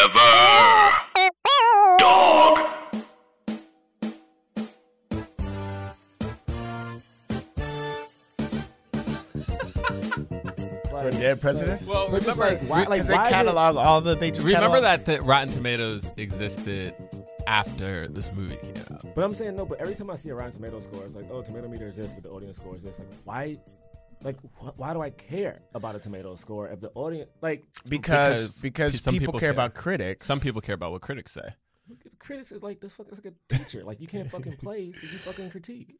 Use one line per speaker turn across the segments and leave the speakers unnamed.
Forever. Dog.
For dead presidents?
Well,
Because
remember,
just like, why, like,
they
why is it-
catalog all the. They just
remember
catalog-
that th- Rotten Tomatoes existed after this movie came out.
But I'm saying no. But every time I see a Rotten Tomato score, it's like, oh, tomato meter is this, but the audience score is this. Like, why? Like, wh- why do I care about a tomato score if the audience like
Because,
Because
because
some
people,
people
care
care.
about critics.
Some people care about what critics say.
critics is like this? Fuck, it's like a teacher. Like, you can't fucking play, so you fucking critique.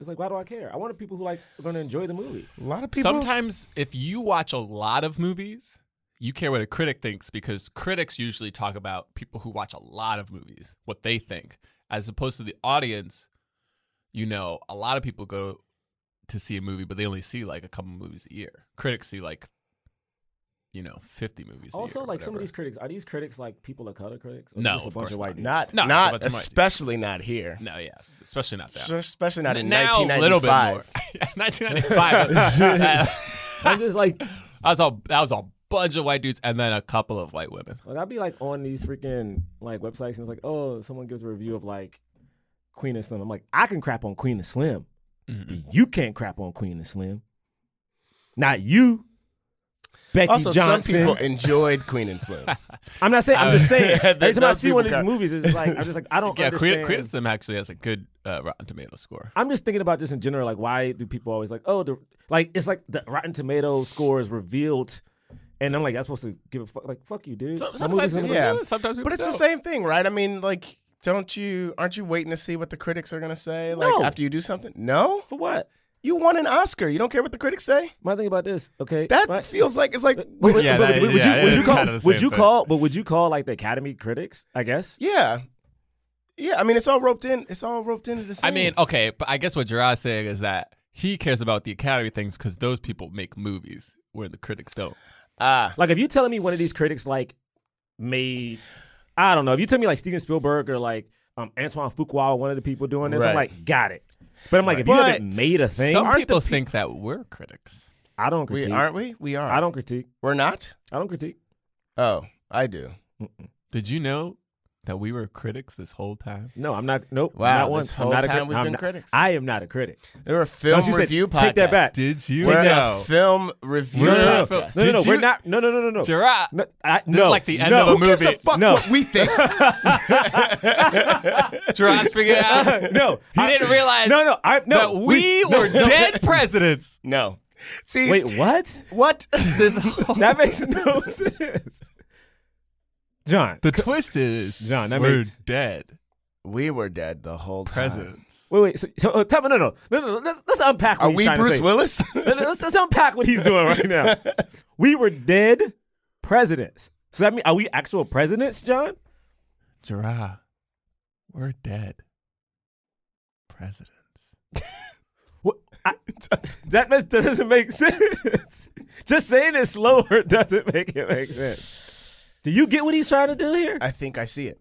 It's like, why do I care? I want people who like are going to enjoy the movie.
A lot of people.
Sometimes, if you watch a lot of movies, you care what a critic thinks because critics usually talk about people who watch a lot of movies, what they think, as opposed to the audience. You know, a lot of people go to see a movie, but they only see like a couple movies a year. Critics see like, you know, fifty movies. a year
Also,
or
like some of
whatever.
these critics are these critics like people of color critics? Or
No,
just a
of
bunch
course
of white dudes.
Not,
No, it's a
not
bunch of white
especially not here.
No, yes, especially not that.
Especially not in
now, a
1995.
little bit more. 1995.
I'm just like,
that was a that was a bunch of white dudes and then a couple of white women.
Like I'd be like on these freaking like websites and it's like, oh, someone gives a review of like Queen and Slim. I'm like, I can crap on Queen and Slim. but You can't crap on Queen and Slim. Not you. Becky
Also, some
Johnson.
people enjoyed Queen and Slim.
I'm not saying. I'm just saying.
There's
Every time I
those
see one of
people
these movies, it's like I'm just like I don't
Yeah,
understand.
Queen, Queen of Them actually has a good uh, Rotten Tomato score.
I'm just thinking about this in general. Like, why do people always like, oh, the like it's like the Rotten Tomato score is revealed, and I'm like, I'm supposed to give a fuck. Like, fuck you, dude. My movie's
Sometimes
gonna
people
be-
yeah.
do it, sometimes people
But it's the
don't.
same thing, right? I mean, like, don't you? Aren't you waiting to see what the critics are gonna say? Like
No.
after you do something? No,
for what?
you won an Oscar. You don't care what the critics say.
My thing about this, okay?
That
my-
feels like it's like,
Would, would-
Yeah,
would-
that-
would- would
yeah,
you,
it
would you
is
call?
kinda the
would
same
you
thing.
call? But would you call like the Academy critics? I guess.
yeah, yeah. I mean, it's all roped in. It's all roped into the same.
I mean, oh. okay, but I guess what Gerard's saying is that he cares about the Academy things because those people make movies where the critics don't.
ah,
Like, if you telling me one of these critics like made, I don't know. If you tell me like Steven Spielberg or like um, Antoine Fuqua, one of the people doing this, I'm
Right.
like, got it. But I'm like, if you
But
haven't made a thing,
Some
aren't the
people
pe-
think that we're critics.
I don't
we
critique.
aren't we? We are.
I don't critique.
We're not.
I don't critique.
Oh, I do.
Did you know that we were critics this whole time?
No, I'm not. Nope.
Wow,
Not one.
this
I'm
whole
not a
time
crit-
we've
I'm
been
not-
critics.
I am not a critic.
They were a film
Don't you say-
review podcast.
take that back.
Did you
We're
know?
a film review
No, no, no, no,
podcast.
no, no, no.
Did
We're
you-
not. No, no, no, no, no.
Gerard,
No, I,
is
no,
like the end
no.
of a
Who gives a
Movie.
fuck
No.
what we think?
Gerard's figured out.
no,
He
I-
didn't realize
No, no, I, no.
that we,
no,
were
no.
dead presidents.
no. See,
Wait, what?
what?
This
That makes no sense. John,
the twist is
John, that
we're
makes-
dead
we were dead the whole time.
presidents.
wait, wait. So, so uh, tell me, no, no, no, no. no, Let's, let's unpack. What
Are
he's
we
trying to
Bruce
say.
Willis?
No, no, Let's, let's unpack what he's doing right now. we were dead presidents. So that mean, are we actual presidents, John?
Gerard, we're dead presidents.
What, I, that, ma- that doesn't make sense. Just saying it slower doesn't make it make sense. Do you get what he's trying to do here?
I think I see it.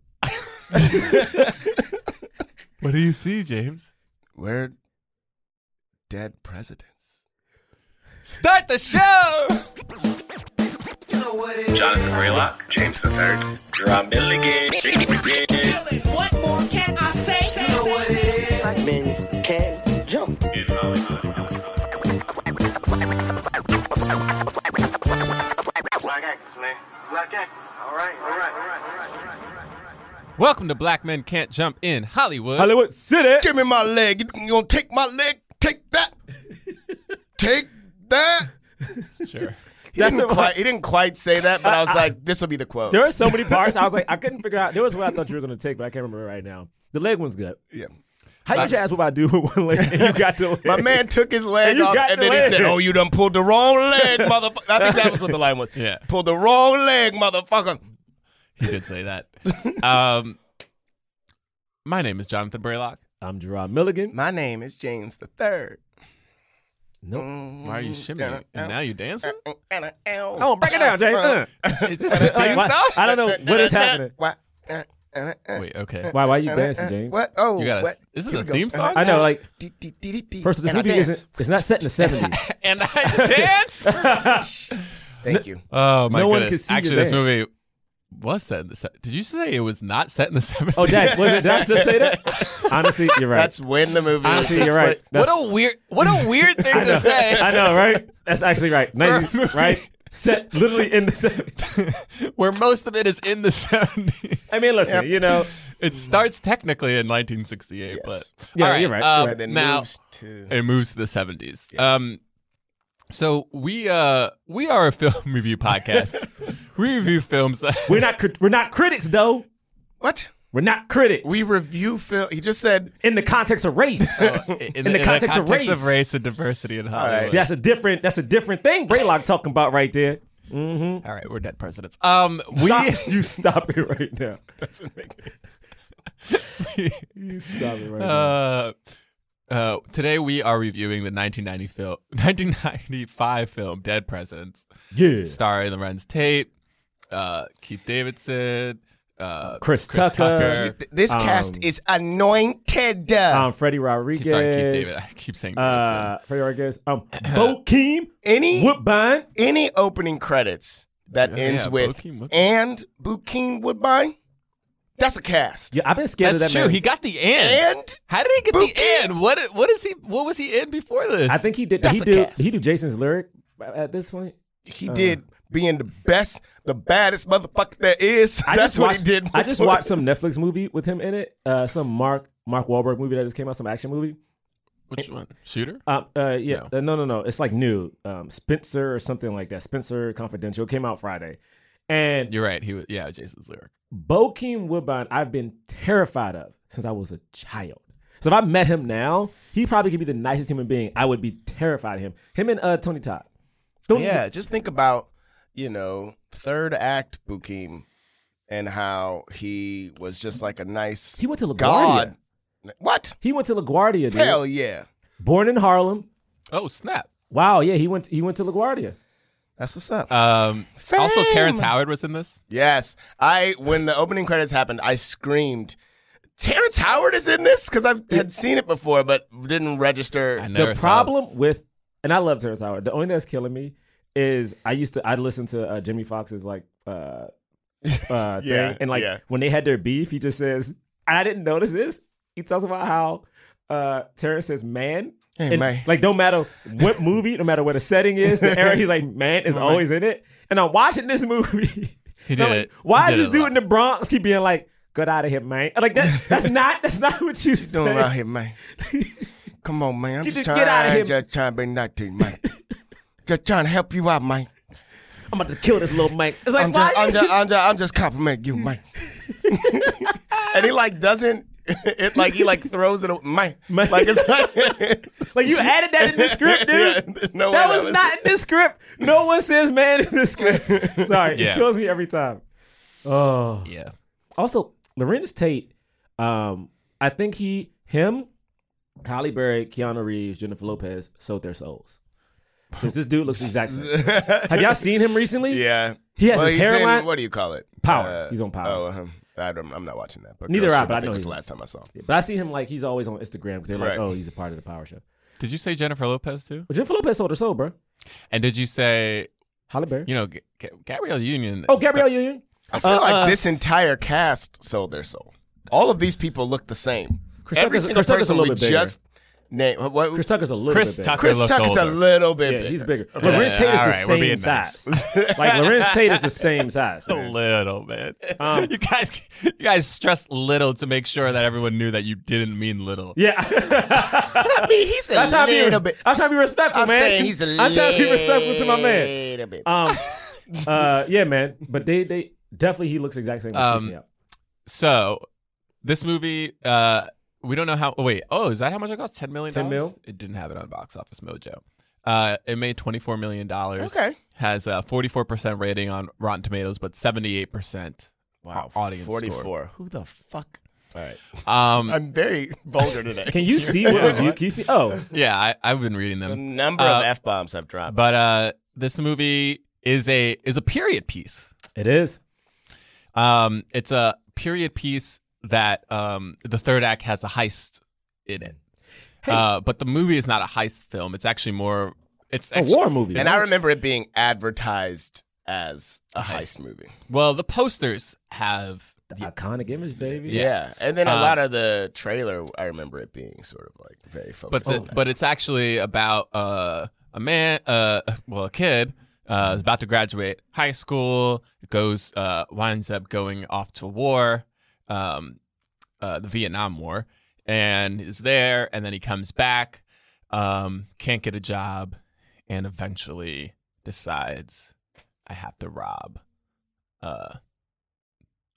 What do you see, James?
We're dead presidents.
Start the show.
Jonathan Raylock, James the Third, Drum Milligan,
What more can I say? You know what it is.
Black actors, man. Black actors. All right, all right, all right, all right.
Welcome to Black Men Can't Jump in Hollywood.
Hollywood City.
Give me my leg. You gonna take my leg? Take that. take that.
Sure.
He
That's
didn't,
what-
quite, he didn't quite say that, but I was like, this will be the quote.
There are so many parts. I was like, I couldn't figure out. There was one I thought you were gonna take, but I can't remember right now. The leg one's good.
Yeah.
How you ask what I do with one leg? And you got the leg.
My man took his leg
And you
off,
got
and
the
then he said,
leg.
"Oh, you done pulled the wrong leg, motherfucker." I think that was what the line was.
Yeah.
pulled the wrong leg, motherfucker.
He did say that. Um, my name is Jonathan Braylock.
I'm Gerard Milligan.
My name is James the Third.
Nope.
Why are you shimmying? And now you're dancing?
Oh, break it down, James.
Uh-uh.
Uh.
Is this a
Like,
theme
why-
song?
uh, I don't know what is happening.
Wait, okay.
Why? Why you dancing, James?
Uh-uh. What? Oh,
You gotta-
what?
this is
Here
a
we go.
theme
Uh,
song?
I know. Like,
dee, dee, dee, dee, dee.
first of all, this
And I
movie
dance.
isn't. It's not set in the '70s.
And I dance.
Thank you.
Oh my
No one
goodness!
could see your
Oh Actually, this
dance.
movie was set in the set. Did you say it was not set in the 70s?
Oh, Jack, was it, did I just say that? Honestly, you're right.
That's when the movie.
Honestly,
was
Ah, you're right.
split.
That's,
what a weird, what a weird thing to say.
I know, right? That's actually right.
a movie.
90s, right? Set literally in the 70s.
Where most of it is in the 70s.
I mean, listen, you know,
It starts technically in 1968, but
Yeah,
All
you're right,
um,
you're right.
Then
now
moves to.
it moves to the 70s. Um, so we uh we are a film review podcast. we review films. that-
we're not crit- we're not critics though.
What?
We're not critics.
We review film. He just said
in the context of race.
Oh,
in,
the context of
context
race.
and diversity in Hollywood.
right.
See, that's a different that's a different thing Braylock talking about right there.
All right, we're dead presidents. Um, we
Stop, you stop it right now.
doesn't make.
You stop it right now.
uh, uh, today we are reviewing the 1990 film, 1995 film Dead Presidents,
Yeah.
starring Lorenz Tate, uh, Keith Davidson, uh,
Chris Tucker.
Th- This cast
Um,
is anointed.
Um Freddie
Keep sorry, Keith David.
Rodriguez.
I keep saying Davidson.
Uh Freddie Rodriguez. Um Bokeem
any
Woodbine.
any opening credits that
Yeah,
ends
yeah,
with
Bokeem Woodbine.
and Bukeem Woodbine. That's a cast.
Yeah, I've been scared
That's
of that
true.
man.
He got the end.
And
How did he get
Bokeem.
the end? What what is he? What was he in before this?
I think he did
That's
he
a
do
cast.
he do Jason's lyric at this point.
he
Uh.
did being the best, the baddest motherfucker there is.
I
That's
just
what
watched,
he did.
I just
before-
watched some Netflix movie with him in it. Uh, some Mark Mark Wahlberg movie that just came out, some action movie.
which one? Shooter.
Um, uh, yeah, no. no, no, no. It's like new. Um, Spencer or something like that. Spencer Confidential came out Friday, and
You're right. He was yeah. Jason's lyric.
Bokeem Woodbine, I've been terrified of since I was a child. So if I met him now, he probably could be the nicest human being. I would be terrified of him. Him and uh, Tony Todd. Don't
Yeah, just think about you know third act Bukeem and how he was just like a nice
He went to LaGuardia.
god. What?
He went to LaGuardia, dude.
Hell yeah!
Born in Harlem.
Oh snap.
Wow, yeah, he went. He went to LaGuardia.
That's what's up.
Um, also,
Fame.
Terrence Howard was in this.
Yes, I when the opening credits happened, I screamed. Terrence Howard is in this because I had seen it before, but didn't register.
I
the
never saw
problem
it.
with and I love Terrence Howard. The only thing that's killing me is I used to I listened to uh, Jimmy Fox's like uh uh
Yeah,
thing and like
yeah.
when they had their beef, he just says, I didn't notice this. He talks about how uh Terrence says man.
Hey,
and,
man.
Like no matter what movie, no matter what the setting is, the era he's like man is always in it. And I'm watching this movie.
He
and I'm
did
like,
it.
Why
He did
is
it
this
a
dude
lot.
in the Bronx keep being like, get out of here, man? Like that that's not that's not what you
doing
say.
around here, man? Come on, man. I'm
You
just,
just
trying,
get outta here.
just trying to be nice to you, man. just trying to help you out, man.
I'm about to kill this little man. It's like
I'm
why
just, I'm just, I'm just, I'm just complimenting you, man. and he like doesn't. It like he like throws it, away, man.
Man.
Like it's like, it's,
Like you added that in the script,
Yeah,
dude.
there's no
that
way that
was
was-
not in the script. No one says man in the script. Sorry,
Yeah.
it kills me every time. Oh.
Yeah.
Also, Lorenz Tate, um, I think he, him, Halle Berry, Keanu Reeves, Jennifer Lopez sold their souls. Because this dude looks exact same. Have y'all seen him recently?
yeah.
He has
Well,
his
he's in-
hairline.
what do you call it?
Power. He's on Power.
Oh, um, I don't, I'm not watching that. But
Neither
Girl
I,
Ship,
but I
think
know
was
he-
the last time I saw. him.
But I see him like he's always on Instagram because they're like,
Right.
oh, he's a part of the Power Show.
Did you say Jennifer Lopez too?
But Jennifer Lopez sold her soul, bro.
And did you say
Halle Berry.
you know G- G- Gabrielle Union?
oh, Gabrielle Union.
I feel
Uh,
like
uh,
this entire cast sold their soul. All of these people look the same.
Chris
Every
Tucker's-
single
Chris Tucker's a
person
little
we
bit bigger.
just named. What, what,
Chris
Chris,
Tucker's a little
Chris
bit bigger.
Tucker looks
Tucker's a
older.
little bit.
Yeah,
bigger.
he's bigger. But
Yeah.
Lorenz Tate is
All
the
right, we're
same
being
size. like Lorenz Tate is the same size.
A little bit. Um, you guys, you guys stressed little to make sure that everyone knew that you didn't mean little.
Yeah.
I mean, he's a
I'm trying to
little
be,
bit.
I'm trying to be respectful,
I'm
man.
saying he's a little.
I'm trying to be respectful to my man.
Little bit.
Um, uh, yeah, man. But they, they definitely he looks exact same.
Um,
Um, me out.
So, this movie, uh, we don't know how. Oh, wait, oh, is that how much it cost? Ten million.
10 mil?
It didn't have it on Box Office Mojo. Uh, it made twenty four million dollars.
Okay.
Has a forty four percent rating on Rotten Tomatoes, but seventy eight percent. audience score.
Forty-four. Who the fuck? All right.
Um,
I'm very vulgar today.
Can you see what review? Can you see? Oh,
yeah, I, I've been reading
the
them.
number
Uh,
of f bombs I've dropped.
But uh, this movie is a is a period piece.
it is.
Um, it's a period piece that um, the third act has a heist in it. Uh, but the movie is not a heist film. It's actually more. It's
A
actually-
war movie.
And I remember it being advertised as a heist movie.
Well, the posters have
Iconic image, baby.
Yeah. And then a
Uh,
lot of the trailer, I remember it being sort of like very
but
focused.
the,
on that.
but it's actually about uh, a man, uh, well, a kid uh, is about to graduate high school, goes uh, winds up going off to war, um, uh, the Vietnam War, and is there, and then he comes back, um, can't get a job, and eventually decides I have to rob, uh,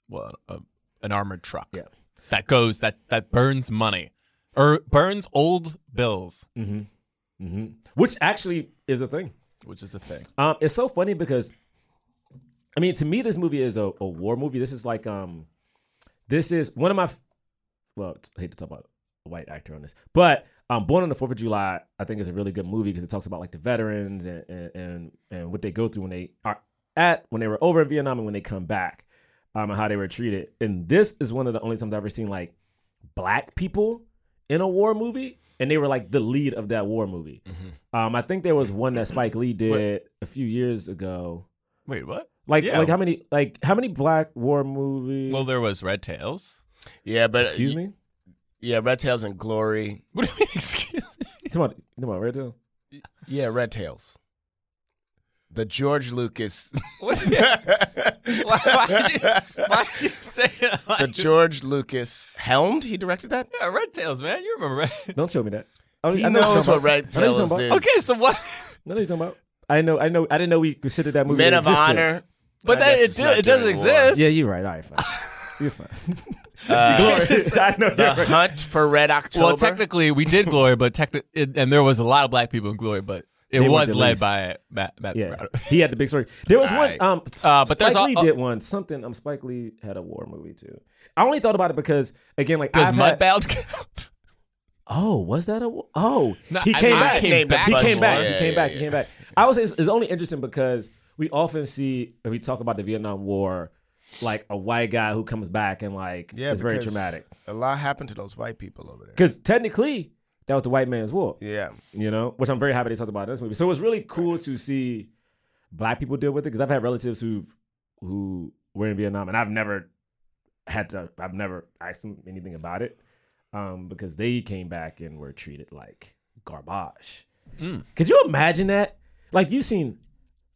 well, a, an armored truck
Yeah.
that goes that that burns money or Er, burns old bills,
Mm-hmm. Mm-hmm. Which actually is a thing.
which is a thing.
Um, it's so funny because, I mean, to me, this movie is a, a war movie. This is like, um, this is one of my, f- well, t- I hate to talk about a white actor on this, but um, Born on the Fourth of July, I think is a really good movie because it talks about like the veterans and and and, and what they go through when they are at when they were over in Vietnam and when they come back, um, and how they were treated. And this is one of the only times I've ever seen like black people in a war movie, and they were like the lead of that war movie.
Mm-hmm.
Um, I think there was one that Spike Lee did a few years ago.
Wait, what?
Like,
Yeah.
like how many, like how many black war movies?
Well, there was Red Tails.
yeah, but uh,
excuse me.
Yeah, Red Tails and Glory.
What do you mean? Excuse me.
Come on, come on, right now.
Yeah, Red Tails. The George Lucas.
What? Why, why, did, you,
the
why'd you say it? Like,
George Lucas helmed. He directed that.
yeah, Red Tails, man. You remember Red?
Don't show me that. I,
He
I know
knows
you're
what
talking about.
Red
I know you're
Tails
talking
is.
about-
Okay, so what?
I know you're talking about. I know, I know, I didn't know we considered that movie.
Men
that
of
existed.
Honor.
But
I
that
guess
it,
it's
do,
not
it does
during the war.
exist.
Yeah, you're right. All right, fine. you're fine.
Uh,
just-
I know.
the
You're right.
Hunt for Red October.
Well, technically, we did Glory, but techni- it, and there was a lot of black people in Glory, but
They
it
weren't
was
the
led
least.
by Matt. Matt
Yeah, he had the big story. There was one.
Right.
Um,
Uh, but
Spike
there's al-
Lee did one. Something. Um, Spike Lee had a war movie too. I only thought about it because again, like
Does
I've had-
Mudbound count?
Oh, was that a wa- oh?
No,
he
I-
came
I
back.
came Named back.
He
Budge
came back.
Moore.
he came
Yeah,
back.
yeah,
He came back. I would say it's, it's only interesting because we often see if we talk about the Vietnam War, like a white guy who comes back and like
Yeah,
it's very
because
traumatic.
A lot happened to those white people over there.
Because technically, that was the white man's war.
Yeah.
You know, which I'm very happy they talked about in this movie. So it was really cool to see black people deal with it because I've had relatives who've who were in Vietnam and I've never had to. I've never asked them anything about it um, because they came back and were treated like garbage. Could you imagine that? Like you've seen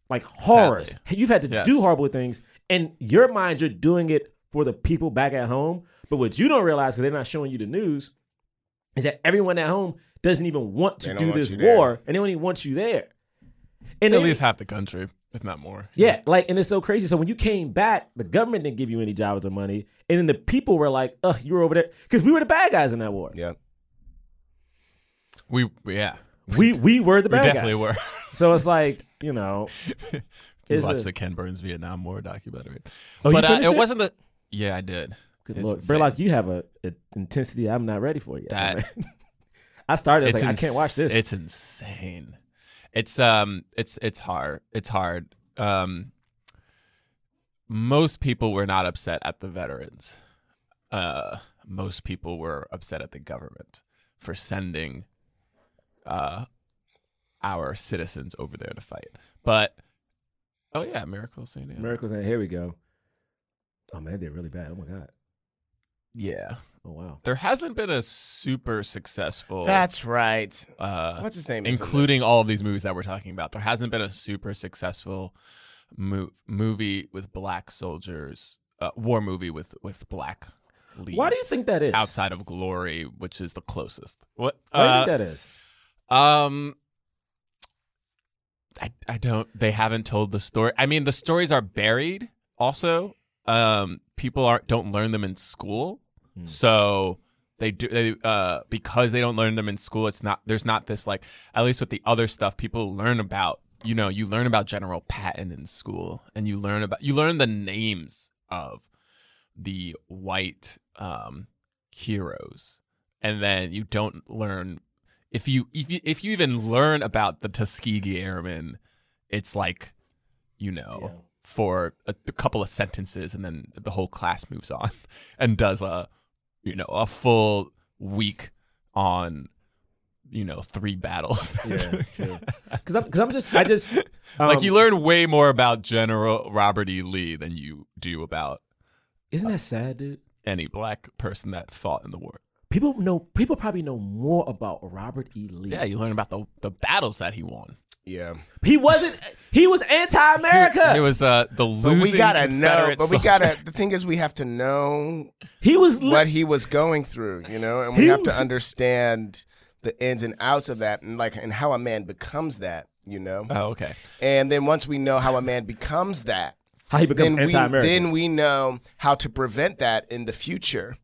like horrors. You've had to
Yes.
do horrible things, and your mind you're doing it for the people back at home. But what you don't realize because they're not showing you the news is that everyone at home doesn't even want to
They don't
do
want
this
you there.
war, and they only want you there. And
At
they-
least half the country, if not more.
yeah, like, and it's so crazy. So when you came back, the government didn't give you any jobs or money, and then the people were like, "Ugh, you were over there," because we were the bad guys in that war.
Yeah.
We, yeah.
We we were the
We
bad
definitely
guys.
were.
So it's like you know,
You
Is
watched
it-
the Ken Burns Vietnam War documentary.
Oh, you
but uh,
finished
it
it?
wasn't the. Yeah, I did.
good
It's
lord,
insane.
Burlock, you have a, a intensity I'm not ready for yet.
That-
man. I started. I was
It's
like, I
ins-
can't watch this.
It's insane. It's um, it's it's hard. It's hard. Um, most people were not upset at the veterans. Uh, most people were upset at the government for sending uh, our citizens over there to fight. But oh yeah, Miracle Saint Anne.
miracles. And here we go. Oh man, they're really bad. Oh my god.
yeah,
Oh wow.
there hasn't been a super successful.
That's right.
uh,
What's his name? is in
including all of these movies that we're talking about. There hasn't been a super successful mo- movie with black soldiers, uh, war movie with with black. Leads
Why do you think that is?
Outside of Glory, which is the closest. What?
Why do you
Uh,
think that is?
um, I I don't. They haven't told the story. I mean, the stories are buried. Also, um, people aren't don't learn them in school, so they do. They uh, because they don't learn them in school, it's not. There's not this like at least with the other stuff people learn about. You know, you learn about General Patton in school, and you learn about you learn the names of the white um heroes and then you don't learn if you if you, if you even learn about the Tuskegee Airmen, it's like you know
Yeah.
for a, a couple of sentences, and then the whole class moves on and does a you know a full week on you know three battles.
Because I'm, cause I'm just, I just,
like
um,
you learn way more about General Robert E. Lee than you do about
Isn't that sad, dude?
any black person that fought in the war.
People know. People probably know more about Robert E. Lee.
Yeah, you learn about the the battles that he won.
Yeah.
He wasn't. He was anti-America.
It was uh
But
the losing
we gotta know.
Confederate
But we
soldier.
gotta. The thing is, we have to know
he was. li-
what he was going through, you know, and we
He
have to
was-
understand the ins and outs of that, and like, and how a man becomes that, you know.
Oh, okay.
and then once we know how a man becomes that,
how he
then
became
we
anti-American.
then we know how to prevent that in the future,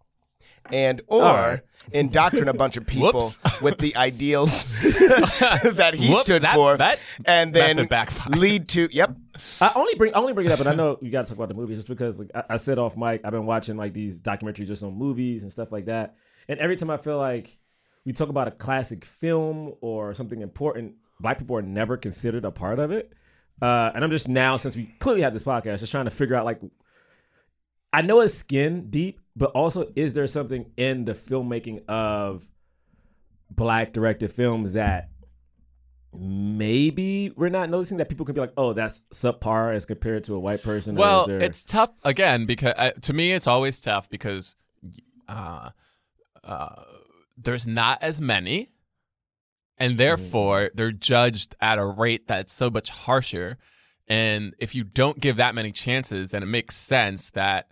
and or
right.
indoctrinate a bunch of people
Whoops.
with the ideals that he
Whoops,
stood
that-
for,
that
and then
method backfired.
lead to yep,
I only bring I only bring it up, and I know you got to talk about the movie just because like, I, I said off mic, I've been watching like these documentaries just on movies and stuff like that, and every time I feel like we talk about a classic film or something important, black people are never considered a part of it, uh, and I'm just now since we clearly have this podcast, just trying to figure out like I know it's skin deep, but also is there something in the filmmaking of black directed films that maybe we're not noticing that people can be like, oh, that's subpar as compared to a white person. or
Well,
is there-
it's tough again because uh, to me it's always tough because uh, uh, there's not as many, and
Mm.
therefore they're judged at a rate that's so much harsher. And if you don't give that many chances, then it makes sense that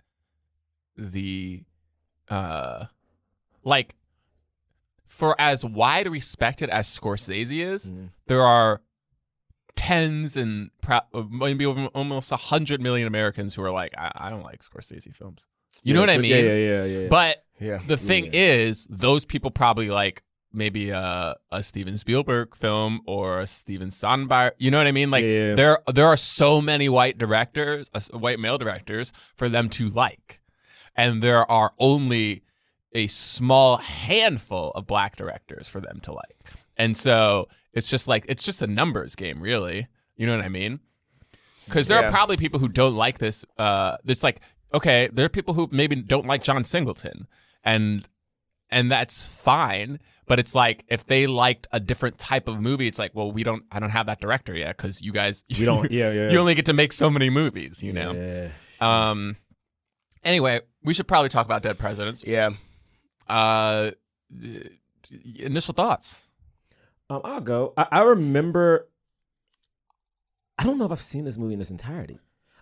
the uh, like for as wide respected as Scorsese is,
Mm-hmm.
there are tens and pro- uh, maybe over almost a hundred million Americans who are like, I, I don't like Scorsese films. You know what I mean?
Yeah, yeah, yeah, yeah. yeah.
But
yeah,
the thing is, those people probably like maybe a, a Steven Spielberg film or a Steven Sondheim. You know what I mean? Like
Yeah.
there there are so many white directors, uh, white male directors, for them to like, and there are only a small handful of black directors for them to like. And so it's just like it's just a numbers game, really. You know what I mean? Because there
Yeah.
are probably people who don't like this. Uh, it's like okay, there are people who maybe don't like John Singleton, and and that's fine. But it's like if they liked a different type of movie, it's like, well, we don't. I don't have that director yet because you guys,
We don't- yeah, yeah.
you only get to make so many movies, you know.
Yeah.
Um. Anyway, we should probably talk about Dead Presidents.
yeah.
Uh, d- d- initial thoughts.
Um, I'll go. I, I remember. I don't know if I've seen this movie in its entirety.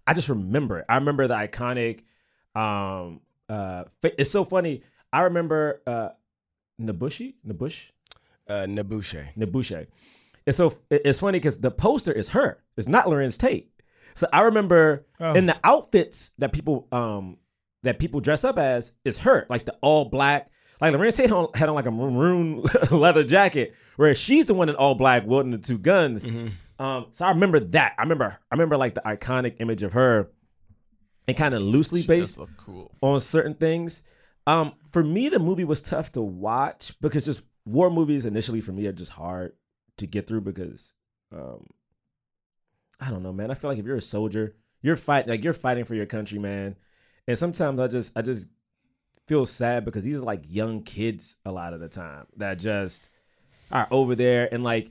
I just remember it. I remember the iconic. Um, uh, fa- it's so funny. I remember uh, Nabushi, Nabush,
Uh, Nabuche.
Nabushe. It's so it- it's funny because the poster is her. It's not Lorenz Tate. So I remember in the outfits that people um that people dress up as is her, like the all black. Like Lorenz Tate on- had on like a maroon leather jacket, whereas she's the one in all black wielding the two guns. Um, so I remember that. I remember I remember like the iconic image of her, and kind of loosely based
Those look cool.
on certain things. Um, for me, the movie was tough to watch because just war movies initially for me are just hard to get through because um, I don't know, man. I feel like if you're a soldier, you're fight like you're fighting for your country, man. And sometimes I just I just feel sad because these are like young kids a lot of the time that just are over there and like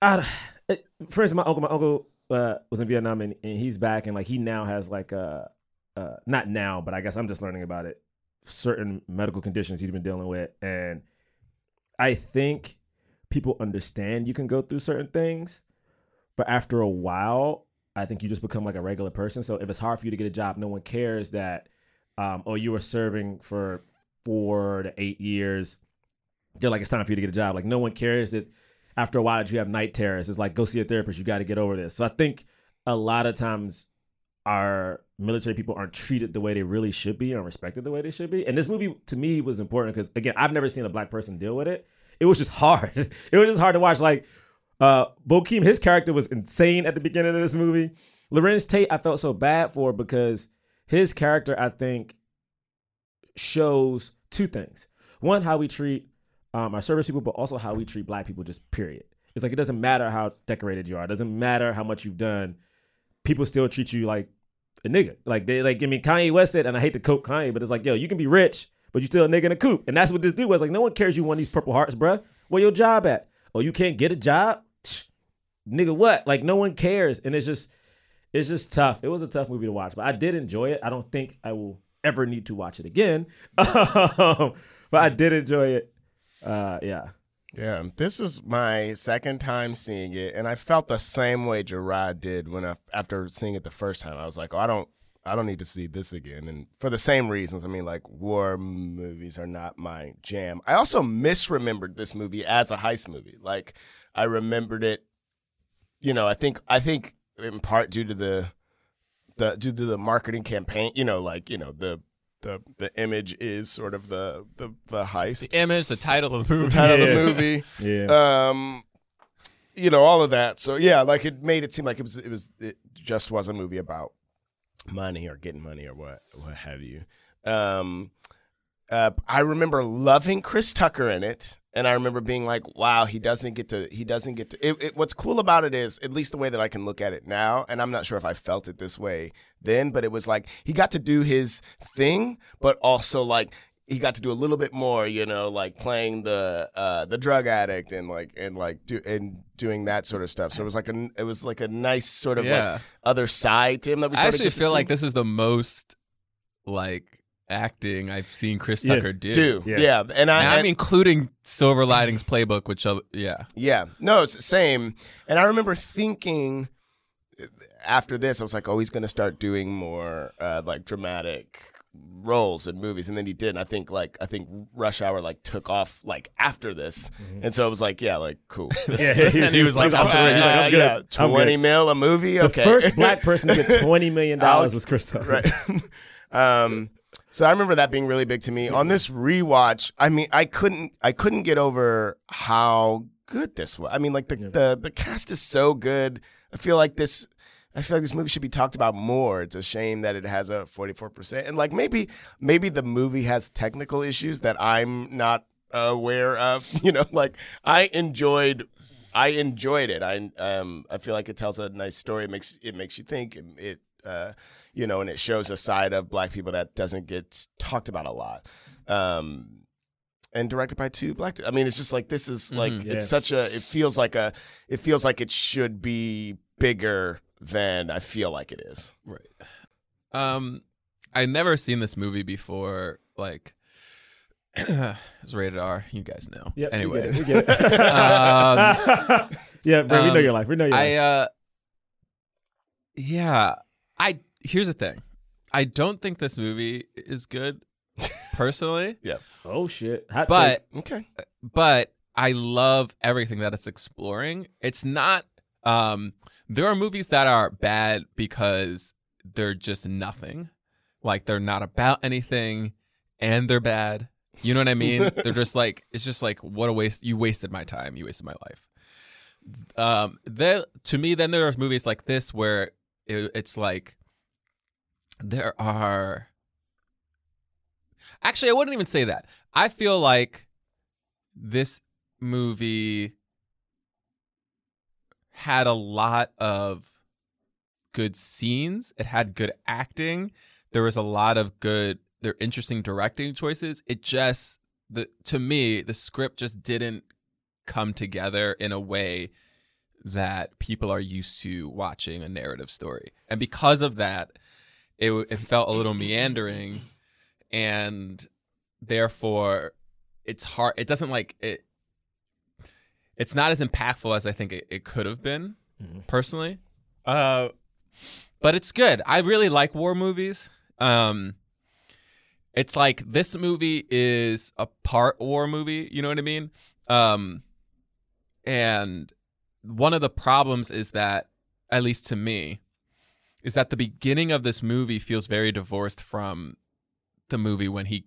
I, it, for instance, my uncle, my uncle uh, was in Vietnam and, and he's back and like he now has like a uh, not now, but I guess I'm just learning about it. Certain medical conditions he's been dealing with, and I think people understand you can go through certain things, but after a while, I think you just become like a regular person. So if it's hard for you to get a job, no one cares that. Um, oh, you were serving for four to eight years. They're like, it's time for you to get a job. Like no one cares that after a while that you have night terrors. It's like go see a therapist. You got to get over this. So I think a lot of times our military people aren't treated the way they really should be and respected the way they should be. And this movie to me was important because again, I've never seen a black person deal with it. It was just hard. it was just hard to watch. Like uh Bokeem, his character was insane at the beginning of this movie. Lorenz Tate, I felt so bad for because his character, I think, shows two things. One, how we treat um, our service people, but also how we treat black people, just period. It's like it doesn't matter how decorated you are, it doesn't matter how much you've done, people still treat you like a nigga. Like they like, I mean, Kanye West said, and I hate to quote Kanye, but it's like, yo, you can be rich, but you still a nigga in a coop. And that's what this dude was. Like, no one cares you won these purple hearts, bruh. Where your job at? Oh, you can't get a job? Tch, nigga, what? Like no one cares, and it's just, it's just tough. It was a tough movie to watch, but I did enjoy it. I don't think I will ever need to watch it again, Um, but I did enjoy it. Uh, yeah.
Yeah, this is my second time seeing it, and I felt the same way Gerard did when I, after seeing it the first time. I was like, oh, I don't, I don't need to see this again, and for the same reasons. I mean, like war movies are not my jam. I also misremembered this movie as a heist movie. Like, I remembered it, you know. I think, I think in part due to the, the due to the marketing campaign. You know, like you know the. The, the image is sort of the the, the heist
The image, the title of the movie.
title of the movie.
Yeah.
Um, you know, all of that. So yeah, like it made it seem like it was it was it just was a movie about money or getting money or what what have you. Um, uh, I remember loving Chris Tucker in it, and I remember being like, "Wow, he doesn't get to. He doesn't get to." It, it, what's cool about it is, at least the way that I can look at it now, and I'm not sure if I felt it this way then, but it was like he got to do his thing, but also like he got to do a little bit more, you know, like playing the uh, the drug addict and like and like do and doing that sort of stuff. So it was like a it was like a nice sort of
Yeah.
like other side to him that we.
I
sort of
actually
get to
feel
see.
like this is the most like acting I've seen Chris
Yeah,
Tucker do.
do
Yeah.
yeah. and I and-
And I'm including Silver Linings Playbook, which other, yeah,
Yeah. No, it's the same. And I remember thinking after this, I was like, oh, he's going to start doing more uh, like dramatic roles in movies. And then he did. And I think like, I think Rush Hour like took off like after this. And so I was like, yeah, like, cool. This-
Mm-hmm. Yeah, he was-
And he was like,
off the rip. He was like,
Uh,
I'm good.
yeah,
I'm
20
good.
mil a movie?
The
okay.
first black person to get twenty million dollars
I'll-
was Chris Tucker.
right. um, so I remember that being really big to me. On this rewatch, I mean, I couldn't, I couldn't get over how good this was. I mean, like the the the cast is so good. I feel like this. I feel like this movie should be talked about more. It's a shame that it has a 44%. And like maybe maybe the movie has technical issues that I'm not aware of, you know, like I enjoyed I enjoyed it. I um I feel like it tells a nice story. It makes it makes you think. It, it uh you know, and it shows a side of black people that doesn't get talked about a lot. Um and directed by two black. I mean, it's just like this is like
Yeah.
it's such a. It feels like a. It feels like it should be bigger than I feel like it is.
right. Um, I never seen this movie before. Like, it was rated R. You guys know.
Yep, we
anyway,
get it, we get it.
um,
yeah, bro, we know
um,
your life. We know your
I
life.
uh yeah, I here's the thing. I don't think this movie is good personally,
Oh shit! Hot
uh, but
Okay.
but I love everything that it's exploring. It's not um there are movies that are bad because they're just nothing. Like they're not about anything and they're bad. You know what I mean? they're just like it's just like what a waste you wasted my time, you wasted my life. Um there to me then there are movies like this where it, it's like there are Actually, I wouldn't even say that. I feel like this movie had a lot of good scenes. It had good acting. There was a lot of good, there were interesting directing choices. It just the to me, the script just didn't come together in a way that people are used to watching a narrative story. And because of that, it w- it felt a little meandering and therefore it's hard it doesn't like it it's not as impactful as i think it, it could have been personally uh but it's good i really like war movies um it's like this movie is a part war movie you know what i mean um and one of the problems is that at least to me is that the beginning of this movie feels very divorced from the movie when he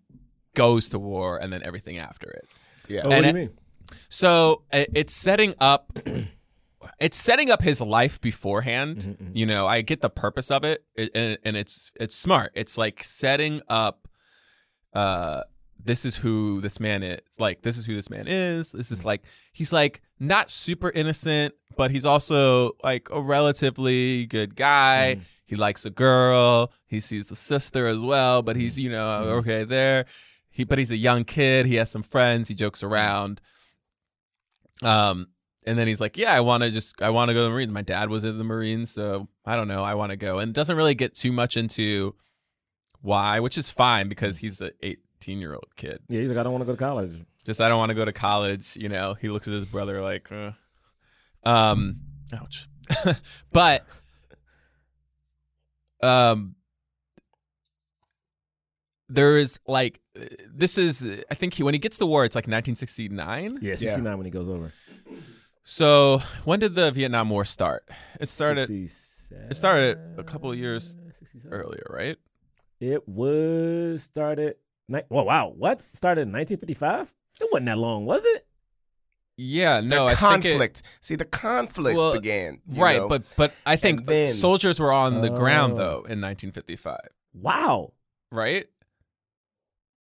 goes to war and then everything after it.
Yeah.
take. Oh, what
and
do
it-
you mean?
So i- it's setting up it's setting up his life beforehand. You know, I get the purpose of it i- and, and it's it's smart. It's like setting up uh this is who this man is. Like this is who this man is. This is like he's like not super innocent, but he's also like a relatively good guy. He likes a girl. He sees the sister as well, but he's, you know, okay there. He but he's a young kid. He has some friends. He jokes around Um, and then he's like, "Yeah, I want to just I want to go to the Marines. My dad was in the Marines, so I don't know. I want to go." And doesn't really get too much into why, which is fine because he's an 18 year old kid.
Yeah, he's like, I don't want to go to college.
Just I don't want to go to college. You know, he looks at his brother like, uh. um, ouch. but, um, there is like uh, this is uh, I think he when he gets to war it's like 1969.
Yeah, 69 when he goes over.
So when did the Vietnam War start? It started
67,
it started a couple of years
67.
earlier, right?
It was started. Ni- Whoa, wow. What? Started in 1955? It wasn't that long, was it?
Yeah, no,
the
I think it-
conflict. See, the conflict
Well,
began. you
right,
know?
but but I think
And then-
soldiers were on the ground
Oh.
though in 1955,
Wow.
right?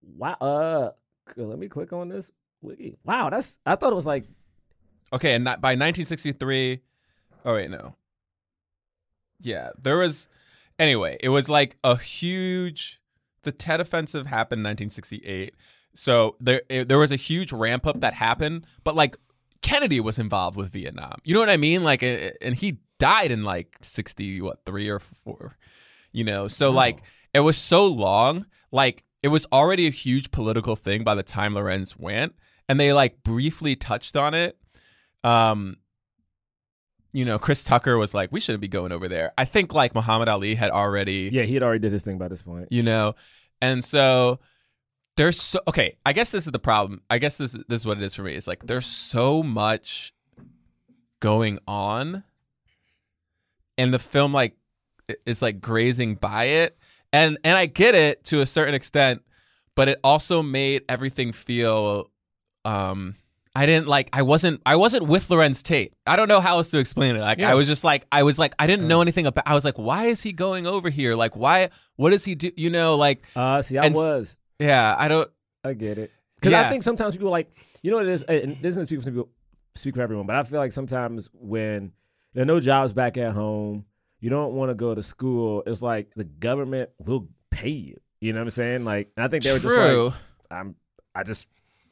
Wow. Uh, c- let me click on this wiki. Wow, that's. I thought it was like.
Okay, and not, by 1963. Oh wait, no. Yeah, there was. Anyway, it was like a huge. The Tet Offensive happened in 1968, so there it, there was a huge ramp up that happened. But like Kennedy was involved with Vietnam. You know what I mean? Like, eh, eh, and he died in like 60 what three or four. You know, so like it was so long. Like it was already a huge political thing by the time Lorenz went, and they like briefly touched on it um you know chris tucker was like we shouldn't be going over there i think like muhammad ali had already
Yeah, he had already did his thing by this point.
you know and so there's so okay i guess this is the problem i guess this this is what it is for me it's like there's so much going on and the film like i- is like grazing by it and and i get it to a certain extent but it also made everything feel um I didn't like I wasn't I wasn't with Lorenz Tate. I don't know how else to explain it. Like I was just like I was like I didn't know
Mm.
anything about I was like why is he going over here? Like why what does he do you know like
Uh, see, I
And s-
was.
yeah, I don't
I get it. Because
Yeah.
I think sometimes people like, you know what it is, and this isn't speak for people, speak for everyone, but I feel like sometimes when there are no jobs back at home, you don't want to go to school. It's like the government will pay you. You know what I'm saying? Like, and I think they were just
true.
like, I'm, I just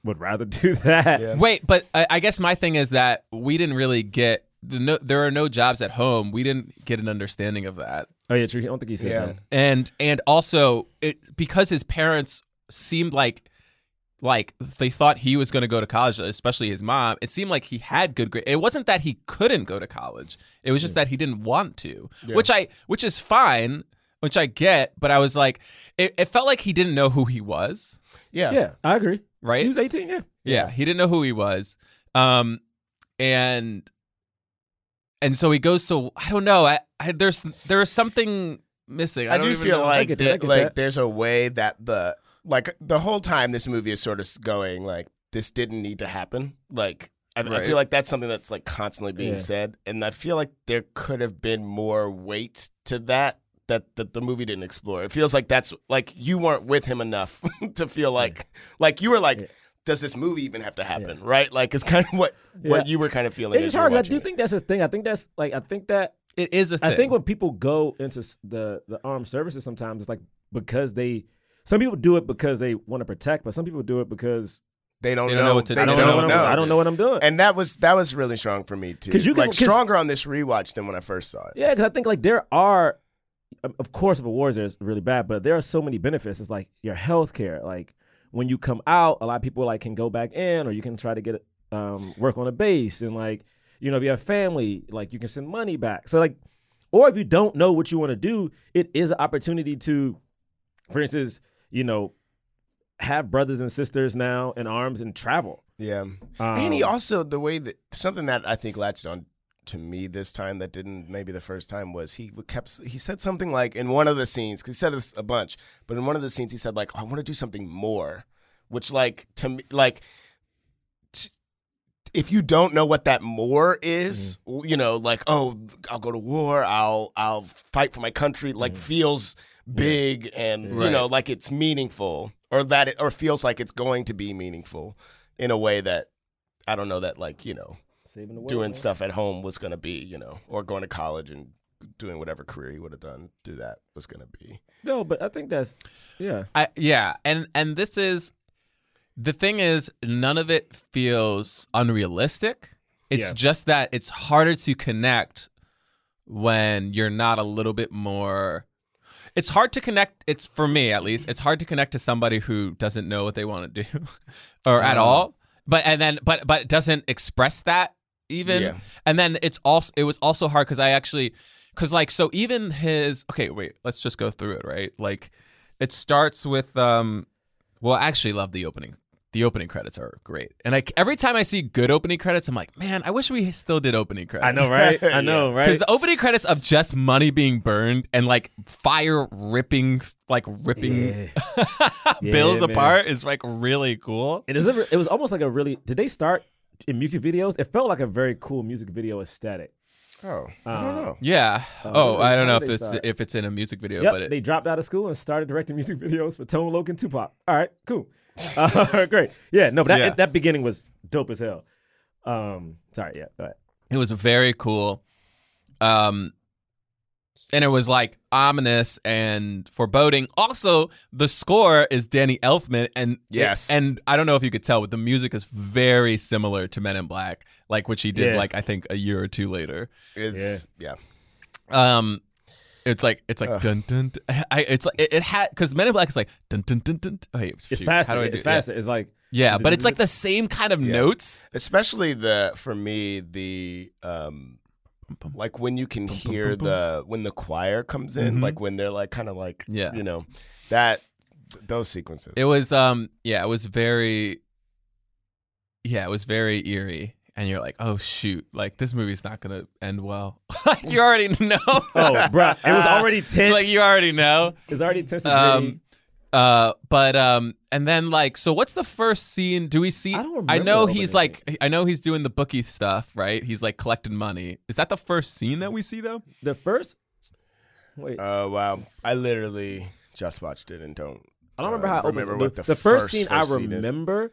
would rather do that.
Yeah.
Wait, but I, I guess my thing is that we didn't really get the no, there are no jobs at home. We didn't get an understanding of that.
Oh yeah, true. I don't think he said
Yeah.
that.
and and also it because his parents seemed like like they thought he was going to go to college especially his mom it seemed like he had good grades it wasn't that he couldn't go to college it was just that he didn't want to which i which is fine which i get but i was like it, it felt like he didn't know who he was
yeah.
Yeah, I agree.
right
He was 18. Yeah,
yeah, he didn't know who he was. Um, and and so he goes. So I don't know. I, I there's there is something missing. I,
I,
don't
do
even
feel
know.
like
get that, I
that,
get
like
that.
there's a way that the like the whole time this movie is sort of going like this didn't need to happen. Like I, I
Right.
feel like that's something that's like constantly being
Yeah.
said, and I feel like there could have been more weight to that that that the movie didn't explore. It feels like that's like you weren't with him enough to feel like like you were like.
Yeah.
Does this movie even have to happen? Right, like it's kind of what what
Yeah.
you were kind of feeling.
it's
as
just
you were
hard. I
watching
do
it.
think that's a thing. I think that's like, I think that
it is a thing.
I think when people go into s- the the armed services, sometimes it's like because they. Some people do it because they want to protect, but some people do it because
they don't,
They
know.
don't know what to
they
do.
I don't, know. What I'm, I don't know what I'm doing.
and that was that was really strong for me too.
'Cause you can-
like
'cause-
stronger on this rewatch than when I first saw it.
yeah, because I think like there are, of- of course, if a war is there, it's really bad, but there are so many benefits. It's like your health care. Like when you come out, a lot of people like can go back in, or you can try to get um, work on a base, and like you know if you have family, like you can send money back. So like, or if you don't know what you want to do, it is an opportunity to, for instance, you know, have brothers and sisters now in arms and travel.
Yeah,
Um,
and he also the way that something that I think latched on to me this time that didn't maybe the first time was he kept he said something like in one of the scenes 'cause he said this a bunch, but in one of the scenes he said like I want to do something more, which like to me like. t- If you don't know what that more is, l- you know, like oh, I'll go to war, I'll I'll fight for my country, like feels big and you
Right.
know like it's meaningful or that it, or feels like it's going to be meaningful in a way that I don't know that like you know
saving the world,
doing
man.
stuff at home was going to be you know or going to college and doing whatever career he would have done do that was going to be
No, but I think that's yeah.
I, yeah, and and this is The thing is, none of it feels unrealistic. It's
Yeah.
just that it's harder to connect when you're not a little bit more. It's hard to connect. It's for me at least. It's hard to connect to somebody who doesn't know what they want to do, or
Oh.
at all. But and then but but doesn't express that even.
Yeah.
And then it's also it was also hard because I actually because like so even his okay wait let's just go through it right like it starts with um well, I actually love the opening. The opening credits are great, and like every time I see good opening credits, I'm like, man, I wish we still did opening credits.
I know, right? I know, right?
Because the opening credits of just money being burned and like fire ripping, like ripping bills
Yeah, man.
apart is like really cool.
It is. A, it was almost like a really. Did they start in music videos? It felt like a very cool music video aesthetic.
Oh, I don't
Uh,
know.
Yeah.
where
oh,
did-
I don't
how
know if
did they
it's
start?
if it's in a music video,
yep,
but it,
they dropped out of school and started directing music videos for Tone Loc and Tupac. All right, cool, uh, great. Yeah, no, but that,
Yeah.
that beginning was dope as hell. Um, sorry, yeah, go ahead.
It was very cool. Um and it was like ominous and foreboding. Also, the score is Danny Elfman and
Yes.
and I don't know if you could tell, but the music is very similar to Men in Black, like which he did
Yeah.
like I think a year or two later.
It's yeah.
Um it's like it's like dun dun. dun. I- I, it's like it, it had because Men in Black is like dun dun dun dun. Oh, wait,
It's
shoot,
faster.
how do I do-
it's
yeah.
faster. It's like
Yeah, but it's like the same kind of notes.
Especially the for me the um like when you can hear the when the choir comes in, like when they're like kind of like
Mm-hmm. Yeah.
you know that th- those sequences.
It was um yeah, it was very yeah, it was very eerie. And you're like, oh shoot, like this movie's not gonna end well. like you already know.
oh, bruh, it was already tense.
like you already know.
it's already tense. and gritty.
Um uh but um and then like so what's the first scene? Do we see
I don't
I know
remember
he's
opening
like I know he's doing the bookie stuff, right? He's like collecting money. Is that the first scene that we see though?
the first. Wait,
Oh wow! I literally just watched it and don't.
I don't
uh,
remember how it opens.
remember
The-
what
the,
the
first,
first-
scene
first
I
scene is.
remember.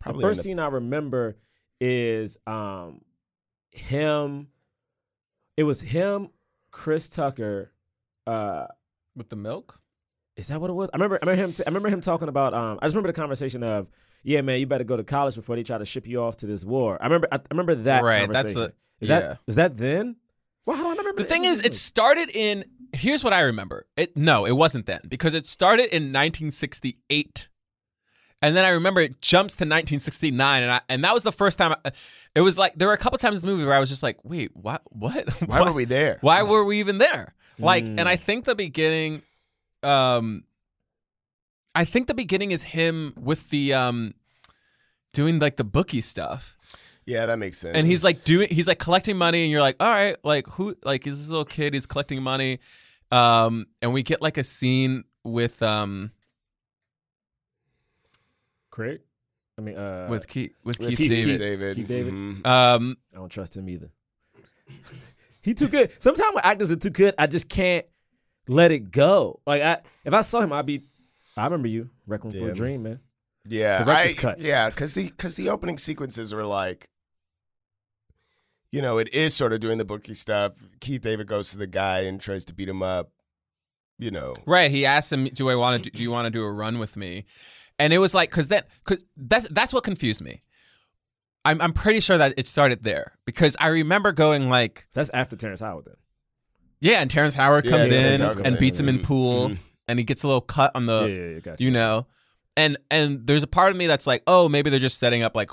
Probably
the first
in the-
scene I remember is um him. It was him, Chris Tucker. Uh,
With the milk?
is that what it was? I remember. I remember him. T- I remember him talking about. Um, I just remember the conversation of, "Yeah, man, you better go to college before they try to ship you off to this war." I remember. I, I remember that.
Right, that's
Conversation.
the-
is
yeah.
that is that then? Well, how do I remember?
The
that?
thing is, it started in. Here's what I remember. It no, it wasn't then because it started in 1968, and then I remember it jumps to 1969, and I and that was the first time. I, it was like there were a couple times in the movie where I was just like, wait, what, what,
Why were we there?
Why were we even there? Like, and I think the beginning, um, I think the beginning is him with the um, doing like the bookie stuff.
Yeah, that makes sense.
And he's like doing he's like collecting money and you're like, all right, like who like is this little kid, he's collecting money. Um and we get like a scene with um
Craig. I mean, uh,
with Keith with
with
Keith,
Keith-
David.
David.
Keith David.
Mhm.
Um
I don't trust him either. he too good. Sometimes when actors are too good, I just can't let it go. Like I, if I saw him, I'd be. I remember you, Requiem for
Yeah.
a Dream, man.
Yeah,
Director's
I-
cut.
Yeah, because the because the opening sequences are like, you know, it is sort of doing the bookie stuff. Keith David goes to the guy and tries to beat him up. You know,
Right. He asked him, "Do I want to? Do you want to do a run with me?" And it was like, because that, cause that's that's what confused me. I'm I'm pretty sure that it started there because I remember going like,
So that's after Terrence Howard. Then
yeah, and Terrence Howard
Yeah,
comes
Terrence
in
Howard comes
and
in.
beats him in pool,
Mhm.
and he gets a little cut on the
yeah, yeah, yeah, gotcha.
Uh, you know and and there's a part of me that's like oh maybe they're just setting up like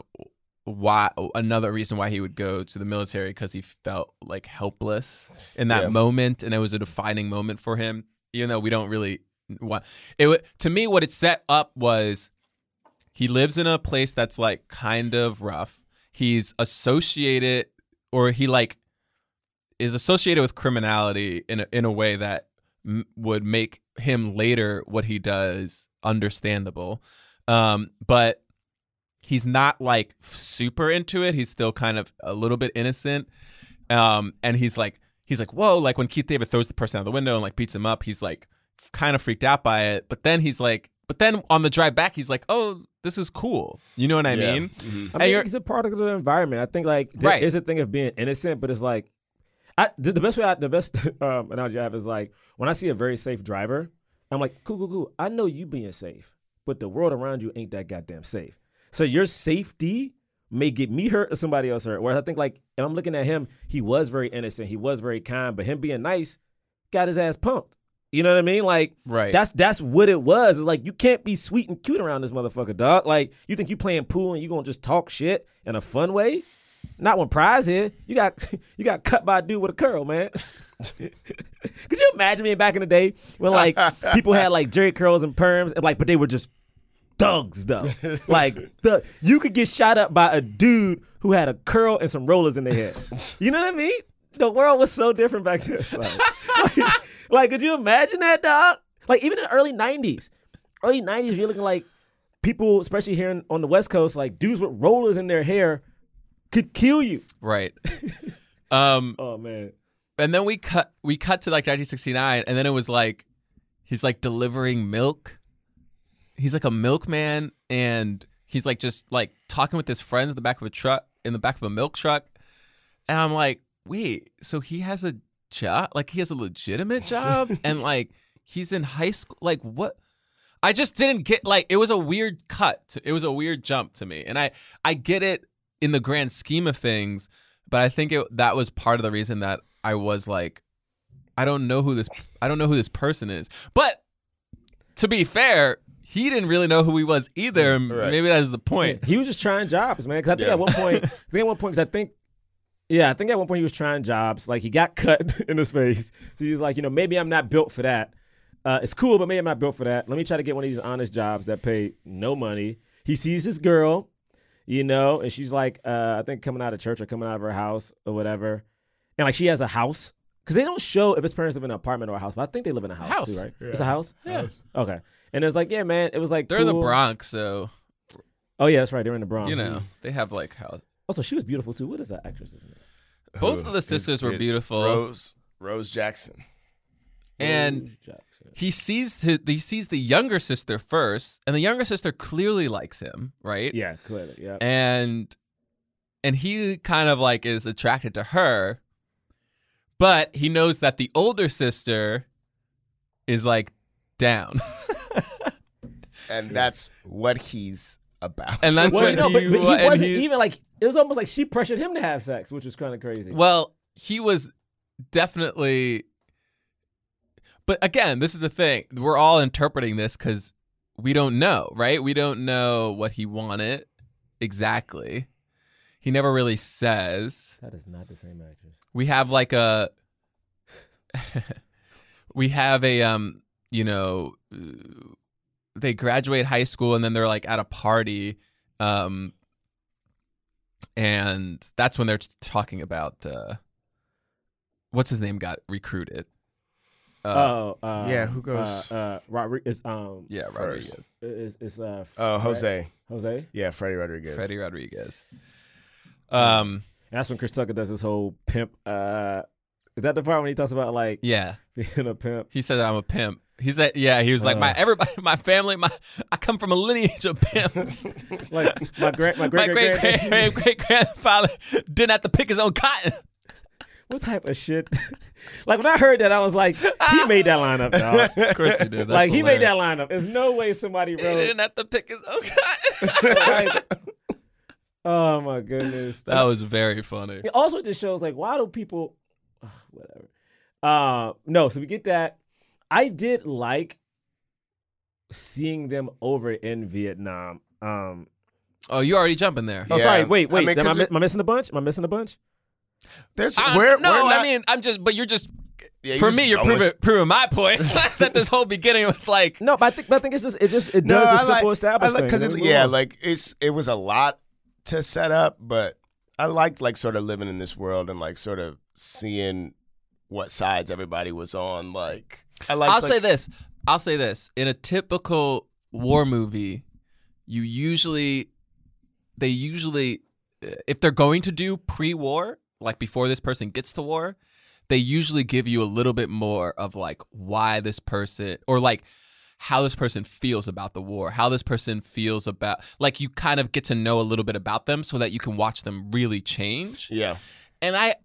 why another reason why he would go to the military because he felt like helpless in that
Yeah.
moment and it was a defining moment for him even though we don't really want it wa- to me what it set up was he lives in a place that's like kind of rough he's associated or he like is associated with criminality in a, in a way that m- would make him later what he does understandable um but he's not like super into it he's still kind of a little bit innocent um and he's like he's like whoa like when keith david throws the person out of the window and like beats him up he's like f- kind of freaked out by it but then he's like but then on the drive back he's like oh this is cool you know what i
Yeah.
mean
Mhm.
I
and
mean,
you're-
it's a product of the environment. I think like there is
Right.
a thing of being innocent, but it's like, I the, the best way, I, the best um, analogy I have is like when I see a very safe driver, I'm like, cool, cool, cool. I know you being safe, but the world around you ain't that goddamn safe. So your safety may get me hurt or somebody else hurt. Whereas I think like if I'm looking at him, he was very innocent, he was very kind, but him being nice got his ass pumped. You know what I mean? Like
Right.
that's that's what it was. It's like you can't be sweet and cute around this motherfucker, dog. Like you think you playing pool and you gonna just talk shit in a fun way? Not when prize here. You got you got cut by a dude with a curl, man. Could you imagine me back in the day when like people had like jerry curls and perms, and, like but they were just thugs though. like thug- you could get shot up by a dude who had a curl and some rollers in their head. You know what I mean? The world was so different back then. son. like, like, could you imagine that, dog? Like even in the early '90s, early '90s, you're looking like people, especially here in, on the West Coast, like dudes with rollers in their hair could kill you.
Right. um,
Oh man.
and then we cut we cut to like 1969, and then it was like he's like delivering milk. He's like a milkman, and he's like just like talking with his friends in the back of a truck in the back of a milk truck, and I'm like, wait, so he has a job? Like he has a legitimate job, and like he's in high school? Like what? I just didn't get like it was a weird cut. It was a weird jump to me, and I I get it in the grand scheme of things, but I think it that was part of the reason that I was like, I don't know who this I don't know who this person is. But to be fair, he didn't really know who he was
Mm,
either. and
Right.
Maybe that was the point.
He was just trying jobs, man. Because I think at one point, I think at one point, because I think, yeah, I think at one point he was trying jobs. Like he got cut in his face, so he's like, you know, maybe I'm not built for that. Uh, it's cool, but maybe I'm not built for that. Let me try to get one of these honest jobs that pay no money. He sees this girl, you know, and she's like, uh, I think coming out of church or coming out of her house or whatever, and like she has a house. Cause they don't show if his parents live in an apartment or a house, but I think they live in a house,
House.
too, right? It's a house.
Yeah.
Okay. And it's like, yeah, man, it was like
They're in the
cool.
Bronx, so
Oh yeah, that's right. They're in the Bronx.
you know, they have like how
Also, she was beautiful too. What is that actress's name?
both
Who
of the
is
sisters were
it?
beautiful.
Rose Rose Jackson.
And
Rose Jackson.
he sees the, he sees the younger sister first, and the younger sister clearly likes him, right?
yeah, clearly, yeah.
and and he kind of like is attracted to her but he knows that the older sister is like down
And that's what he's about.
And that's-
well,
when
you know, but,
he
but
wa- and
he wasn't
he-
even like. It was almost like she pressured him to have sex, which was kind of crazy.
well he was definitely but again this is the thing we're all interpreting this because we don't know right we don't know what he wanted exactly he never really says
that is not the same actress.
we have like a we have a um you know uh, they graduate high school and then they're like at a party um and that's when they're t- talking about uh what's his name got recruited uh,
oh, uh,
yeah, who goes-
Uh, uh, Rodriguez. Um,
yeah
first.
rodriguez
is is uh.
oh,
Fre-
Jose.
Jose. And
Yeah, Freddie Rodriguez.
freddie rodriguez um
that's when Chris Tucker does his whole pimp. Uh, is that the part when he talks about like
yeah
being a pimp?
he said i'm a pimp he said yeah he was like my
Uh.
everybody my family my i come from a lineage of pimps
Like my grand, my
My
great,
great great great great grandfather didn't have to pick his own cotton.
What type of shit? like when I heard that, I was like, he made that line up, dog.
Of course he did.
like he made that line up. There's no way somebody
He
wrote.
didn't have to pick his own cotton.
like, oh my goodness.
that was very funny.
It also just shows like why do people, Ugh, whatever. Uh, no, so we get that. I did like seeing them over in Vietnam. Um,
Oh, you already jumping there.
oh,
Yeah.
sorry. Wait,
I
wait.
mean,
am, I,
'cause
mi-
it-
am I missing a bunch? Am I missing a bunch?
There's
I'm-
we're,
no,
we're not,
I mean I'm just, but you're just.
Yeah, you
for
just
me, you're
going
proving,
st-
proving my point that this whole beginning was like,
No, but I think but I think it's just it just it
no,
does a
I
simple
like,
established
I like,
thing,
Cause
and
it,
then we move
yeah,
on.
like it's it was a lot to set up, but I liked like sort of living in this world and like sort of seeing what sides everybody was on. Like I liked,
I'll
like
say this. I'll say this. In a typical war movie, you usually, they usually, eh, if they're going to do pre-war, like before this person gets to war, they usually give you a little bit more of like why this person or like how this person feels about the war, how this person feels about like you kind of get to know a little bit about them so that you can watch them really change.
yeah.
And I,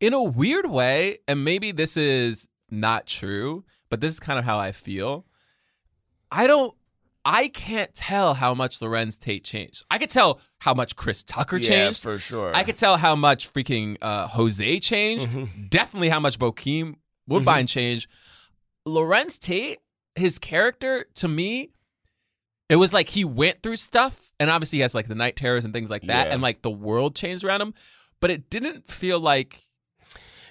in a weird way, and maybe this is not true, but this is kind of how I feel. I don't I can't tell how much Lorenz Tate changed. I could tell how much Chris Tucker
Yeah,
changed.
for sure.
I could tell how much freaking uh, Jose changed.
Mm-hmm.
Definitely how much Bokeem Woodbine changed. Lorenz Tate, his character to me, it was like he went through stuff, and obviously he has like the night terrors and things like that,
Yeah.
and like the world changed around him. But it didn't feel like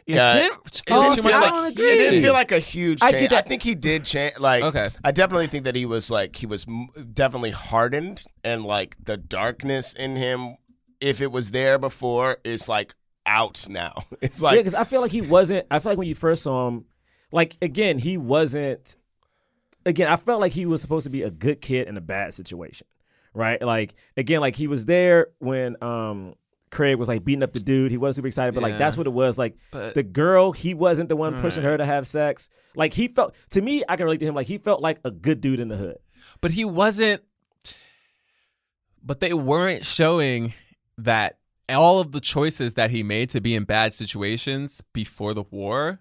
Yeah.
it didn't
It
feel
didn't
too
feel-
much
I
like
don't
he
agree.
It
did.
didn't feel like a huge
I
change. I,
get that.
think he did change. Like,
Okay.
I definitely think that he was like he was m- definitely hardened, and like the darkness in him, if it was there before, is like out now. It's
yeah,
like
because I feel like he wasn't. I feel like when you first saw him, like again, he wasn't. Again, I felt like he was supposed to be a good kid in a bad situation, right? Like again, like he was there when um Craig was like beating up the dude. He wasn't super excited, but like
Yeah.
that's what it was. Like
But-
the girl, he wasn't the one pushing her to have sex. Like he felt to me, I can relate to him. Like he felt like a good dude in the hood.
but he wasn't but they weren't showing that all of the choices that he made to be in bad situations before the war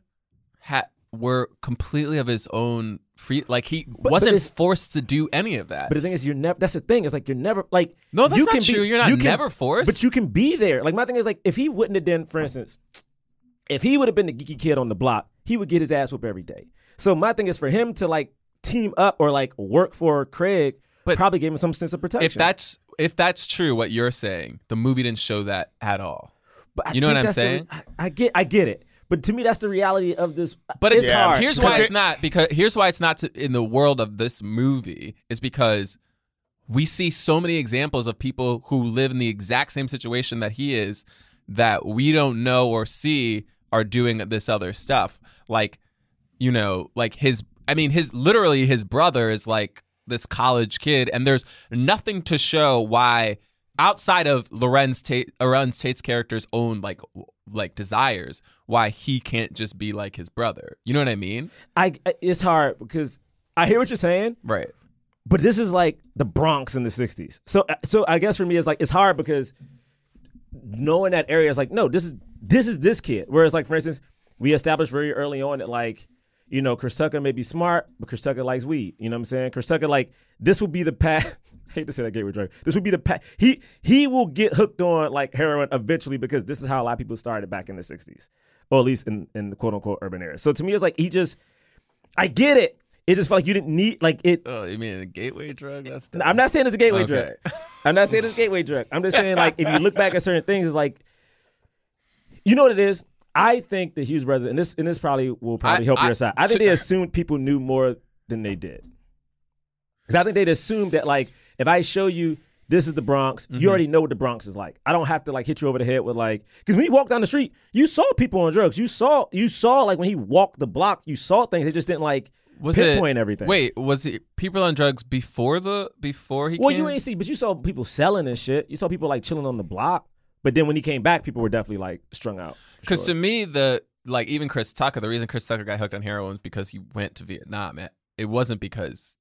ha- were completely of his own free like he
but
wasn't
it's-
forced to do any of that
But the thing is, you're never. That's the thing. It's like you're never like.
No, that's
you
not
can
true.
Be,
You're not
you can-
never forced.
But you can be there. Like my thing is, like if he wouldn't have done, for instance, if he would have been the geeky kid on the block, he would get his ass whooped every day. So my thing is for him to like team up or like work for Craig.
But
probably gave him some sense of protection.
if that's if that's true what you're saying the movie didn't show that at all
but I
you know what
think
I'm
that's the- I, I get, I get it. But to me, that's the reality of this.
But it's
Yeah.
hard.
Here's
Because
why it's
it-
not because here's why it's not to, in the world of this movie is because we see so many examples of people who live in the exact same situation that he is that we don't know or see are doing this other stuff. Like, you know, like his I mean his literally his brother is like this college kid and there's nothing to show why outside of Lorenz Tate Lorenz Tate's character's own like w- like desires why he can't just be like his brother. You know what I mean?
I, I- it's hard because I hear what you're saying,
Right.
but this is like the Bronx in the '60s. So, uh, so I guess for me, it's like it's hard because knowing that area is like, no, this is this is this kid. Whereas, like for instance, we established very early on that like, you know, Chris Tucker may be smart, but Chris Tucker likes weed. You know what I'm saying? Chris Tucker, like, this would be the path. I hate to say that gateway drug. This would be the path. He he will get hooked on like heroin eventually because this is how a lot of people started back in the '60s, or at least in in the quote unquote urban area. So to me, it's like he just, I get it. It just felt like you didn't need like it.
Oh, you mean a gateway drug? That's
No, I'm not saying it's a gateway
Okay.
drug. I'm not saying it's a gateway drug. I'm just saying like if you look back at certain things, it's like you know what it is. I think the Hughes brothers, and this and this probably will probably
I-
help
I-
your side. I think they assumed people knew more than they did, because I think they'd assumed that like if I show you this is the Bronx,
Mm-hmm.
you already know what the Bronx is like. I don't have to like hit you over the head with like because when you walk down the street, you saw people on drugs. You saw you saw like when he walked the block, you saw things. They just didn't like
Was
pinpoint
it,
everything.
Wait, was it people on drugs before the before he
Well,
came?
you ain't see, but you saw people selling and shit. You saw people like chilling on the block. But then when he came back, people were definitely like strung out. for
Because
sure.
to me, the like even Chris Tucker, the reason Chris Tucker got hooked on heroin was because he went to Vietnam. It, it wasn't because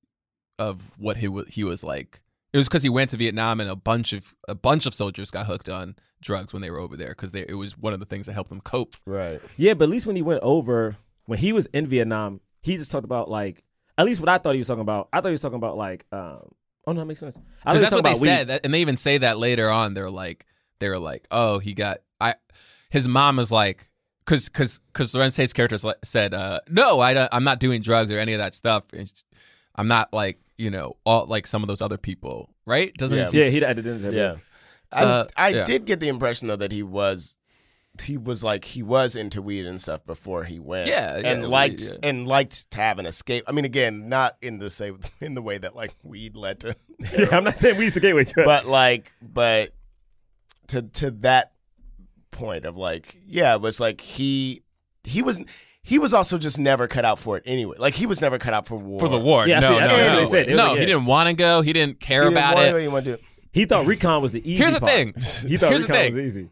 of what he wa- he was like. It was because he went to Vietnam and a bunch of a bunch of soldiers got hooked on drugs when they were over there because it was one of the things that helped them cope.
right.
yeah, but at least when he went over, when he was in Vietnam, he just talked about like at least what I thought he was talking about. I thought he was talking about like, um, oh no, that makes sense. I thought he
Because
was
that's
talking
what they
about weed.
said, that, and they even say that later on. They're like, they're like, oh, he got I. His mom is like, because because because Lorenz Tate's character is like- said, uh, no, I don't, I'm not doing drugs or any of that stuff. And sh- I'm not like you know all like some of those other people, right? Doesn't
Yeah.
he-
Yeah, he added into
Yeah. I,
Uh,
I
yeah.
did get the impression though that he was he was like he was into weed and stuff before he went.
Yeah, yeah,
and
weed,
liked
yeah.
and liked to have an escape. I mean, again, not in the same in the way that like weed led to,
Yeah, I'm not saying we used to gateway drug.
but like, but to to that point of like, yeah, it was like he he was he was also just never cut out for it anyway. Like he was never cut out for war
For the war,
Yeah, I
no,
see- I
no,
see what
no,
they said. It was
no,
like,
he
yeah.
didn't want to go. He didn't care
He didn't
about
want
it.
He wanted to do.
he thought recon was the easy.
Here's the
part.
thing.
He thought
Here's the
recon
thing.
was easy.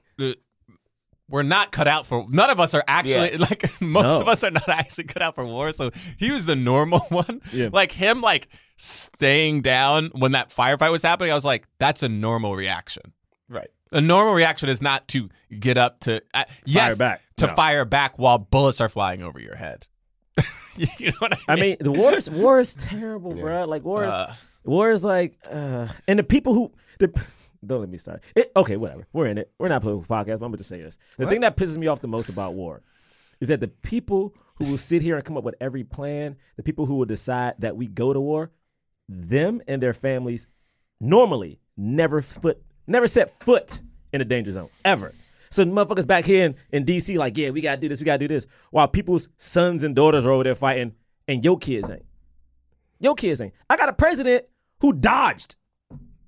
we're not cut out for none of us are actually
Yeah.
like most
No.
of us are not actually cut out for war so he was the normal one
Yeah.
like him like staying down when that firefight was happening i was like that's a normal reaction
Right.
a normal reaction is not to get up to uh, yes
back.
to
No.
fire back while bullets are flying over your head you know what i
I
mean
mean, the war is war is terrible, bruh. Like war is
Uh,
War is like, uh, and the people who the don't let me start. It, okay, whatever. We're in it. We're not political podcast. But I'm going to say this. The thing that pisses me off the most about war is that the people who will sit here and come up with every plan, the people who will decide that we go to war, them and their families normally never foot never set foot in a danger zone ever. So the motherfuckers back here in, in DC like, yeah, we gotta do this, we gotta do this. While people's sons and daughters are over there fighting and your kids ain't. Your kids ain't. I got a president who dodged.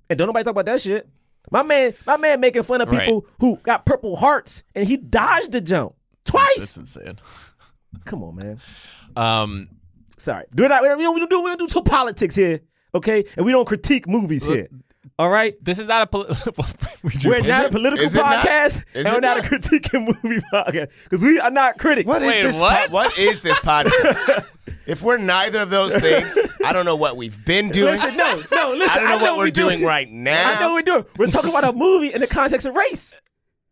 And don't nobody talk about that shit. My man, my man making fun of
Right.
people who got purple hearts and he dodged the jump. Twice.
That's insane.
Come on, man.
Um,
Sorry. We're not, we don't, we don't do we don't do two politics here, okay? And we don't critique movies here. All right?
this is not a political. we do-
We're not a political
Is it not?
podcast,
Is
and we're
it
not, a
not?
critiquing movie podcast because we are not critics.
What is
Wait,
this?
what?
po- what is this podcast? if we're neither of those things, I don't know what we've been doing.
Listen, no, no, listen.
I don't know what we're
we do.
doing right now.
I know what we're doing. We're talking about a movie in the context of race.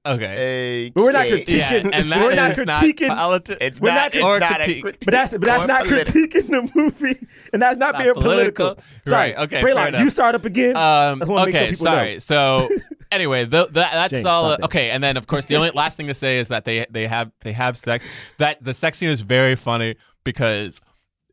Okay.
Okay.
But we're not critiquing.
Yeah, and that
we're not
is
critiquing.
politi-
It's
We're
not,
not
it's
or
not a
critique.
critique.
but that's but that's
Or
not
politi-
critiquing the movie, and that's not,
Not
being political.
political.
Sorry,
Right, okay, fair
Braylon,
enough.
you start up again.
Um,
I just wanna make sure
okay,
people
sorry.
know.
So anyway, tho- that, that's
James,
all.
stop it.
Okay, and then of course the only last thing to say is that they they have they have sex. That the sex scene is very funny because.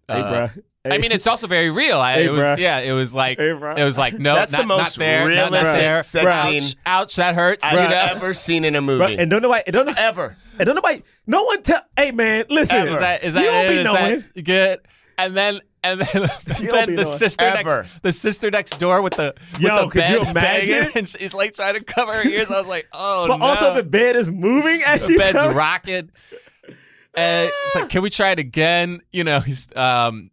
Hey,
uh,
bruh.
I
Hey.
mean, it's also very real. I,
Hey,
it was,
bruh.
yeah, it was like
Hey,
it
bruh.
was like no,
That's the
not, not
most
there, not- not
realistic
there.
sex
Ouch,
scene
ouch, that hurts.
I've
you know?
ever seen in a
Bro,
movie.
and don't nobody, and don't, and
ever.
don't nobody, no one tell. Hey man, listen,
Is that is that
you don't
it?
be
Is
knowing.
that good? And then and then,
You don't
then
be
the
knowing.
sister
Ever.
next the sister next door with the
Yo,
with the
could
bed
you
banging
imagine?
and she's like trying to cover her ears. I was like, oh
but
no.
also the bed is moving as
The
she's
bed's
coming.
rocking. And it's like, can we try it again? You know, he's um,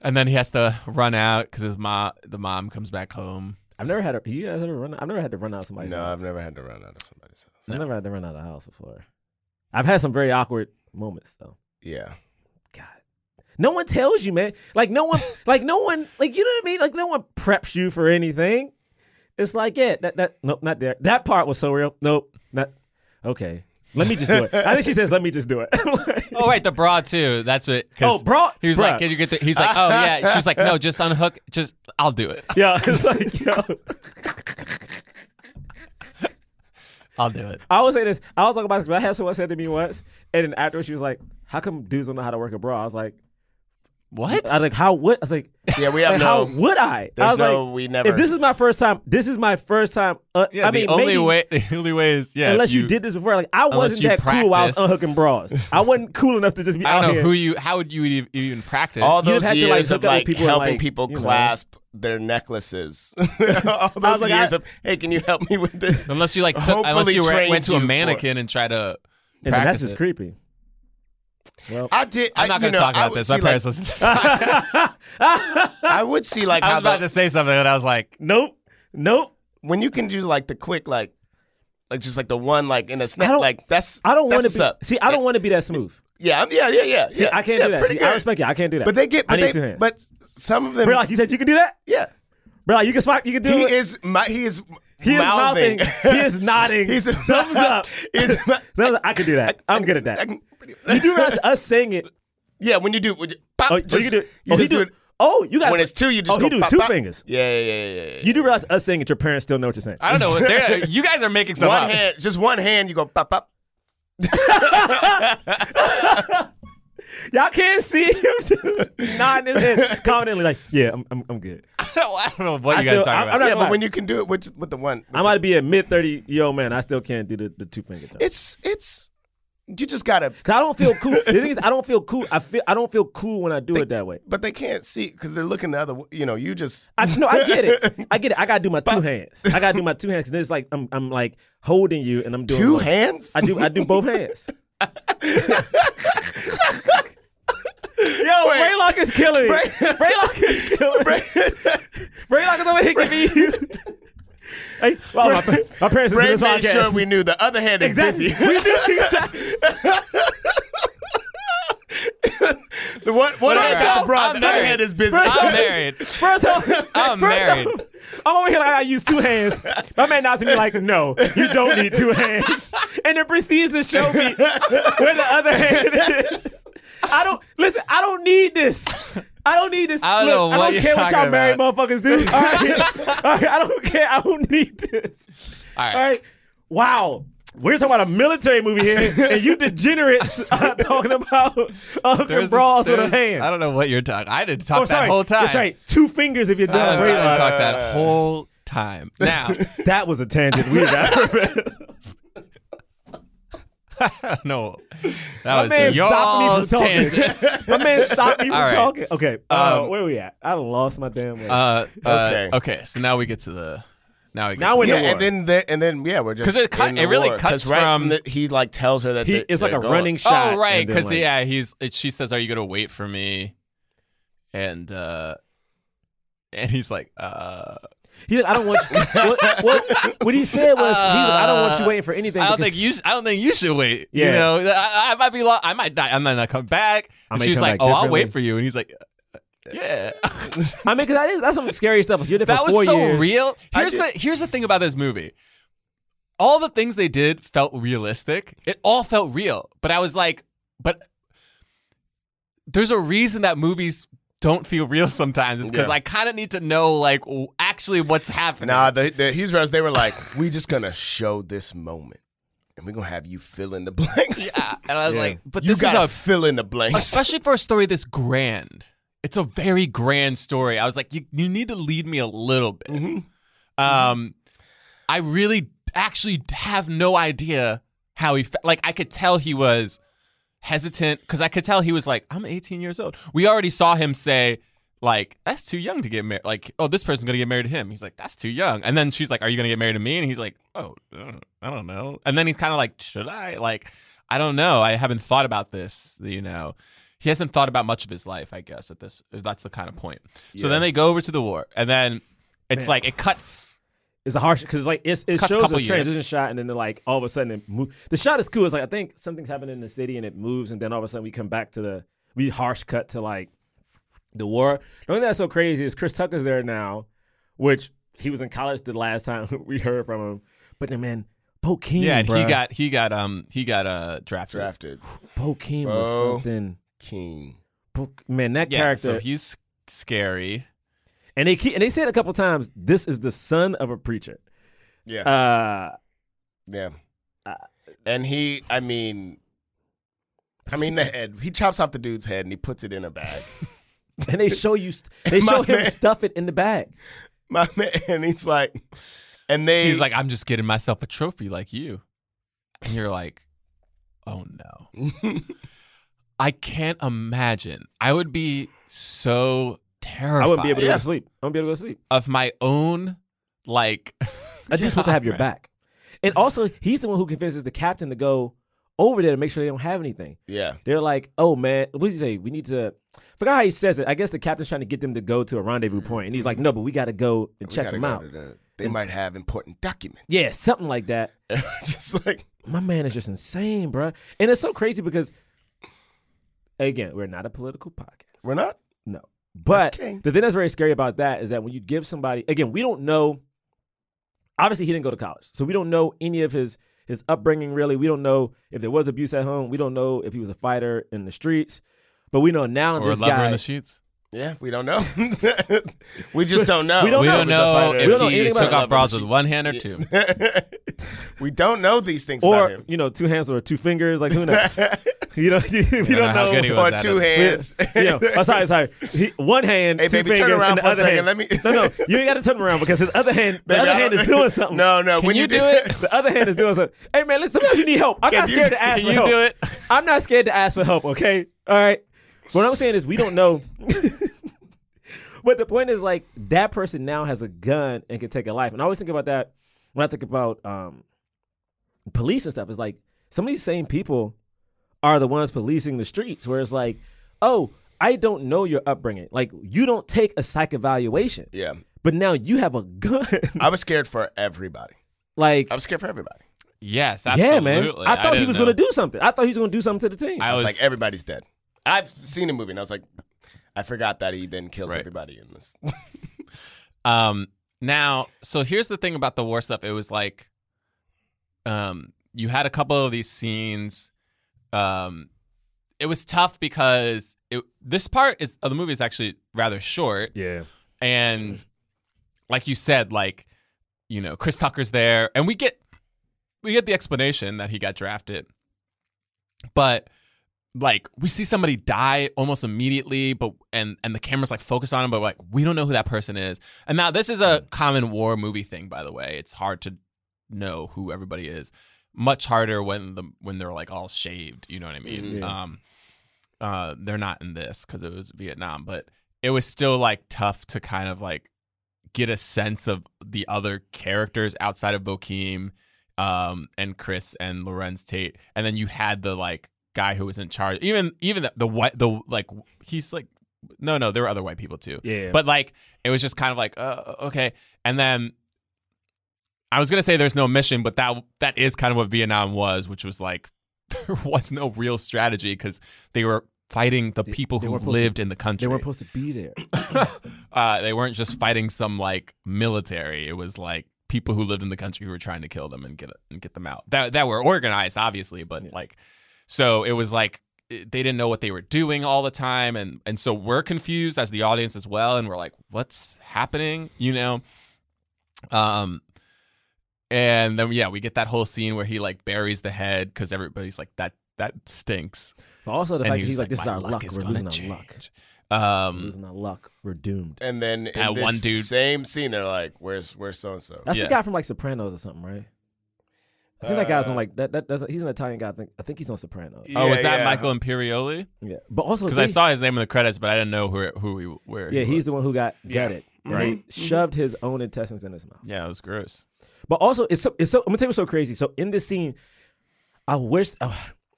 and then he has to run out because his mom the mom comes back home.
I've never had a, you guys ever run. I've never had to run out of somebody's
No,
house.
I've never had to run out of somebody's house.
I've never had to run out of the house before. I've had some very awkward moments though.
Yeah.
God, no one tells you, man. Like no one, like no one, like you know what I mean. Like no one preps you for anything. It's like yeah, that that nope, not there. That part was so real. Nope, not okay. Let me just do it. I think she says, "Let me just do it." I'm like,
Oh right, the bra too. That's what. 'cause
Oh, bra-
He was
bruh.
like, "Can you get the?" He's like, "Oh yeah." She's like, "No, just unhook. Just I'll do it.
yeah, it's like yo.
I'll do it."
I always say this. I was talking about this, but I had someone said to me once, and then afterwards she was like, "How come dudes don't know how to work a bra?" I was like,
What?
"I was like, how would?" I was like,
Yeah, we have
like,
no.
"How would I?" I
There's
was
no
like,
we never-
If this is my first time, this is my first time. Uh,
Yeah,
I
the
mean,
only
maybe-
way, the only way is yeah. if
Unless you, did this before, like I wasn't
you
that cool. While I was
practiced.
unhooking bras. I wasn't cool enough to just be
I
out
don't know
here.
who you. How would you even, even practice?
all those
You'd have to, like,
years of
hook up with
like
people and,
helping
like,
people
you know.
clasp their necklaces. all those
like,
years
I-
of hey, can you help me with this?
unless you like, took,
Hopefully
unless you were,
trained
went to
you
a
for it.
mannequin and try
and
to.
then that's
practice
just
it.
creepy. Well,
I did.
I'm not
going
going
to
to talk
I
about
would
this.
see,
My
like-
parents listen. to this.
I would see like
I
how
was about
the-
to say something, and I was like,
nope, nope.
when you can do like the quick like, like just like the one like in a
I
snap.
don't-
Like that's
I don't
that's
want
what's
to be.
up.
See, I don't want to be that smooth.
Yeah, I'm- yeah, yeah, yeah.
See,
yeah,
I can't
yeah,
do that.
pretty
See, I
good.
respect you. I can't do that.
But they get.
I
But
need
they.
two hands.
But some of them.
Bro, like you said, you can do that.
yeah.
Bro, you can swipe. You can do
He
it.
is. My, he is.
He is mouthing. he is nodding.
He's a-
thumbs up.
He's a-
thumbs up. I can do that. I'm good at
I
that.
can pretty-
You do realize us saying it.
Yeah, when you do, when you, pop,
Oh,
just,
you can do.
you
oh, he
just do
do.
it.
Oh, you got.
When it's two, you just
oh,
go
he do
pop,
two
pop.
fingers.
Yeah, yeah, yeah, yeah. yeah.
You do realize us saying it. Your parents still know what you're saying.
I don't know. what they're- You guys are making stuff
one
up.
hand, just one hand. You go pop, pop.
Y'all can't see him just nodding his head confidently, like, yeah, I'm, I'm, I'm good.
I don't, I don't know what
I
you guys
still-
are talking
I'm- I'm
about.
Yeah,
Right.
but when you can do it with with the one,
I might be a mid 30 year old man. I still can't do the, the two finger thing.
it's it's you just gotta.
'Cause I don't feel cool. the thing is, I don't feel cool. I feel I don't feel cool when I do it that way.
But they can't see because they're looking the other. way. You know, you just
I no, I get it. I get it. I gotta do my two hands. I gotta do my two hands. 'cause Then it's like I'm I'm like holding you and I'm doing
two
like-
hands.
I do I do both hands. Yo, Braylock is killing me. Braylock is killing me. Braylock is over here giving you. hey, wow, my, pa- my parents listen to
Brad
this
made
podcast.
sure we knew the other hand is
exactly.
busy.
we do exactly.
The one one
First
hand got
off,
the broad,
I'm
the other
married.
hand is busy.
First
I'm
off-
married.
First off,
I'm
first
married.
Off, I'm over here like I gotta use two hands. My man nods at me like, no, you don't need two hands. And then proceeds to show me where the other hand is. I don't listen, I don't need this. I don't need this.
I don't know
Look, I
what
don't
you're
care what y'all
talking
married
about.
motherfuckers do. All right? All right, I don't care. I don't need this.
All right.
All right. Wow. We're talking about a military movie here, and you degenerates are talking about
There's
Uncle
this-
Brawls with a
there's- I
hand.
don't know what you're talking. I didn't talk
Oh, sorry.
that whole time.
That's right. Two fingers if you're
I
John
didn't, I didn't
Brady.
talk that whole time. Now,
That was a tangent we got.
no, that
My man
was y'all's
stopped me from
tangent.
talking. My man stopped me from
All right.
talking. Okay, uh,
Um,
where we at? I done lost my damn way.
Uh, uh,
Okay.
okay. So now we get to the. Now we get
Now
to
we're
the-
yeah,
the war.
and then the, and then yeah, we're just
'Cause it cut-
in the
it really
war. 'Cause
cuts
right
from-
the, he like tells her that
he
they-
it's like
they're
a
going.
running shot.
Oh right,
and then,
because
like,
yeah, he's. It, she says, "Are you gonna wait for me?" And uh, and he's like, uh,
He said, I don't want you. what, what, what he said was, he was, I don't want you waiting for anything.
Uh, I don't
because
think you. Sh- I don't think you should wait.
Yeah.
You know, I, I might be. Lo- I might die. I might not come back.
I
And
may
she was
come
like,
back
"Oh, I'll
differently."
wait for you." And he's like, uh, "Yeah."
I mean, because that is that's some scary stuff. If you're there for
that
four
was so
years,
real.
I
Here's
did-
the here's the thing about this movie. All the things they did felt realistic. It all felt real. But I was like, but there's a reason that movies don't feel real sometimes. It's because
Yeah.
I kind of need to know like w- actually what's happening.
Nah, the, the Hebrews they were like, we just gonna show this moment, and we're gonna have you fill in the blanks.
yeah. And I was like, but
you
this is
gotta
a
fill in the blanks.
especially for a story this grand. It's a very grand story. I was like, you, you need to lead me a little bit. Um, I really actually have no idea how he fe- like. I could tell he was hesitant because I could tell he was like, I'm 18 years old. We already saw him say. Like that's too young to get married. Like, oh, this person's gonna get married to him. He's like, that's too young. And then she's like, are you gonna get married to me? And he's like, oh, I don't- I don't know. And then he's kind of like, should I? Like, I don't know. I haven't thought about this. You know, he hasn't thought about much of his life, I guess, at this if that's the kind of point. So then they go over to the war and then it's like it cuts
it's a harsh because like it's, it
Cuts a
shows
couple
a
years.
transition shot, and then like all of a sudden it moves. The shot is cool. It's like I think something's happening in the city, and it moves, and then all of a sudden we come back to the we harsh cut to like the war. The only thing that's so crazy is Chris Tucker's there now, which he was in college the last time we heard from him. But then man, Bo Keem,
Yeah, and he
bruh.
got he got um he got uh drafted.
Drafted
Bo Keem was
Bo.
something.
King.
Bo, man, that
Yeah,
character.
so he's scary.
and they keep and they said a couple times, "This is the son of a preacher."
Yeah,
Uh,
yeah. and he, I mean, I mean the head. He chops off the dude's head and he puts it in a bag.
and they show you, st- they
My
show him
man.
stuff it in the bag.
My man, and he's like, and they.
He's like, I'm just getting myself a trophy like you. And you're like, oh no. I can't imagine. I would be so terrified
I wouldn't be able to go
Yeah.
to sleep. I wouldn't be able to go to sleep.
of my own like
I just supposed to have your
Right.
back. And also, he's the one who convinces the captain to go over there to make sure they don't have anything.
yeah,
They're like, "Oh man, what did he say? We need to." Forgot how he says it. I guess the captain's trying to get them to go to a rendezvous point, and he's like, "No, but we got to go and
We
check
gotta
them
go
out."
to the- they might have important documents.
Yeah, something like that.
just like
my man is just insane, bruh. And it's so crazy because, again, we're not a political podcast.
we're not.
no. But
Okay.
the thing that's very scary about that is that when you give somebody, again, we don't know. Obviously, he didn't go to college, so we don't know any of his his upbringing. Really, we don't know if there was abuse at home. We don't know if he was a fighter in the streets. But we know now
or a
this
lover
guy.
in the sheets.
Yeah, we don't know. we just don't know.
We don't
We
know.
don't know
We don't
if
know anything
he
about
took
lover
off bras with one hand or two.
we don't know these things about
or
him.
you know, two hands or two fingers, like who knows? you don't. You, don't
know
know.
how good he was.
Or
that
two hands.
is-
Yeah, oh, sorry, sorry. He, one hand,
Hey,
two
baby, turn
fingers,
around
and the
for a
other
second.
hand.
Let me-
No, no, you ain't got to turn around because his other hand, the other
I
hand
don't-
is doing something.
No, no.
Can
when
you
you
do it?
the other hand is doing something. Hey, man, listen, sometimes you need help. I'm
Can
not
you-
scared to ask
Can
for
you
help.
do it?
I'm not scared to ask for help. Okay, all right. What I'm saying is, we don't know. but the point is, like that person now has a gun and can take a life. And I always think about that when I think about um, police and stuff. It's like some of these same people are the ones policing the streets. Where it's like, oh, I don't know your upbringing. Like you don't take a psych evaluation.
Yeah,
But now you have a gun.
I was scared for everybody.
like
I was scared for everybody.
Yes, absolutely.
yeah, man. I thought he
didn't
was
know.
going to do something. I thought he was going to do something to the team.
I
I was,
was
like, everybody's dead. I've seen the movie, and I was like, I forgot that he then kills
Right.
everybody in this.
Um, now, so here's the thing about the war stuff. It was like, um, you had a couple of these scenes, um, it was tough because it, this part is of the movie is actually rather short.
Yeah.
and like you said like you know chris tucker's there and we get we get the explanation that he got drafted but like we see somebody die almost immediately but and and the camera's like focused on him but like we don't know who that person is and now this is a common war movie thing by the way it's hard to know who everybody is much harder when the when they're like all shaved you know what i mean
Yeah.
um uh they're not in this because it was vietnam but it was still like tough to kind of like get a sense of the other characters outside of Bokeem um, and Chris and Lorenz Tate, and then you had the like guy who was in charge. Even even the, the white the like he's like no no there were other white people too,
Yeah.
but like it was just kind of like uh, okay, and then. I was gonna say there's no mission, but that that is kind of what Vietnam was, which was like there was no real strategy because they were fighting the
They-
people
they
who
weren't supposed to-
lived in the country
they weren't supposed to be there.
uh, they weren't just fighting some like military. It was like people who lived in the country who were trying to kill them and get and get them out. That that were organized, obviously, but
Yeah.
like, so it was like it- they didn't know what they were doing all the time, and and so we're confused as the audience as well, and we're like, what's happening? You know, um. And then yeah, we get that whole scene where he like buries the head because everybody's like that that stinks.
But also the
and
fact that he's like, this is
"My
our luck.
is
We're
gonna
losing our luck.
change."
We're
Um,
losing our luck. We're doomed.
And then in
That
this
one dude-
same scene, they're like, "Where's where's so and so?"
That's
Yeah.
the guy from like Sopranos or something, right? I think that guy's on like that. That doesn't. He's an Italian guy. I think. I think he's on Sopranos.
oh, was that Michael Imperioli?
Yeah. But also
Because I
he-
saw his name in the credits, but I didn't know who who he where.
Yeah, Mm-hmm.
he
he's the
was.
one who got
Yeah.
gutted. Right. shoved his own intestines in his mouth.
Yeah, it was gross.
But also, it's so, it's so. I'm gonna tell you what's so crazy. So in this scene, I wish, uh,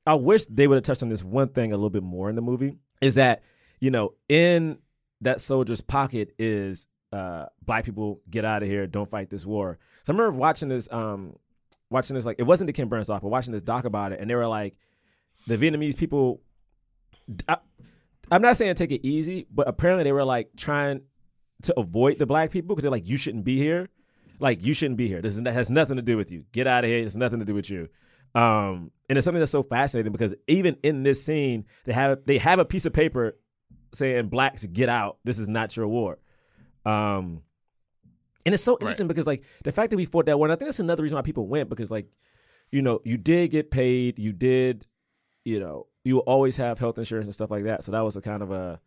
I wish they would have touched on this one thing a little bit more in the movie. Is that you know in that soldier's pocket is uh black people get out of here, don't fight this war. So I remember watching this, um watching this like it wasn't the Ken Burns doc, but watching this doc about it, and they were like, the Vietnamese people. I, I'm not saying take it easy, but apparently they were like trying to avoid the black people because they're like, you shouldn't be here like you shouldn't be here. This is, that has nothing to do with you. Get out of here. It's nothing to do with you. Um, and it's something that's so fascinating because even in this scene, they have they have a piece of paper saying blacks get out. This is not your war. Um, and it's so interesting because like the fact that we fought that war, and I think that's another reason why people went because like, you know, you did get paid, you did, you know, you will always have health insurance and stuff like that. So that was a kind of a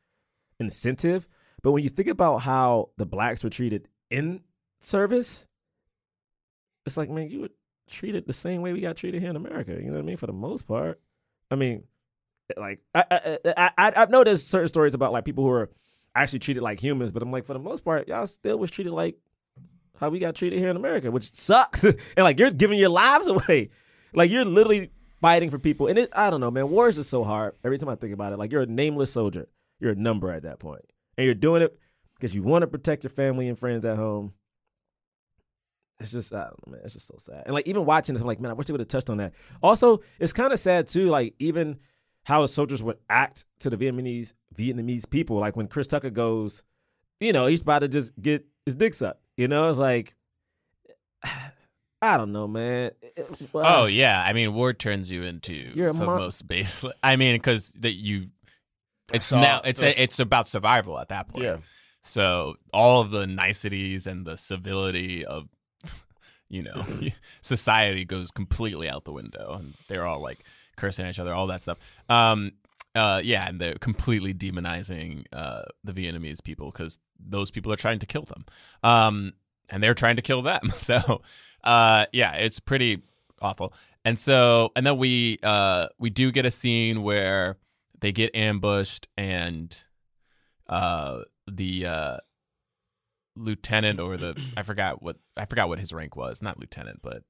incentive. But when you think about how the blacks were treated in service, it's like, man, you were treated the same way we got treated here in America. You know what I mean? For the most part, I mean, eh, like I I I, I, I know there's certain stories about like people who are actually treated like humans, but I'm like, for the most part, y'all still was treated like how we got treated here in America, which sucks. and like you're giving your lives away, like you're literally fighting for people. And it, I don't know, man, war is just so hard. Every time I think about it, like you're a nameless soldier, you're a number at that point, and you're doing it because you want to protect your family and friends at home it's just I don't know, man. It's just so sad. And like even watching this, I'm like, man, I wish they would have touched on that. Also, it's kind of sad too. Like even how the soldiers would act to the Vietnamese Vietnamese people. Like when Chris Tucker goes, you know, he's about to just get his dick sucked. You know, it's like, I don't know, man.
Oh yeah, I mean, war turns you into
You're a
the
mon-
most baseless. I mean, because that you, it's
saw-
now it's
that's-
it's about survival at that point.
Yeah.
So all of the niceties and the civility of, you know,
Mm-hmm.
society goes completely out the window, and they're all like cursing at each other, all that stuff. Um, uh, yeah, and they're completely demonizing uh the Vietnamese people because those people are trying to kill them, um, and they're trying to kill them. So, uh, yeah, it's pretty awful. And so, and then we uh we do get a scene where they get ambushed and uh the uh lieutenant or the I forgot what I forgot what his rank was, not lieutenant, but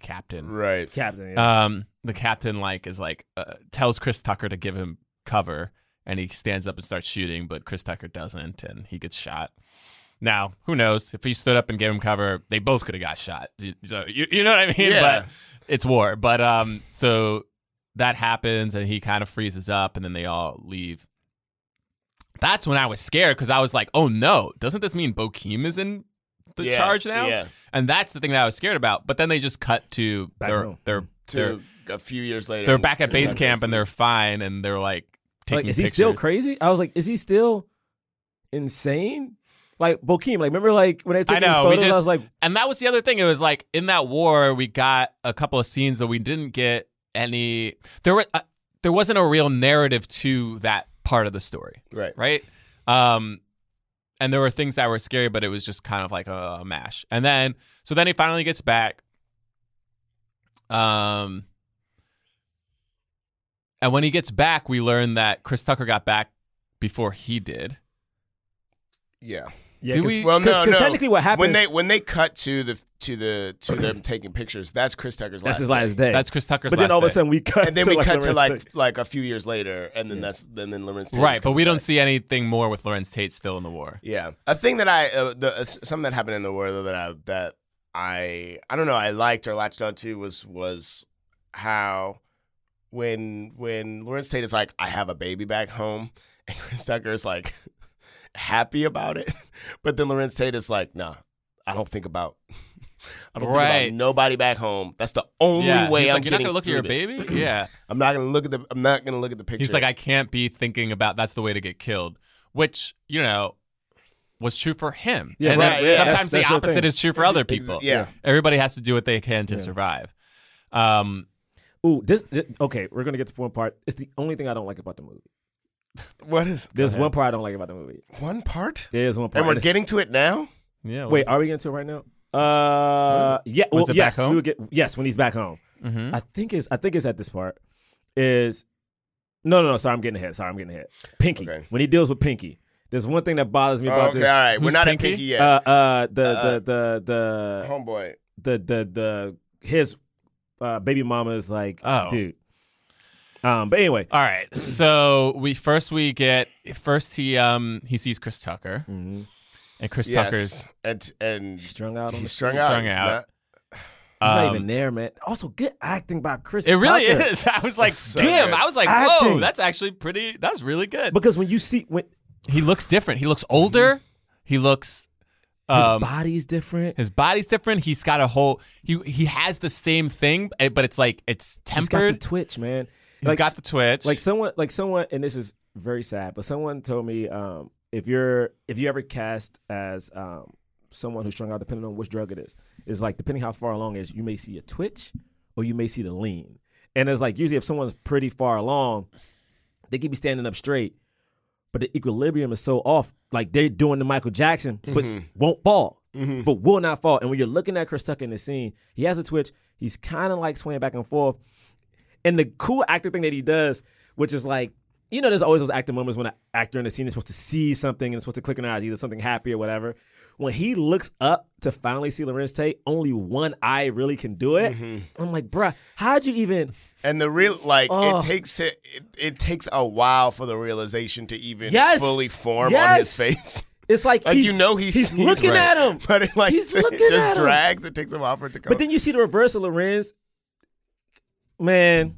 captain.
right.
Captain. yeah.
Um, the captain like is like uh, tells Chris Tucker to give him cover, and he stands up and starts shooting, but Chris Tucker doesn't, and he gets shot. Now, who knows if he stood up and gave him cover, they both could have got shot. So you, you know what I mean?
Yeah.
But it's war. But um, so that happens, and he kind of freezes up, and then they all leave. That's when I was scared because I was like, "Oh no! Doesn't this mean Bokeem is in the
Yeah,
charge now?"
yeah.
And that's the thing that I was scared about. But then they just cut to
Back
their
home.
their
To
their
a few years later.
They're
and
back at
just
base
like-
camp and they're fine and they're like taking
like, is he still
pictures.
crazy? I was like, is he still insane? Like Bokeem, like remember like when they took
I
these
know, we
photos,
just-
I was like,
And that was the other thing. It was like in that war, we got a couple of scenes, but we didn't get any. There were uh, there wasn't a real narrative to that part of the story,
Right.
right? Um, and there were things that were scary, but it was just kind of like a, a mash. And then so then he finally gets back. Um, and when he gets back, we learn that Chris Tucker got back before he did.
Yeah.
yeah,
Do
'cause-
we-
Well, Oh, no,
'cause- 'cause
no.
technically what happened
when
is-
they when they cut to the to the to them taking pictures? That's Chris Tucker's.
that's
last
his last
day.
day.
That's Chris Tucker's.
but then
last
all of a
day.
sudden we cut,
And then we
like,
cut to
Lorenz
like
Tate.
like a few years later, and then that's then then Lawrence. Taylor's
right? But
coming
we
back.
don't see anything more with Lawrence Tate still in the war.
Yeah, a thing that I uh, the uh, s- something that happened in the war though that I that I I don't know I liked or latched onto was was how when when Lawrence Tate is like I have a baby back home and Chris Tucker is like happy about it, but then Lawrence Tate is like nah I don't think about. I don't think
Right.
about nobody back home. That's the only
yeah,
way
he's
I'm
like, you're not
getting
gonna look at
through
your
this.
baby. yeah,
I'm not gonna look at the. I'm not gonna look at the picture.
he's like, I can't be thinking about that's the way to get killed, which you know was true for him.
Yeah,
and
right,
then
yeah, that's-
sometimes
that's
the
the
opposite
thing.
is true for other
Ex-
people.
yeah.
everybody has to do what they can to
Yeah.
survive. Um,
Ooh, this, th- okay. We're gonna get to one part. It's the only thing I don't like about the movie.
what is
There's one part I don't like about the movie.
one part?
There's one part.
And we're
it's-
getting to it now.
yeah,
Wait, are we getting to it right now? Uh, yeah. Well,
Was it back
yes,
home?
we would get yes when he's back home.
hmm
I think it's I think it's at this part. Is no, no, no. Sorry, I'm getting ahead. Sorry, I'm getting ahead. Pinky.
Okay.
When he deals with Pinky, there's one thing that bothers me
Oh,
about
okay,
this.
all right. We're
Who's
not
Pinky?
at Pinky yet.
Uh, uh, the,
Uh,
the the the
Homeboy.
the the the his uh, baby mama is like,
Oh.
dude. Um, but anyway,
All right, so we first we get first he um he sees Chris Tucker
Mhm.
and Chris Tucker's
and and
strung out on
he's
this.
strung out.
Strung
He's
out.
not-
He's not
um,
even there, man. Also, good acting by Chris.
It really
Tucker.
is. I was like,
so
damn.
good.
I was like, whoa,
Acting.
that's actually pretty. That's really good.
because when you see when
He looks different. He looks older. He looks.
his
Um,
body's different,
his body's different. He's got a whole. He he has the same thing, eh, but it's like it's
he's got the
tempered.
twitch, man.
He's got the twitch.
like someone like someone and this is very sad but someone told me um if you're if you ever cast as um someone who's strung out depending on which drug it is is like depending how far along it is you may see a twitch or you may see the lean and it's like usually if someone's pretty far along they could be standing up straight but the equilibrium is so off like they're doing the michael jackson but
Mm-hmm.
won't fall but will not fall and when you're looking at chris tucker in the scene he has a twitch he's kind of like swaying back and forth and the cool actor thing that he does, which is like, you know, there's always those actor moments when an actor in the scene is supposed to see something and it's supposed to click in their eyes, either something happy or whatever. When he looks up to finally see Lorenz Tate, only one eye really can do it. I'm like, bruh, how'd you even?
and the real like
Oh.
it takes it, it it takes a while for the realization to even
Yes.
fully form on his
Yes.
face.
It's like,
like
he's,
you know he's,
he's looking
right.
at him,
but it like
he's
it
looking
just
at him.
drags. It takes a while for it to come.
But then you see the reverse of Lorenz, man,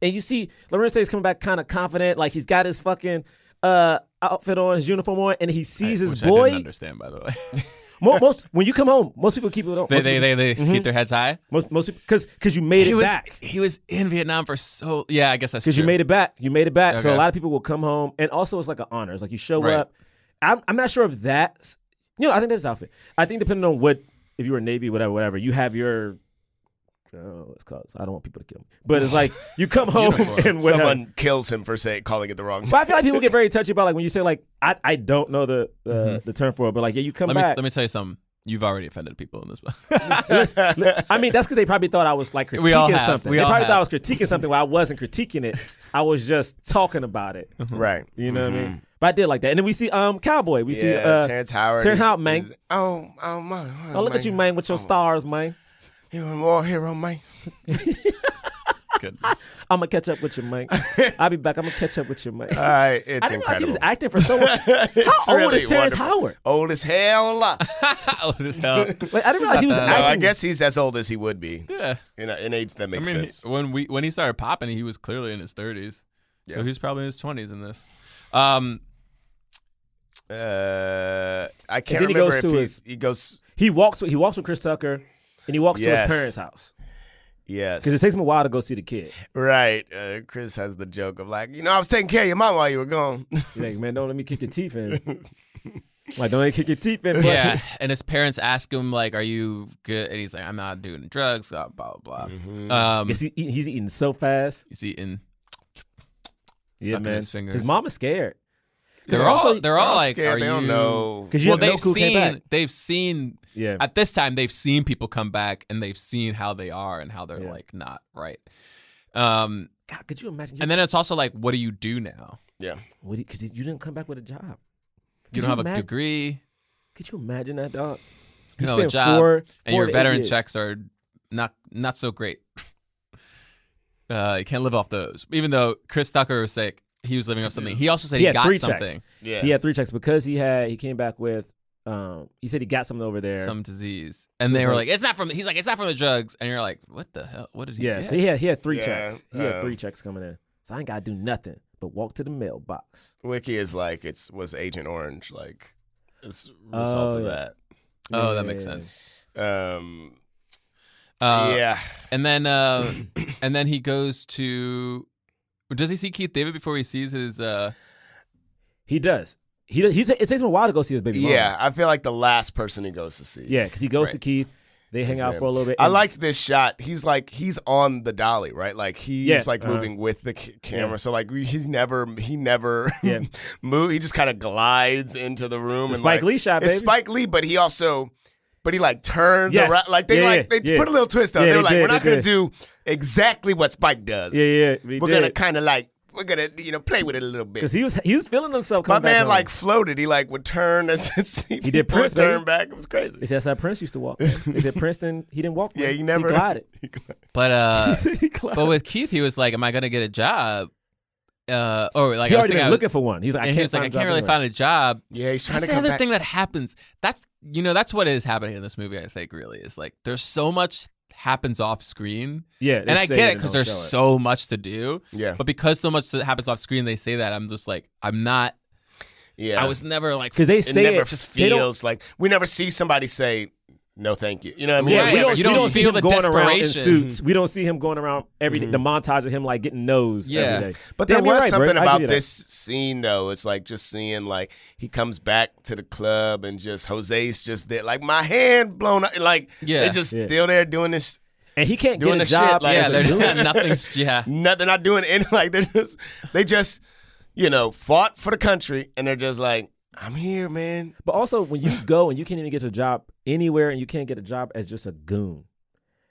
and you see Lorenz Tate's coming back kind of confident, like he's got his fucking uh outfit on, his uniform on, and he sees his
Which I
boy.
didn't understand, by the way.
Mo- most when you come home, most people keep it on.
they
Most
they
people-
they, they keep their heads high.
most most people because because you made
He
Mm-hmm. it
was
back
he was in Vietnam for so. Yeah, I guess that's
because you
true.
made it back. You made it back. So
Okay.
a lot of people will come home, and also it's like an honor. It's like you show
Right.
up. I'm I'm not sure if that's you know I think that's outfit. I think depending on what if you were Navy whatever whatever you have your. I don't know what it's called. So I don't want people to kill me, but it's like you come home
Uniform.
and whatever.
someone kills him for saying calling it the wrong.
But I feel like people get very touchy about like when you say like I, I don't know the uh, the term for it, but like yeah you come
Mm-hmm. Let me
back.
let me tell you something. You've already offended people in this book.
I mean, that's because they probably thought I was like critiquing
We all have.
something.
We
they
all
probably thought I was
have.
critiquing something where I wasn't critiquing it. I was just talking about it.
Uh-huh.
right. Mm-hmm.
You know what I mean? But I did like that. And then we see um Cowboy. We see uh,
Terrence Howard.
Terrence
is-
Howard, man.
is- Oh, oh my.
oh look at you, man, with your stars, man.
You're a war hero, man.
Goodness.
I'ma catch up with you, man. I'll be back. I'ma catch up with you, man.
All right, it's
I didn't realize he
incredible.
was acting for so long. How
It's
old
really
is Terrence
wonderful.
Howard?
Old as hell.
Old as hell.
Like I didn't realize he was
No,
acting.
I guess he's as old as he would be.
Yeah.
In, a, in age that
I
makes
mean,
sense.
he- when we when he started popping, he was clearly in his thirties. So
Yeah.
he's probably in his twenties in this. Um,
Uh, I can't
then he
remember
goes
if
to
he's,
his-
he goes.
He walks with he walks with Chris Tucker and he walks to
Yes.
his parents' house.
Yes.
because it takes him a while to go see the kid.
right. Uh, Chris has the joke of like, you know, I was taking care of your mom while you were gone.
He's like, man, don't let me kick your teeth in. like, don't let me kick your teeth in. Bro.
Yeah, and his parents ask him like, "Are you good?" And he's like, "I'm not doing drugs." Blah blah blah.
Mm-hmm.
Um,
Guess he, he's eating so fast.
he's eating.
Yeah,
Sucking
man.
his fingers.
mom is scared
They're
also-
all they're all like,
scared.
"Are
they
you?"
don't know.
because you
Well,
well,
they've
have no clue who came
seen
back.
they've seen
Yeah,
at this time they've seen people come back and they've seen how they are and how they're
Yeah.
like not right. Um,
God, could you imagine?
and then it's also like, what do you do now?
because you, didn't come back with a job.
You
Could
don't have a
imag-
degree.
Could you imagine that, dog?
You
You
don't have a
spent
job,
four-
and
four
your
to eight
veteran
years.
checks are not not so great. Uh, you can't live off those. Even though Chris Tucker was sick, he was living off something. He also said
He
he,
had
got
three checks.
something,
Yeah.
He had three checks because he had he came back with. Um, he said he got something over there.
some disease, and
So
they
it's
were like,
like-
"It's not from." He's like, "It's not from the drugs," and you're like, "What the hell? What did he
yeah,
get?"
so he had he had three
Yeah,
checks. He had
uh,
three checks coming in. So I ain't gotta do nothing but walk to the mailbox.
Wiki is like it's was Agent Orange like as a result
Oh,
of
yeah.
oh, that
Yeah.
makes sense.
that. Um,
Uh,
yeah.
and then uh, and then he goes to. Does he see Keith David before he sees his? Uh,
He does. He does, he. ta- it takes him a while to go see his baby. mama.
Yeah. I feel like the last person he goes to see.
yeah, because he goes to
Right.
Keith. They hang
It's
out
him.
for a little bit.
I
and-
liked this shot. He's like he's on the dolly, right? Like he's
Yeah.
like
Uh-huh.
moving with the c- camera.
Yeah.
So like we- he's never he never
Yeah.
move. He just kind of glides into the room.
The
and
Spike
like,
Lee shot,
It's
baby.
Spike Lee, but he also. But he like turns
Yes.
around, like they
Yeah,
like
yeah,
they
yeah.
put a little twist on. it.
Yeah,
they were
they
like,
did,
we're not
they
gonna
did.
do exactly what Spike does.
Yeah, yeah. He
we're gonna kind of like we're gonna you know play with it a little bit.
because he was he was feeling himself.
My
Coming back
man
home.
like floated. He like would turn as he
did Prince, baby.
turn back. It was crazy.
They said that's how Prince used to walk. They said Princeton, he didn't walk.
Yeah,
man.
he never-
he glided.
but uh,
He said he glided.
but with Keith, he was like, "Am I gonna get a job?" Uh, or like
he
I
already
was thinking,
been
I was-
looking for one. He's like, I can't,
and he was like, "I
find a
can't
job
really
anywhere."
find a job."
Yeah, he's trying
That's
to
the
come
other
back.
thing that happens. That's you know that's what is happening in this movie. I think really is like there's so much happens off screen,
Yeah,
and I get it because there's so much to do.
yeah,
But because so much that happens off screen, they say that I'm just like I'm not.
yeah.
I was never like
because they
it
say
never
it.
just
they don't-
feels like we never see somebody say no, thank you. You know what I mean?
Yeah,
Right,
we don't,
but you
you
don't
don't see
feel
him
the
going around in
desperation.
suits. We don't see him going around every day. The montage of him like getting nose
Yeah.
every day.
But there
Damn, you're
was
right, bro.
something
I give
about
you that.
this scene though. It's like just seeing like he comes back to the club and just Jose's just there, like my hand blown up, like
Yeah.
they're just
Yeah.
still there doing this.
and he can't
doing
get
the
a
shit,
job.
like-
yeah.
as a
There's
dude.
nothing's yeah.
No, they're not doing any. Like they're just they just you know fought for the country and they're just like I'm here, man.
But also, when you go and you can't even get a job anywhere, and you can't get a job as just a goon,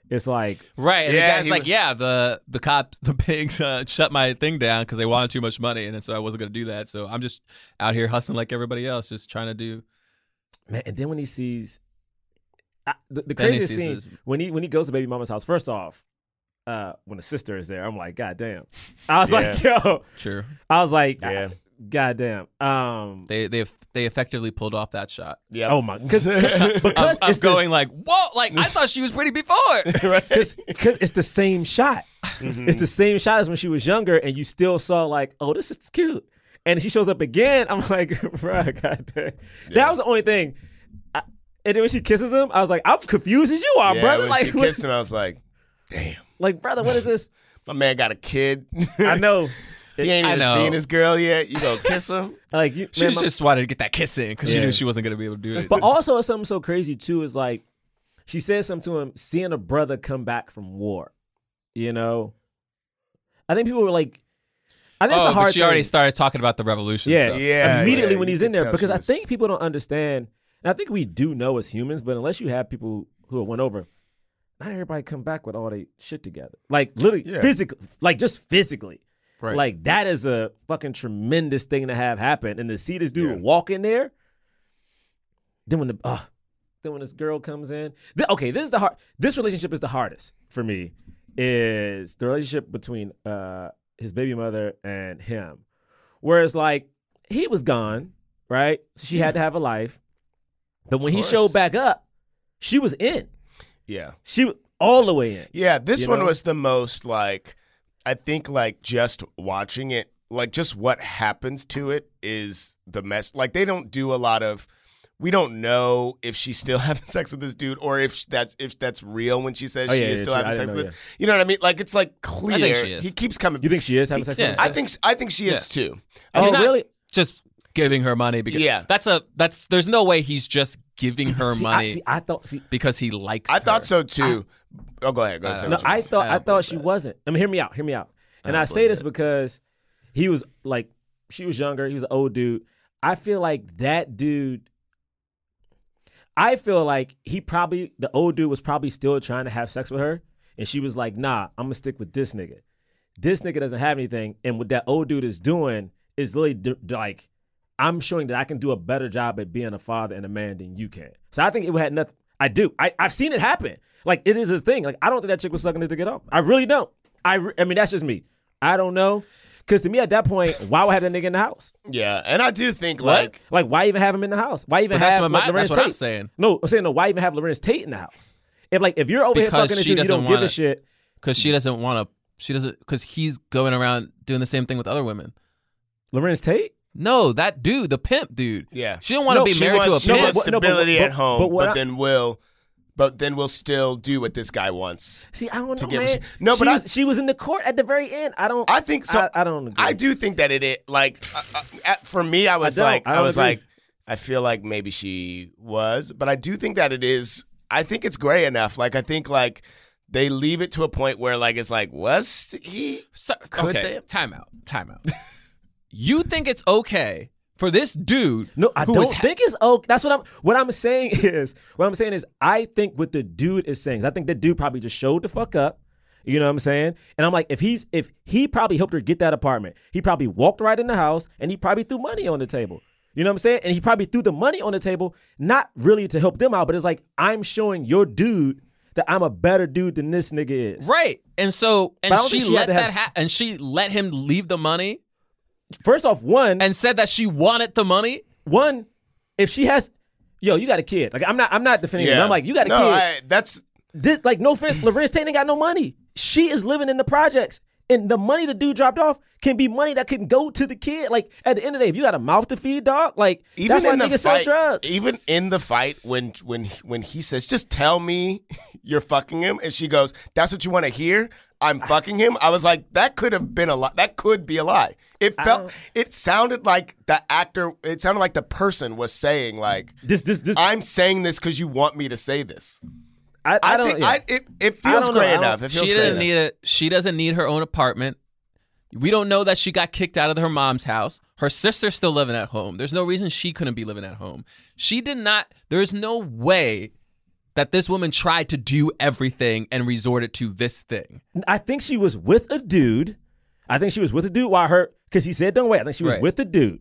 it's like
Right. And
Yeah,
the guy's
he
like,
was-
yeah, the the cops, the pigs uh, shut my thing down because they wanted too much money, and so I wasn't gonna do that. So I'm just out here hustling like everybody else, just trying to do.
man. And then when he sees I, the, the
Then he
craziest
sees
scene
his-
when he when he goes to baby mama's house. First off, uh, when the sister is there, I'm like, God damn. I was like, yo,
Sure.
I was like,
Yeah.
God damn. Um,
They they they effectively pulled off that shot.
Yeah.
oh my, because
I'm,
because
I'm
it's the-
going like, whoa! Like I thought she was pretty before.
Cause, 'cause it's the same shot.
Mm-hmm.
It's the same shot as when she was younger, and you still saw like, oh, this is cute. And she shows up again. I'm like, bruh, god damn. That was the only thing. I, and then when she kisses him, I was like, I'm confused as you are,
yeah,
brother.
When
Like,
she
what-
kissed him, I was like, damn,
like, brother, what is this?
my man got a kid.
I know.
He ain't
I
even
know.
seen this girl yet. You gonna kiss him?
Like, you,
She
man, my-
just wanted to get that kiss in because she
Yeah.
knew she wasn't gonna be able to do it.
But oh, also, it's something so crazy too is like, she said something to him, seeing a brother come back from war. You know, I think people were like, I think
oh,
it's a hard.
but she already
thing.
started talking about the revolution.
yeah,
stuff.
Yeah,
immediately
yeah,
when
you
he's
could
in there
tell
because
she
I
was-
think people don't understand, and I think we do know as humans, but unless you have people who are won over, not everybody come back with all they shit together. Like literally,
Yeah.
physically, like just physically,
Right.
like that is a fucking tremendous thing to have happen, and to see this dude
Yeah.
walk in there. Then when the uh, then when this girl comes in, th- okay, this is the hard. This relationship is the hardest for me. Is the relationship between uh his baby mother and him, whereas like he was gone, right? So she had to have a life, but when he
course.
showed back up, she was in.
Yeah.
She was all the way in.
Yeah, this
You
one
know?
was the most like I think like just watching it, like just what happens to it is the mess. Like they don't do a lot of we don't know if she's still having sex with this dude or if that's if that's real when she says
Oh,
she
yeah,
is
yeah,
still
she- I
having
didn't
sex
know,
with. You know what I mean? Like it's like clear.
she is.
He keeps coming.
You think she is having sex?
Yeah.
with
I
him?
think I think she is too.
Oh,
He's not-
really?
Just giving her money because
Yeah.
that's a that's there's no way he's just giving her
See,
money
I, see, I thought. See,
because he likes.
I
her.
thought so too. oh, go ahead. Go
I
ahead. say
don't
no,
what you
I
want.
thought.
I
I,
don't
thought
believe
she
that.
wasn't. I mean, hear me out. Hear me out. And
don't
I, say
believe
this because he was like, she was younger. He was an old dude. I feel like that dude. I feel like he probably the old dude was probably still trying to have sex with her, and she was like, "Nah, I'm gonna stick with this nigga. This nigga doesn't have anything." And what that old dude is doing is really d- d- like, I'm showing that I can do a better job at being a father and a man than you can. So I think it had nothing. I do. I, I've seen it happen. Like it is a thing. Like I don't think that chick was sucking it to get off. I really don't. I re- I mean that's just me. I don't know. Cause to me at that point, why would I have that nigga in the house?
Yeah, and I do think
Like,
like
like why even have him in the house? Why even
But that's
have
what
like,
my-
Lorenz
that's what I'm
Tate?
saying.
No, I'm saying no. Why even have Lorenz Tate in the house? If like if you're over
Because
here fucking
she
and you
doesn't
don't give a
wanna-
shit.
because she doesn't want to. She doesn't because he's going around doing the same thing with other women.
Lorenz Tate.
No, that dude, the pimp dude.
Yeah.
she didn't want to be
she
married
wants-
to a
she
pimp.
wants
but- no, but-
stability
but-
at home,
but
but,
what I-
then will, but then will still do what this guy wants.
See, I don't
To
know,
get
man.
what she- No,
she
but I-
was, she was in the court at the very end. I don't.
I think so.
I, I don't. Agree.
I do think that it, it like uh, uh, at- for me, I was
don't.
like,
I
I,
don't
was
agree.
like, I feel like maybe she was, but I do think that it is. I think it's gray enough. Like I think like they leave it to a point where like it's like was he?
So,
Could
okay,
they-
time out, time out. you think it's okay for this dude?
No, I
who
don't
is ha-
think it's okay. That's what I'm. What I'm saying is, what I'm saying is, I think what the dude is saying. is I think the dude probably just showed the fuck up. You know what I'm saying? And I'm like, if he's if he probably helped her get that apartment, he probably walked right in the house, and he probably threw money on the table. You know what I'm saying? And he probably threw the money on the table, not really to help them out, but it's like I'm showing your dude that I'm a better dude than this nigga is.
right, and so and
But I don't
she,
think she
let
had to
that
have-
ha- and she let him leave the money
First off, one
and said that she wanted the money.
one, if she has, yo, you got a kid. Like I'm not, I'm not defending. him. I'm like, you got a
no,
kid.
I, that's
this like no offense, Lorenz Tate ain't got no money. She is living in the projects. And the money the dude dropped off can be money that can go to the kid. Like at the end of the day, if you got a mouth to feed, dog, like
even
that's why
in the
niggas sell
fight. e-
drugs.
Even in the fight, when when when he says, "Just tell me you're fucking him," and she goes, "That's what you want to hear." I'm fucking him. I was like, that could have been a lie. That could be a lie. It felt. It sounded like the actor. It sounded like the person was saying, like,
This, this, this.
"I'm saying this because you want me to say this."
I,
I,
I don't.
think
yeah.
I, it, it feels
don't know. I
great
don't-
enough. It
She
feels great
didn't
enough.
need it. She doesn't need her own apartment. We don't know that she got kicked out of her mom's house. Her sister's still living at home. There's no reason she couldn't be living at home. She did not. There's no way that this woman tried to do everything and resorted to this thing.
I think she was with a dude. I think she was with a dude while her because he said don't wait. I think she was
Right.
with a dude.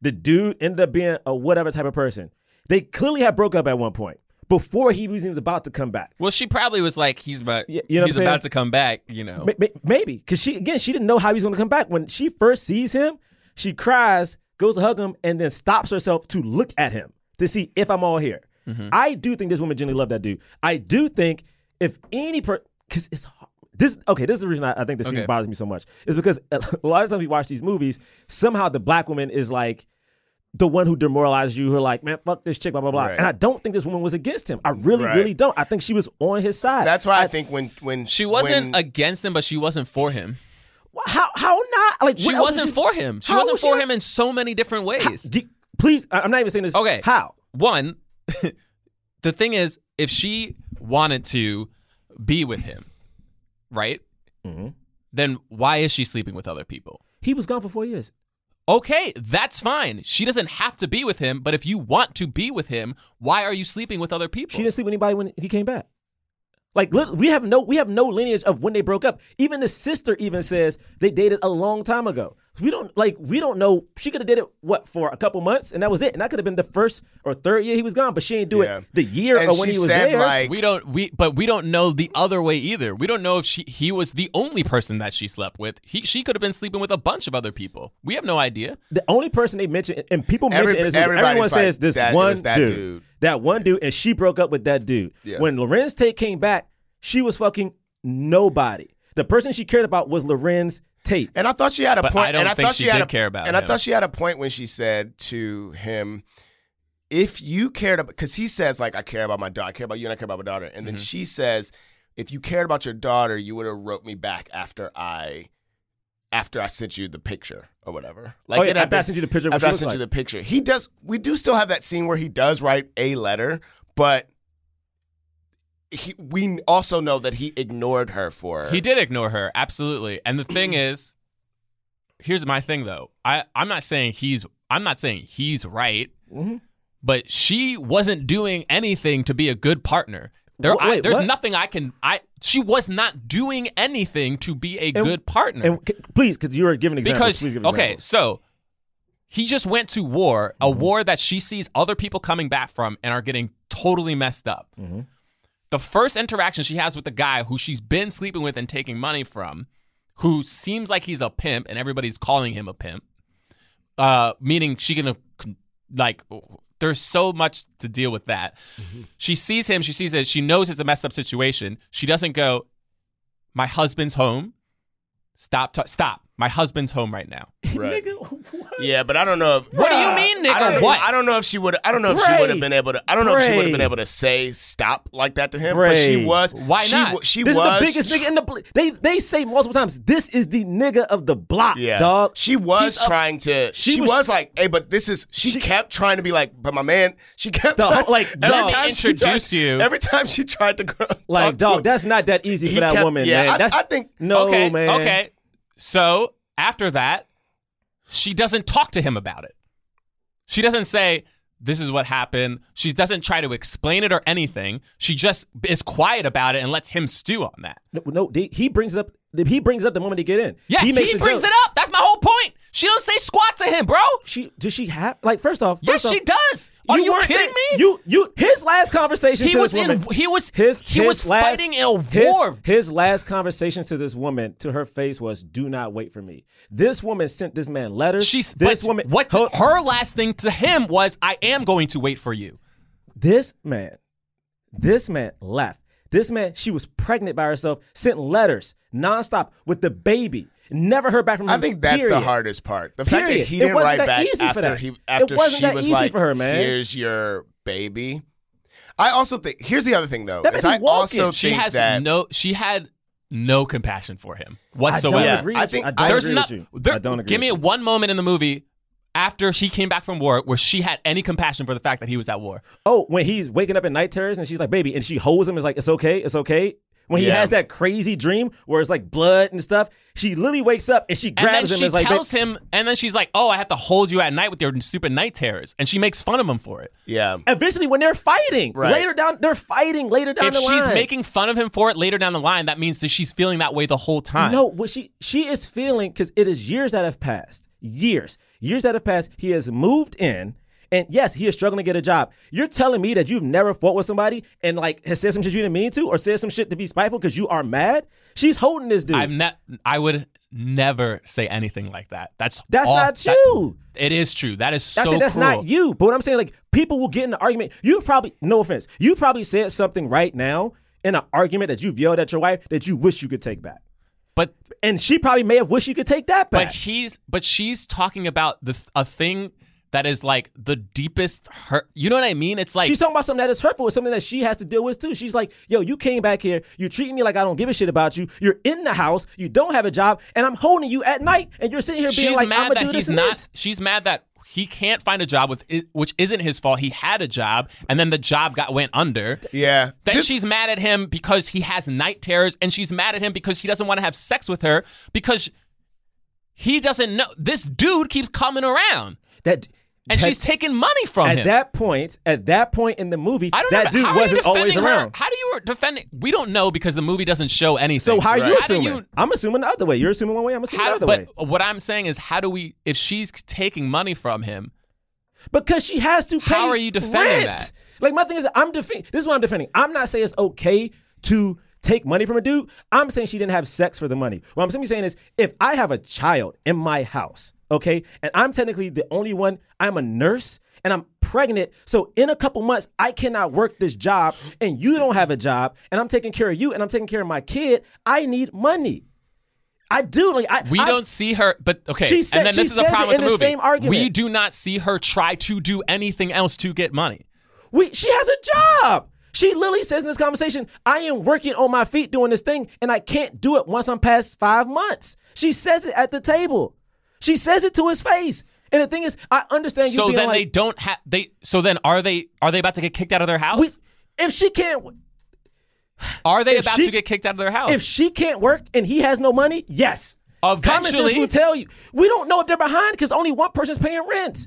The dude ended up being a whatever type of person. They clearly had broke up at one point before he was even about to come back.
Well, she probably was like, he's about,
Y- you know what
he's
I'm saying?
about to come back. You know,
Ma- ma- Maybe because she again she didn't know how he was going to come back. When she first sees him, she cries, goes to hug him, and then stops herself to look at him to see if I'm all here.
Mm-hmm.
I do think this woman genuinely loved that dude. I do think if any person, because it's hard. this okay. This is the reason I, I think this
Okay.
scene bothers me so much is because a lot of times we watch these movies, somehow the black woman is like the one who demoralized you, who are like, man, fuck this chick, blah blah blah.
Right.
And I don't think this woman was against him. I really,
Right.
really don't. I think she was on his side.
That's why I, think when when
she wasn't
when-
against him, but she wasn't for him.
how how not like
She
what else was
wasn't for him. She
How
wasn't
was she
for
not-
him in so many different ways.
Ye- Please, I- I'm not even saying this.
Okay.
How?
one, the thing is, if she wanted to be with him, right?
Mm-hmm.
Then why is she sleeping with other people?
He was gone for four years.
Okay, that's fine. She doesn't have to be with him, but if you want to be with him, why are you sleeping with other people?
She didn't sleep with anybody when he came back. Like lit- we have no we have no lineage of when they broke up. Even the sister even says they dated a long time ago. We don't like we don't know. She could have did it what for a couple months and that was it. And that could have been the first or third year he was gone. But she didn't do
Yeah.
it the year
and
or when
she
he was
said
there.
like
we don't we but we don't know the other way either. We don't know if she he was the only person that she slept with. He she could have been sleeping with a bunch of other people. We have no idea.
the only person they mention and people mention
Every-
in this movie,
everybody's
everyone says
like,
this
that- it
one
was that
dude,
dude.
that one dude, and she broke up with that dude.
Yeah.
When Lorenz Tate came back, she was fucking nobody. The person she cared about was Lorenz Tate.
And I thought she had a
But
point.
I don't
and I
think
thought
she
had
did
a,
care about
And I
him.
thought she had a point when she said to him, if you cared about, because he says like I care about my daughter, I care about you, and I care about my daughter, and then
Mm-hmm.
she says, if you cared about your daughter, you would have wrote me back after I, after I sent you the picture or whatever. Like
Oh, yeah,
it'd have
after I
been-
sent you the picture of what
After
she
I
looks
sent you the
like.
picture, he does. We do still have that scene where he does write a letter, but. He, we also know that he ignored her for
He did ignore her, absolutely. And the thing is, here's my thing though. I I'm not saying he's I'm not saying he's right,
Mhm.
but she wasn't doing anything to be a good partner. There,
Wha-
I-
wait,
there's
what?
nothing I can. I she was not doing anything to be a
And-
good partner.
And c- please, because you were giving examples.
because
please give
okay,
examples.
so he just went to war, a
Mm-hmm.
war that she sees other people coming back from and are getting totally messed up.
Mm-hmm.
The first interaction she has with the guy who she's been sleeping with and taking money from, who seems like he's a pimp and everybody's calling him a pimp, uh, meaning she can like there's so much to deal with that.
Mm-hmm.
She sees him, she sees it, she knows it's a messed up situation. She doesn't go, "My husband's home." Stop! ta- stop! My husband's home right now.
Right.
Nigga, what?
Yeah, but I don't know. If,
What do you mean, nigga?
I don't,
what?
I don't know if she would. I don't know if
Bray.
she would have been able to. I don't know if she would have been
Bray.
able to say stop like that to him. But
Bray.
she was.
Why
she,
not?
wa- She
This
was.
is the biggest nigga in the. Bl- they they say multiple times. This is the nigga of the block,
Yeah,
dog.
She was
He's up-
trying to. She,
she
was,
was-
like, "Hey, but this is." She,
She-
kept trying to be like, "But my man." She kept
Dog,
trying-
like,
every
dog.
time she
Introduce
tried,
you.
Every time she tried to go,
like,
talk to
dog.
him,
That's not that easy
he
for that
kept-
woman,
yeah,
man.
I-
That's,
I think-
no,
okay,
man.
okay. So after that, she doesn't talk to him about it. She doesn't say, This is what happened. She doesn't try to explain it or anything. She just is quiet about it and lets him stew on that.
No, no, they, he brings it up. He brings it up the moment they get in.
Yeah, he,
makes the
brings
joke.
it up. That's my whole point. She don't say squat to him, bro.
She does she have like first off?
Yes,
first off,
she does. Are you,
weren't
kidding
there-
me?
You you his last conversation
he
to
was
this
in.
woman.
He was.
his
he
his
was
last,
fighting in a
his-
war.
His, last conversation to this woman to her face was, "Do not wait for me." This woman sent this man letters.
She's
this
but
woman.
What
Hold-
her last thing to him was, "I am going to wait for you."
this man, this man left. This man, she was pregnant by herself, sent letters nonstop with the baby. Never heard back from him.
I think that's
period.
the hardest part. The fact that
Period.
he
It
didn't
wasn't
write
that
back
easy for
after
that.
he
It
after
wasn't
she
that
was
easy
like,
for her, man.
"Here's your baby." I also think. Here's the other thing, though.
That
is
baby
I also
walking.
she
think
has
that
no she had no compassion for him
I don't
whatsoever.
Yeah,
agree.
I
with you.
think-
I don't
There's
agree
not
with you.
there-
I don't agree.
give me
with you.
one moment in the movie after she came back from war where she had any compassion for the fact that he was at war.
Oh, when he's waking up at night terrors and she's like, baby, and she holds him, is like, it's okay, it's okay. When he
Yeah.
has that crazy dream where it's like blood and stuff, she literally wakes up and she
And then
grabs him
she
and is like,
tells him and then she's like, "Oh, I have to hold you at night with your stupid night terrors." And she makes fun of him for it.
yeah.
eventually when they're fighting,
Right.
later down, they're fighting later down
if
the line.
she's making fun of him for it later down the line, that means that she's feeling that way the whole time.
No, what she she is feeling because it is years that have passed. Years, years that have passed. He has moved in, and yes, he is struggling to get a job. You're telling me that you've never fought with somebody and like has said some shit you didn't mean to, or said some shit to be spiteful because you are mad. She's holding this dude.
I've ne- I would never say anything like that. That's
That's
all-
not
that-
you.
it is true. That is
That's
so
it. That's
cruel.
not you. But what I'm saying, like, people will get in the argument. You probably, no offense, you probably said something right now in an argument that you've yelled at your wife that you wish you could take back,
But
and she probably may have wished you could take that back.
But he's but she's talking about the th- a thing that is like the deepest hurt. You know what I mean? It's like
She's talking about something that is hurtful. It's something that she has to deal with too. She's like, yo, you came back here. You treating me like I don't give a shit about you. You're in the house. You don't have a job. And I'm holding you at night. And you're sitting here being
she's
like, I'm
mad
going to
that
do
he's
this and
not.
this.
She's mad that he can't find a job with i- which isn't his fault. He had a job and then the job got went under.
Yeah.
Then
This-
she's mad at him because he has night terrors, and she's mad at him because he doesn't want to have sex with her because he doesn't know this dude keeps coming around
That,
and
that-
she's taking money from
At
him.
that point, at that point in the movie,
I don't
that
know.
dude
how are you
wasn't always
defending her?
around.
How do you defend it? We don't know because the movie doesn't show anything.
So how are you
How do
assuming?
you-
I'm assuming the other way. You're assuming one way. I'm assuming
How,
the other
but
way.
what I'm saying is, how do we? If she's taking money from him,
Because she has to pay.
How are you
rent.
defending that?
Like my thing is, I'm defending. This is what I'm defending. I'm not saying it's okay to take money from a dude. I'm saying she didn't have sex for the money. What I'm simply saying is, if I have a child in my house, okay, and I'm technically the only one, I'm a nurse. And I'm pregnant, so in a couple months I cannot work this job, and you don't have a job, and I'm taking care of you, and I'm taking care of my kid. I need money. I do. Like I,
We
I-
don't see her, but okay.
She said-
and then
she
this is a
says it
problem with
in
the
the
movie.
same argument.
We do not see her try to do anything else to get money.
We, she has a job. She literally says in this conversation, I am working on my feet doing this thing and I can't do it once I'm past five months. She says it at the table. She says it to his face. And the thing is, I understand you
so
being
then they
like,
don't have they. So then are they are they about to get kicked out of their house?
we, if she can't
are they
if
about
she-
to get kicked out of their house?
if she can't work and he has no money, yes. Common sense
Eventually-
will tell you. We don't know if they're behind because only one person's paying rent.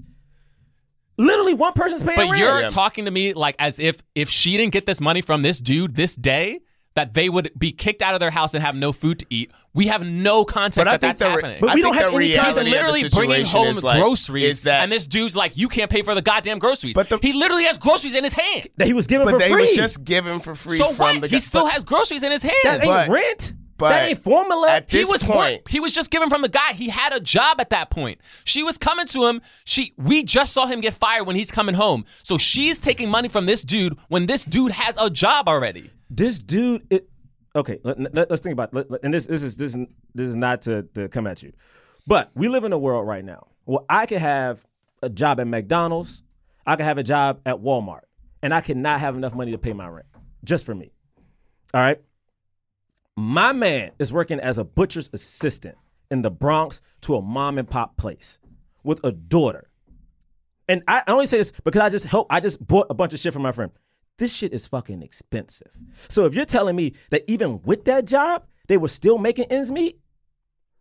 Literally one person's paying
but
rent.
you're talking to me like as if if she didn't get this money from this dude this day. That they would be kicked out of their house and have no food to eat. We have no context
But I
that
think
that's
the re-
happening.
But
I
we
think
don't have
the
any kind of-
He's
reality of the
literally bringing
situation
home
is like-
groceries,
Is that
and this dude's like, "You can't pay for the goddamn groceries."
But the-
he literally has groceries in his hand.
that he was given
but
for
they
free.
was just given for free
So
from
what?
the
He
guy-
still
but-
has groceries in his hand.
that ain't
but-
rent.
but
that ain't formula.
at
he
this
was
point-
work- he was just given from the guy. He had a job at that point. She was coming to him. She we just saw him get fired when he's coming home. So she's taking money from this dude when this dude has a job already.
this dude it okay let, let, us think about let- let- and this this is this is this is not to, to come at you but we live in a world right now where i could have a job at mcdonald's i could have a job at walmart and i cannot have enough money to pay my rent just for me all right my man is working as a butcher's assistant in the bronx to a mom and pop place with a daughter and I, I only say this because I just help. I just bought a bunch of shit from my friend. This shit is fucking expensive. So if you're telling me that even with that job, they were still making ends meet,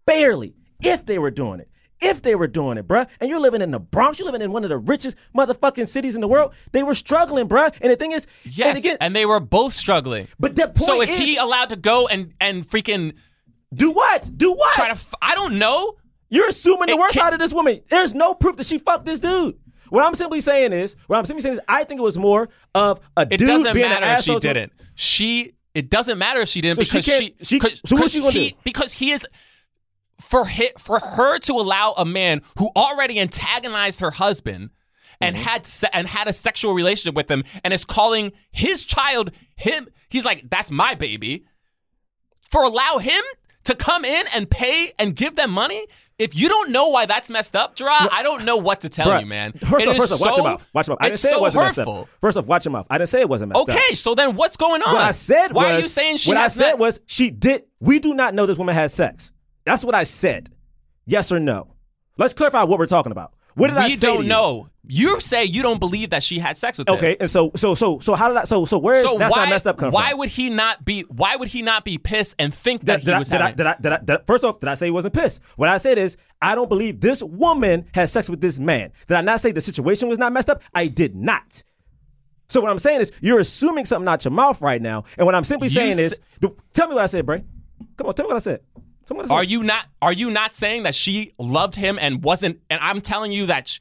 barely, if they were doing it, if they were doing it, bruh, and you're living in the Bronx, you're living in one of the richest motherfucking cities in the world, they were struggling, bruh. And the thing is,
Yes,
and
and,
again,
they were both struggling.
But the point
so is,
is-
he allowed to go and and freaking
do what? Do what?
try to? F- I don't know.
You're assuming the
It
worst
can't-
out of this woman. There's no proof that she fucked this dude. What I'm simply saying is, what I'm simply saying is, I think it was more of a
It
dude
doesn't
being
matter
an
if
asshole
she
to-
didn't. She. It doesn't matter if she didn't
So she
because she.
can't- she-
cause,
so what's
cause
she gonna
he,
do?
Because he is. For hi, for her to allow a man who already antagonized her husband and
Mm-hmm.
had se- and had a sexual relationship with him and is calling his child him. He's like, that's my baby. For allow him to come in and pay and give them money. If you don't know why that's messed up, Gerard, I don't know what to tell
Bruh,
you, man.
First
It
off,
is
first off, watch
so-
him off. Watch him off. I didn't
it's
say
so
it wasn't
hurtful.
messed up. First off, watch him off. I didn't say it wasn't messed up.
Okay, so then what's going on?
What I said
Why
was-
are you saying she
What
has
I said
not-
was she did. We do not know this woman had sex. That's what I said. Yes or no? Let's clarify what we're talking about. What did I
we
say? to
don't
you?
know. You say you don't believe that she had sex with him.
Okay, and so so so so how did I? So so where is
So
that's
why
not messed up? Come
why
from?
would he not be why would he not be pissed and think that
Did, did
he
I,
was
did, I,
having
did, I, did I- did I- first off, did I say he wasn't pissed? What I said is, I don't believe this woman had sex with this man. Did I not say the situation was not messed up? I did not. So what I'm saying is, you're assuming something out your mouth right now. And what I'm simply
You
saying
s-
is, the, tell me what I said, Bray. Come on, tell me what I said. Tell me what I said.
Are you not are you not saying that she loved him and wasn't and I'm telling you that sh-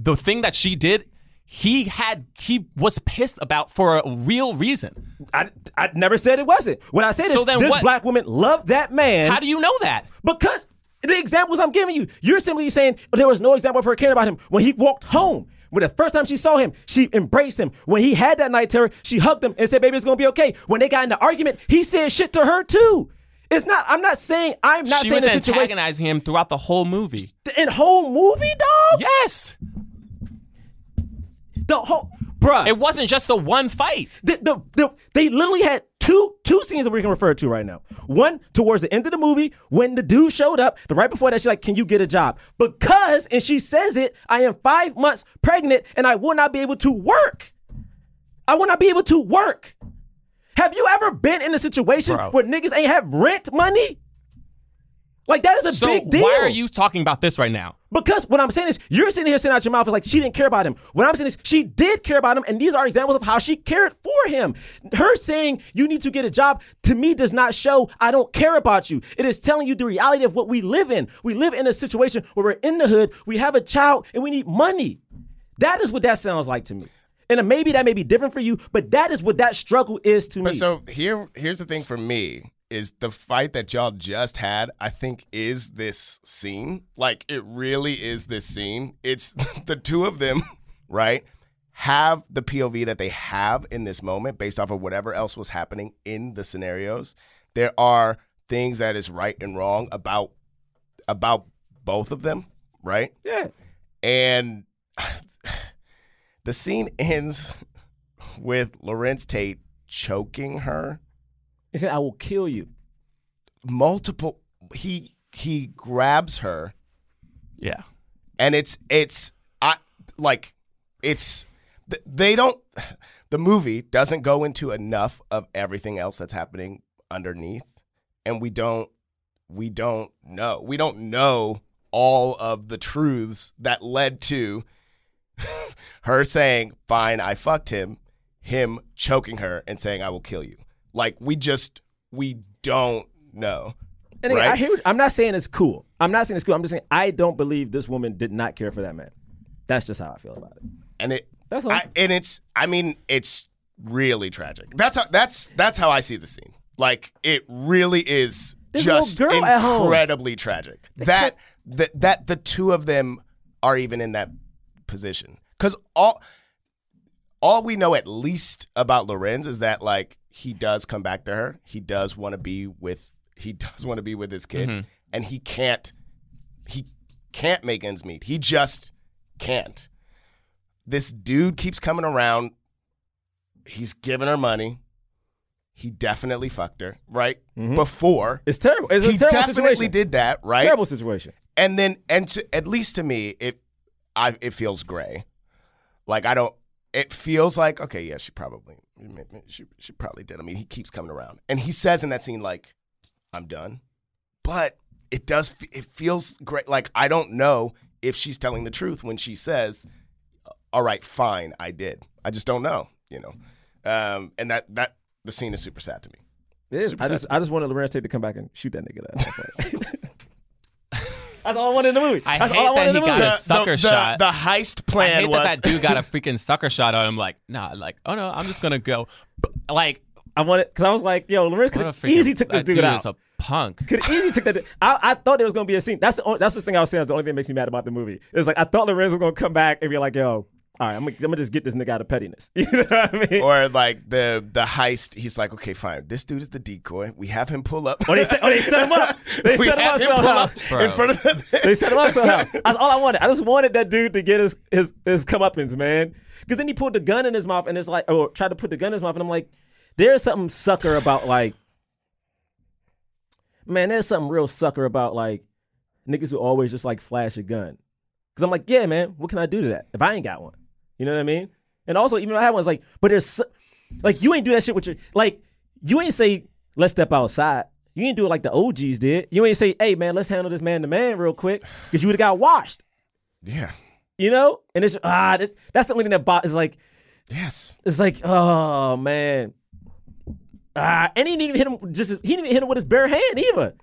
the thing that she did he had he was pissed about for a real reason.
I, I never said it wasn't. What I said
So
is,
then
this
what-
black woman loved that man.
How do you know that?
Because the examples I'm giving you, you're simply saying there was no example of her caring about him. When he walked home, when the first time she saw him, she embraced him. When he had that night terror, she hugged him and said, "Baby, it's gonna be okay." When they got in the argument, he said shit to her too. It's not. I'm not saying. I'm not
she
saying
was
the situation
antagonizing him throughout the whole movie.
in whole movie, dog.
Yes.
The whole, bruh.
It wasn't just the one fight.
the, the, the, they literally had two two scenes that we can refer to right now. One towards the end of the movie when the dude showed up. The right before that, she's like, "Can you get a job?" Because, and she says it, "I am five months pregnant and I will not be able to work. I will not be able to work." Have you ever been in a situation
Bro.
where niggas ain't have rent money? Like that is a
So
big deal.
why are you talking about this right now?
Because what I'm saying is, you're sitting here sitting out your mouth is like she didn't care about him. What I'm saying is, she did care about him, and these are examples of how she cared for him. Her saying you need to get a job to me does not show I don't care about you. It is telling you the reality of what we live in. We live in a situation where we're in the hood, we have a child, and we need money. That is what that sounds like to me. And maybe that may be different for you, but that is what that struggle is to me.
But so here, here's the thing for me is the fight that y'all just had. I think is this scene. Like it really is this scene. It's the two of them, right? Have the POV that they have in this moment based off of whatever else was happening in the scenarios. There are things that is right and wrong about about both of them, right?
Yeah.
And the scene ends with Lorenz Tate choking her.
He said, I will kill you.
Multiple he he grabs her
Yeah.
and it's it's I like it's th- they don't the movie doesn't go into enough of everything else that's happening underneath and we don't we don't know we don't know all of the truths that led to her saying fine I fucked him him choking her and saying I will kill you like we just we don't know
And again, I
Right.
hear, I'm not saying it's cool. I'm not saying it's cool. I'm just saying I don't believe this woman did not care for that man. That's just how I feel about it.
and it
That's all.
I, and it's I mean it's really tragic. That's how that's that's how I see the scene. Like it really is
There's a little
just
girl at home.
incredibly tragic. That that that the two of them are even in that position because all all we know at least about Lorenz is that like he does come back to her. He does want to be with he does want to be with his kid, and he can't he can't make ends meet. He just can't. This dude keeps coming around. He's giving her money. He definitely fucked her, right? Before.
Mm-hmm. It's terrible. It's a
he
terrible
definitely
situation.
did that, right?
Terrible situation.
and then and to, at least to me it I it feels gray like I don't it feels like okay yeah she probably she she probably did I mean he keeps coming around and he says in that scene like I'm done but it does f- it feels great like I don't know if she's telling the truth when she says all right fine I did I just don't know you know um and that that the scene is super sad to me
It is.
Super
I just, I just wanted Lorenz Tate to come back and shoot that nigga. Up. That's all I wanted in the movie.
I
That's
hate
all I wanted
that
in the
he
movie.
got a sucker
the,
shot.
the heist
I
plan
hate
was
that that dude got a freaking sucker shot on him. Like, nah, like, oh no, I'm just gonna go. B- Like,
I wanted because I was like, yo, Lorenz could
what a
have
freaking,
easy took this
that
dude, out.
is a punk.
Could easy took that. dude- I, I thought there was gonna be a scene. That's the only, that's the thing I was saying. That's the only thing that makes me mad about the movie. It's like I thought Lorenz was gonna come back and be like, yo, all right, I'm gonna, I'm gonna just get this nigga out of pettiness. You know what I mean?
or like the the heist. He's like, okay, fine. This dude is the decoy. We have him pull up.
Or Oh, they set, or they set him up. They
we
set him
have
up
him pull
somehow.
up in
Bro.
front of the
They set him up somehow. That's all I wanted. I just wanted that dude to get his his his comeuppance, man. Because then he pulled the gun in his mouth and it's like, or tried to put the gun in his mouth, and I'm like, there's something sucker about like, man, there's something real sucker about like niggas who always just like flash a gun. Because I'm like, yeah, man, what can I do to that if I ain't got one? You know what I mean? And also, even if I have one, it's like, but there's so- like you ain't do that shit with your like you ain't say let's step outside. You ain't do it like the OGs did. You ain't say, hey man, let's handle this man to man real quick because you would have got washed.
Yeah.
You know? And it's ah, that, that's the only thing that bothers. Like
Yes.
it's like oh man, ah, and he didn't even hit him. Just he didn't even hit him with his bare hand either.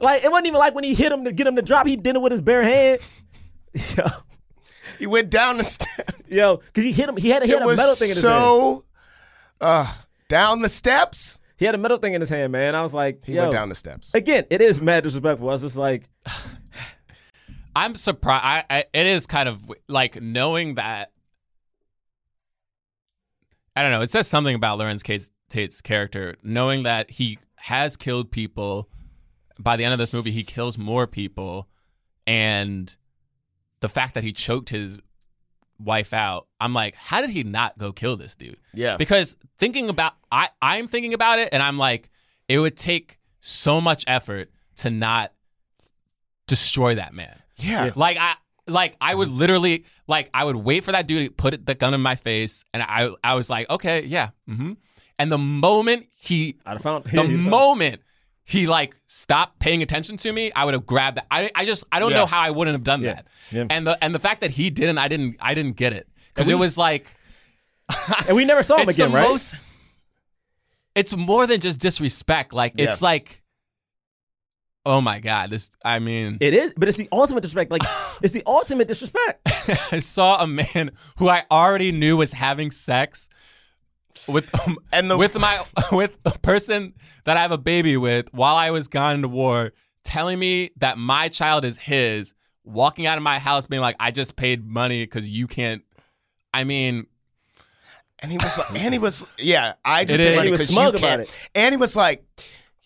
like it wasn't even like when he hit him to get him to drop. He did it with his bare hand. Yo,
He went down the steps.
yo, because he hit him. He had, he
It
had a
was
metal thing in his hand.
so. Uh, down the steps.
He had a metal thing in his hand, man. I was like,
He
yo.
went down the steps.
Again, it is mad disrespectful. I was just like,
I'm surprised. I, I, it is kind of w- like knowing that. I don't know. It says something about Lorenz Tate's, Tate's character, knowing that he has killed people. By the end of this movie, he kills more people, and the fact that he choked his wife out. I'm like, how did he not go kill this dude?
Yeah.
Because thinking about, I, I'm thinking about it, and I'm like, it would take so much effort to not destroy that man.
Yeah.
Like I like I
Mm-hmm.
would literally like I would wait for that dude to put the gun in my face and I I was like, "Okay, yeah." Mhm. And the moment he
I'd have found
the
he was like,
moment he like stopped paying attention to me, I would have grabbed that. I, I just I don't
Yeah.
know how I wouldn't have done
Yeah.
that.
Yeah.
And the and the fact that he didn't, I didn't I didn't get it because it was like
and we never saw him
it's
again,
the
right?
most. It's more than just disrespect. Like it's like, oh my god, this. I mean,
It is, but it's the ultimate disrespect. Like it's the ultimate disrespect.
I saw a man who I already knew was having sex with um,
And the-
with my with a person that I have a baby with while I was gone to war, telling me that my child is his, walking out of my house being like, "I just paid money because you can't." I mean,
And he was like, and he was, yeah, I just
It
think
is.
like,
He was
'cause you
smug about
can't-
it.
And he was like,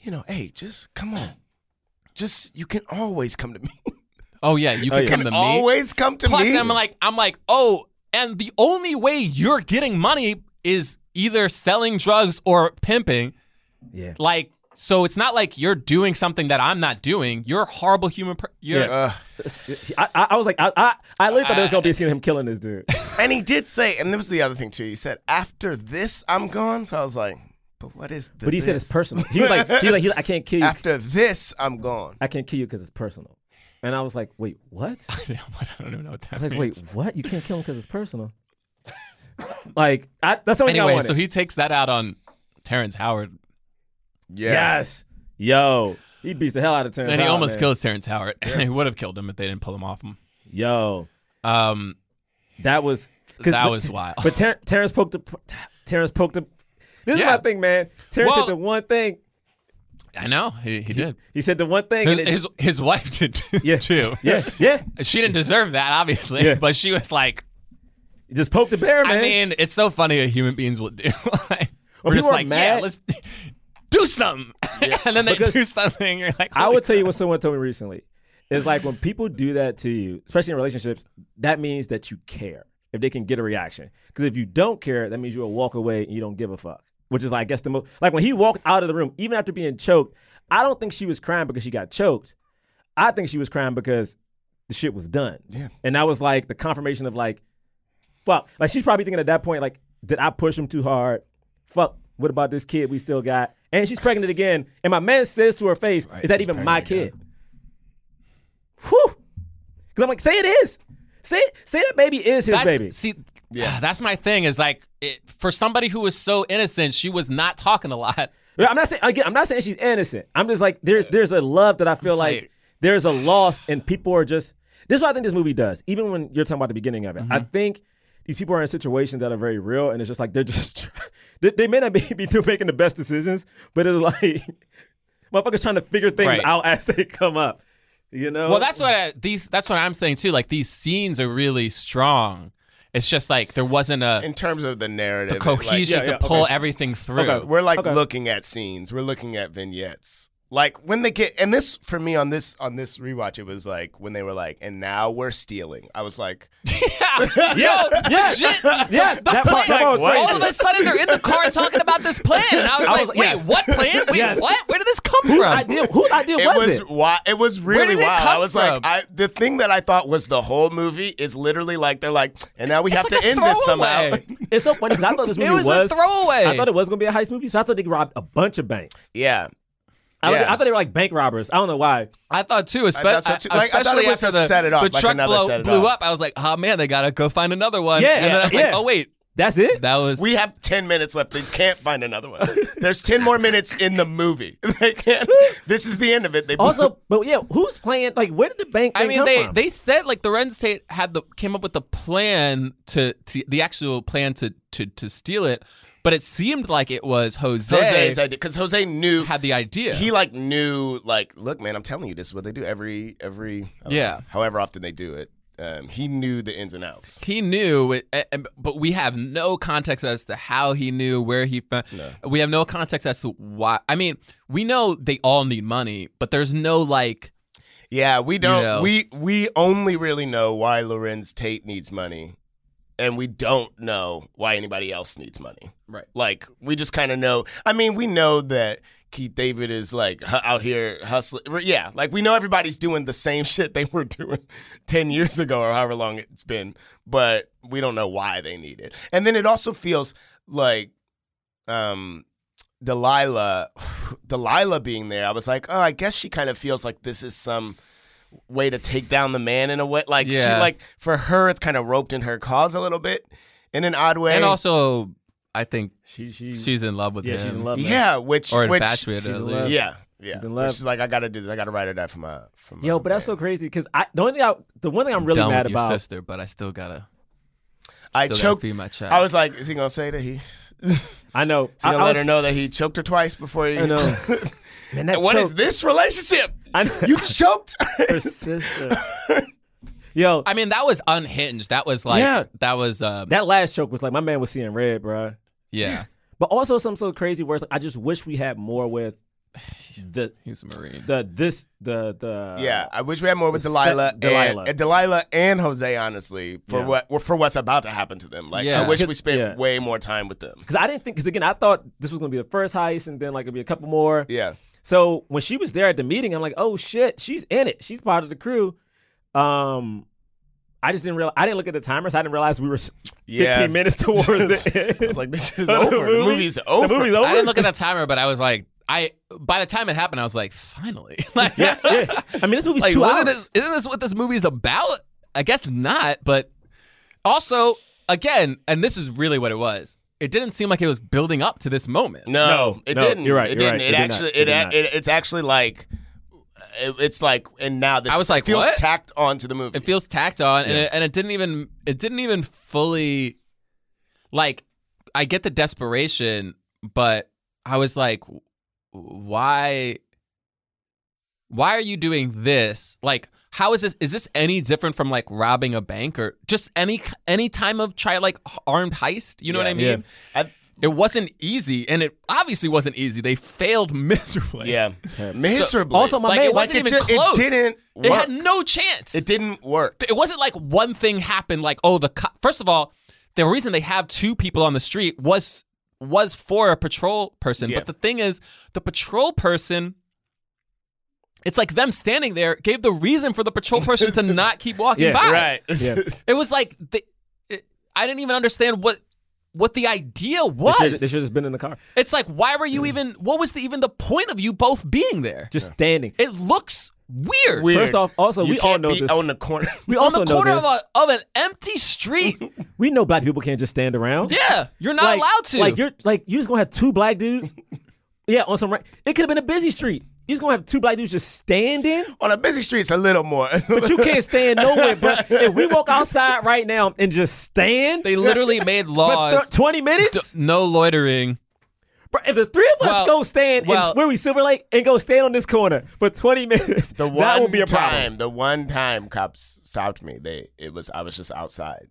you know, hey, just come on. Just you can always come to me.
Oh yeah, you can
yeah.
come to
Can
me.
always come to
Plus,
me.
I'm like, I'm like, oh, and the only way you're getting money is either selling drugs or pimping.
Yeah.
Like, so it's not like you're doing something that I'm not doing. You're a horrible human. Per- you're,
Uh,
Yeah. I, I, I was like, I, I, I literally thought there was gonna be a scene of him killing this dude.
and he did say, and this was the other thing too. He said, after this, I'm gone. So I was like, but what is the
But he said it's
this?
personal. He was like, he was like, he was like I can't kill you.
After this, I'm gone.
I can't kill you because it's personal. And I was like, wait, what? I
I don't even know what that
was like,
means.
wait, what? You can't kill him because it's personal. like, I, that's the only thing I
Anyway,
wanted.
so he takes that out on Terrence Howard,
Yes. Yo. He beats the hell out of Terrence.
and he
Howard,
almost
man.
kills Terrence Howard. he would have killed him if they didn't pull him off him.
Yo.
Um,
That was 'cause-
that
but-
was wild.
But Ter- Terrence poked the Terrence poked the This
Yeah.
is my thing, man. Terrence
Well-
said the one thing.
I know he, he did.
He said the one thing.
His,
and it-
his his wife did too.
yeah, yeah, yeah.
She didn't deserve that, obviously,
Yeah.
but she was like,
He Just poke the bear, man.
I mean, it's so funny what human beings will do. like,
people
we're just
are
like, yeah,
mad-
let's do something. and then they
Because-
do something. and You're like,
I
"Holy
would tell you what someone told me recently. It's like when people do that to you, especially in relationships, that means that you care. If they can get a reaction, because if you don't care, that means you'll walk away and you don't give a fuck. Which is, I guess, the most like when he walked out of the room, even after being choked. I don't think she was crying because she got choked. I think she was crying because the shit was done. Yeah, and that was like the confirmation of like, fuck. Like she's probably thinking at that point, like, did I push him too hard? Fuck. What about this kid we still got? And she's pregnant again. And my man says to her face, "Is that even my kid?" Whew. Because I'm like, say it is. Say say that baby is his
that's,
baby.
See, yeah, that's my thing is like, it, for somebody who was so innocent, she was not talking a lot.
Yeah, I'm not saying again. I'm not saying she's innocent. I'm just like there's there's a love that I feel like,
like-
there's a loss, and people are just. This is what I think this movie does. Even when you're talking about the beginning of it,
Mm-hmm.
I think these people are in situations that are very real, and it's just like they're just. They, they may not be, be doing- making the best decisions, but it's like motherfuckers trying to figure things
Right.
out as they come up. You know.
Well, that's what I, these. That's what I'm saying too. Like these scenes are really strong. It's just like there wasn't a
In terms of the narrative, it, like,
cohesion
yeah,
to
yeah, okay.
pull everything through.
Okay.
we're like
Okay.
looking at scenes. We're looking at vignettes. Like when they get and this for me on this on this rewatch, it was like when they were like, and now we're stealing. I was like,
Yo, legit.
Yes,
The
that part- that
plan.
part was crazy.
all of a sudden they're in the car talking about this plan, and I was
I
like,
was-
"Wait,
yes.
what plan? Wait,
Yes.
what? Where did this come from?"
idea. Whose idea
it
was,
was
it?
wi- it was really
did it
wild. I
come
was
from?
like, I the thing that I thought was the whole movie is literally like they're like, and now we
It's
have
like
to
a
end this somehow.
throwaway.
It's so funny because I thought this movie
was a throwaway.
I thought it was gonna be a heist movie, so I thought they robbed a bunch of banks.
yeah.
I,
Yeah.
I thought they were like bank robbers. I don't know why.
I thought too, espe-
I thought so, too. Like, I thought it
especially
was
after
a
the,
set it off,
the
like
truck
another
blow-
set it
blew
off.
up. I was like, "Oh man, they gotta go find another one."
Yeah,
and then I was like,
yeah.
"Oh wait,
That's it.
that was."
We have ten minutes left. They can't find another one. There's ten more minutes in the movie. They can't. This is the end of it. They
also, but yeah, who's playing? Like, where did the bank?
I
thing
mean,
come
they,
from?
they said like the Renz Tate had the came up with the plan to, to the actual plan to, to to steal it, but it seemed like it was Jose,
Jose's idea because Jose knew
had the idea.
he like knew like look man i'm telling you this is what they do every every I don't
Yeah.
know, however often they do it um, he knew the ins and outs
He knew, it, a- and- but we have no context as to how he knew, where he found. We have no context as to why. I mean, we know they all need money, but there's no like.
yeah we don't
know.
we we only really know why lorenz tate needs money and we don't know why anybody else needs money
Right.
like we just kind of know i mean we know that keith david is like hu- out here hustling yeah like we know everybody's doing the same shit they were doing 10 years ago or however long it's been but we don't know why they need it and then it also feels like um delilah delilah being there i was like oh i guess she kind of feels like this is some way to take down the man in a way like she
Yeah.
like for her it's kind of roped in her cause a little bit in an odd way
And also, I think
She, she,
she's in love with
yeah,
him.
she's in love. man.
yeah which
or
which,
infatuated.
she's in
at
love.
least.
Yeah, yeah.
in love.
She's like, I gotta do this. I gotta write it out for my. For my
Yo, but that's so
band.
crazy because I the only thing I the one thing I'm really
Done
mad
with your
about.
sister, but I still gotta.
I
still gotta
choked.
feed my child.
I was like, is he gonna say that he? Is
I know.
he
I,
gonna
I
let
was-
her know that he choked her twice before he?
I know. Man, that
What
choke,
is this relationship?
I-
You choked.
her sister? Yo,
I mean, that was unhinged. That was like.
Yeah.
That was. Um,
that last choke was like my man was seeing red, bruh.
yeah.
But also something so crazy where it's like I just wish we had more with the
He's a Marine.
the this the the
yeah, I wish we had more with
the
Delilah,
sec- Delilah.
And, and Delilah and Jose. Honestly, for
Yeah.
what for what's about to happen to them, like I
Yeah.
wish we spent
Yeah.
way more time with them.
Because I didn't think because again I thought this was gonna be the first heist and then like it'd be a couple more.
Yeah,
So when she was there at the meeting, I'm like, oh shit, she's in it. She's part of the crew. Um, I just didn't realize. I didn't look at the timer, so I didn't realize we were s- 15
Yeah.
minutes towards the
I
end.
was like, this is
The
over. The
movie-
movie's over.
the movie's over.
I didn't look at that timer, but I was like, I. By the time it happened, I was like, finally. Like,
yeah, yeah. I mean, this movie's
like
two hours.
isn't this, isn't this what this movie is about? I guess not, but also again, and this is really what it was. It didn't seem like it was building up to this moment.
No,
No,
it
no,
didn't.
you're right,
It didn't.
you're right.
It,
It did
actually.
not,
It,
it did
a-
not.
it, it's actually like. it- it's like, and now this.
I was like,
feels
what?
tacked onto the movie.
It feels tacked on, and, it, and it didn't even it didn't even fully like. I get the desperation, but I was like, w- why? Why are you doing this? Like, how is this? Is this any different from like robbing a bank or just any any time of try like armed heist? You know what I
Yeah.
mean?
I-
It wasn't easy, and it obviously wasn't easy. They failed miserably.
yeah, miserably.
also, my
like
man,
it
why
wasn't
it
even
ju- it
close.
didn't
It had
work.
no chance
it didn't work.
it wasn't like one thing happened like oh the co- first of all the reason they have two people on the street was was for a patrol person
Yeah.
but the thing is the patrol person it's like them standing there gave the reason for the patrol person to not keep walking
Yeah,
by
yeah.
it was like the, it, i didn't even understand what what the idea
They
was
should, they should have been in the car,
it's like why were you even what was the, even the point of you both being there
just standing.
it looks weird
First off, also
You
we all
can't
know
be
this.
on the corner.
we
on
also
the
know
corner
this.
of, a, of an empty street
we know black people can't just stand around.
Yeah, you're not
like,
allowed to.
Like you're like you just gonna have two black dudes. yeah, on some right. It could have been a busy street. You just gonna have two black dudes just standing.
on a busy street, it's a little more.
But you can't stand nowhere, bro. If we walk outside right now and just stand
they literally made
for thir-
laws.
20 minutes,
d- no loitering.
bro, if the three of us
Well,
go stand
well-
in, where we Silver Lake and go stand on this corner for 20 minutes,
The one
that would be a problem.
time, the one time cops stopped me, they it was I was just outside.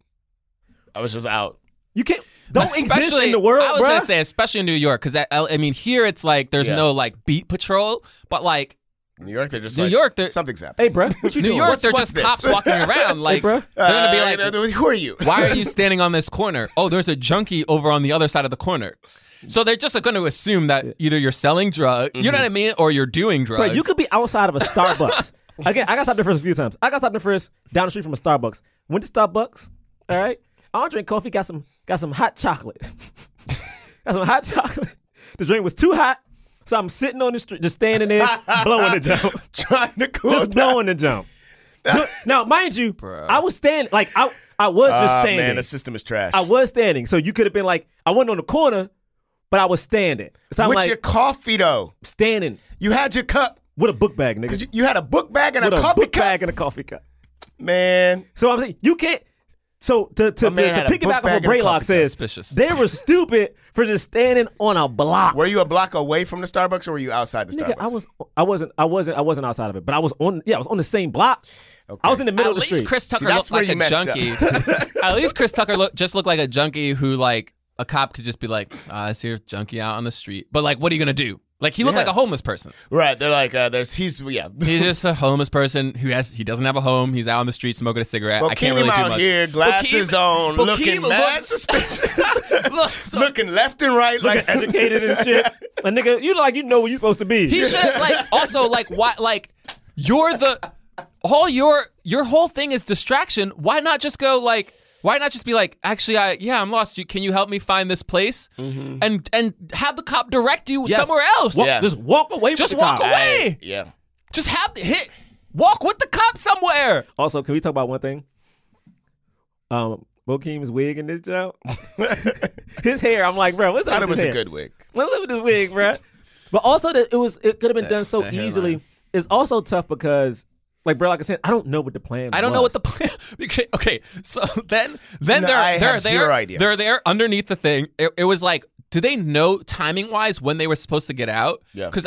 I was just out.
You can't don't exist
Especially-
in the world,
I was
bro.
gonna say, especially in New York, because I, I mean, here it's like there's
Yeah.
no like beat patrol, but like
New York, they're just
New
like,
York, they're-
something's
hey,
happening.
bro, what you
New
doing?
York,
what's-
they're
what's
just
this?
cops walking around. Like
bro.
they're gonna be like,
who are Uh, you?
why are you standing on this corner? Oh, there's a junkie over on the other side of the corner. So they're just going to assume that either you're selling drugs, you
Mm-hmm.
know what I mean, or you're doing drugs.
Bro, you could be outside of a Starbucks. Again, I got stopped at Frisk a few times. I got stopped at Frisk down the street from a Starbucks. Went to Starbucks. All right, I don't drink coffee. Got some got some hot chocolate. got some hot chocolate. The drink was too hot, so I'm sitting on the street, just standing there, blowing the jump,
trying to cool
just
down?
blowing the jump. Do- Now, mind you, I was standing like I I was just
Ah,
standing.
man, the system is trash.
I was standing, so you could have been like I wasn't on the corner, but I was standing. So I'm
With
like
your coffee though,
standing
you had your cup.
with a book bag, nigga.
You, you had a book bag and
with
a
a
coffee
book
cup,
bag and a coffee cup.
man.
So I'm saying you can't. So to to, to,
My man
to
had a
pick it
book
back up what
bag and a
Braylock
coffee
says,
Suspicious.
they were stupid for just standing on a block.
Were you a block away from the Starbucks or were you outside the
Nigga,
Starbucks?
I was I wasn't I wasn't I wasn't outside of it, but I was on yeah I was on the same block. I was in the middle
At
of the
least
street.
Chris Tucker
that's
looked
where
like
you
a
messed up.
junkie. At least Chris Tucker look, just looked like a junkie who, like, a cop could just be like, ah, "I see a junkie out on the street," but like, what are you gonna do? Like, he looked
Yeah.
like a homeless person.
right. They're like, uh, there's he's yeah.
He's just a homeless person who has he doesn't have a home. He's out on the street smoking a cigarette. I
Bokeem
can't really do
out
much.
here, glasses on,
Bokeem
looking mad
looks-
suspicious,
Look, so
looking left and right, like
educated and shit. A nigga, you like you know where you supposed to be.
He should like also like why like you're the all your your whole thing is distraction. Why not just go like why not just be like actually I yeah I'm lost. You, can you help me find this place and and have the cop direct you
Yes.
somewhere else?
Walk-
Yeah.
Just walk away.
Just
from the
walk
cop.
away.
yeah.
Just have the hit walk with the cop somewhere.
Also, can we talk about one thing? Um, Bokeem's wig in this joke. his hair. I'm like, bro, what's up?
Thought it
with
was
his
a
hair?
good wig.
Well, look at this wig, bruh. But also, that it was it could have been done so
that
easily.
hairline.
It's also tough because, like, bro, like I said, I don't know what the plan.
I don't know
was.
what the plan. Okay, okay, so then then
No,
they're
I
they're
have
there.
zero idea.
They're there underneath the thing. It, it was like, do they know timing wise when they were supposed to get out?
Yeah.
Because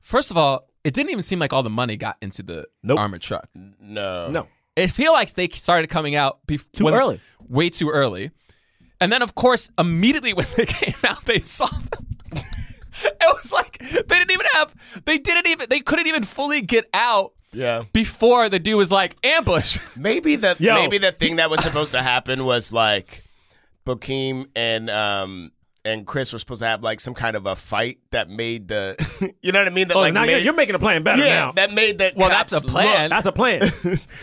first of all, it didn't even seem like all the money got into the
Nope.
armored truck.
No.
no.
It feel like they started coming out bef-
Too early.
way too early. And then of course, immediately when they came out, they saw them. It was like they didn't even have. They didn't even. They couldn't even fully get out
Yeah.
before the dude was like ambush.
Maybe the
Yo.
maybe the thing that was supposed to happen was like Bokeem and um and Chris were supposed to have like some kind of a fight that made the you know what I mean? That
Oh,
like
now you're,
made-
you're making a plan better
yeah,
now.
that made the
Well, that's
cops
a plan.
That's a plan.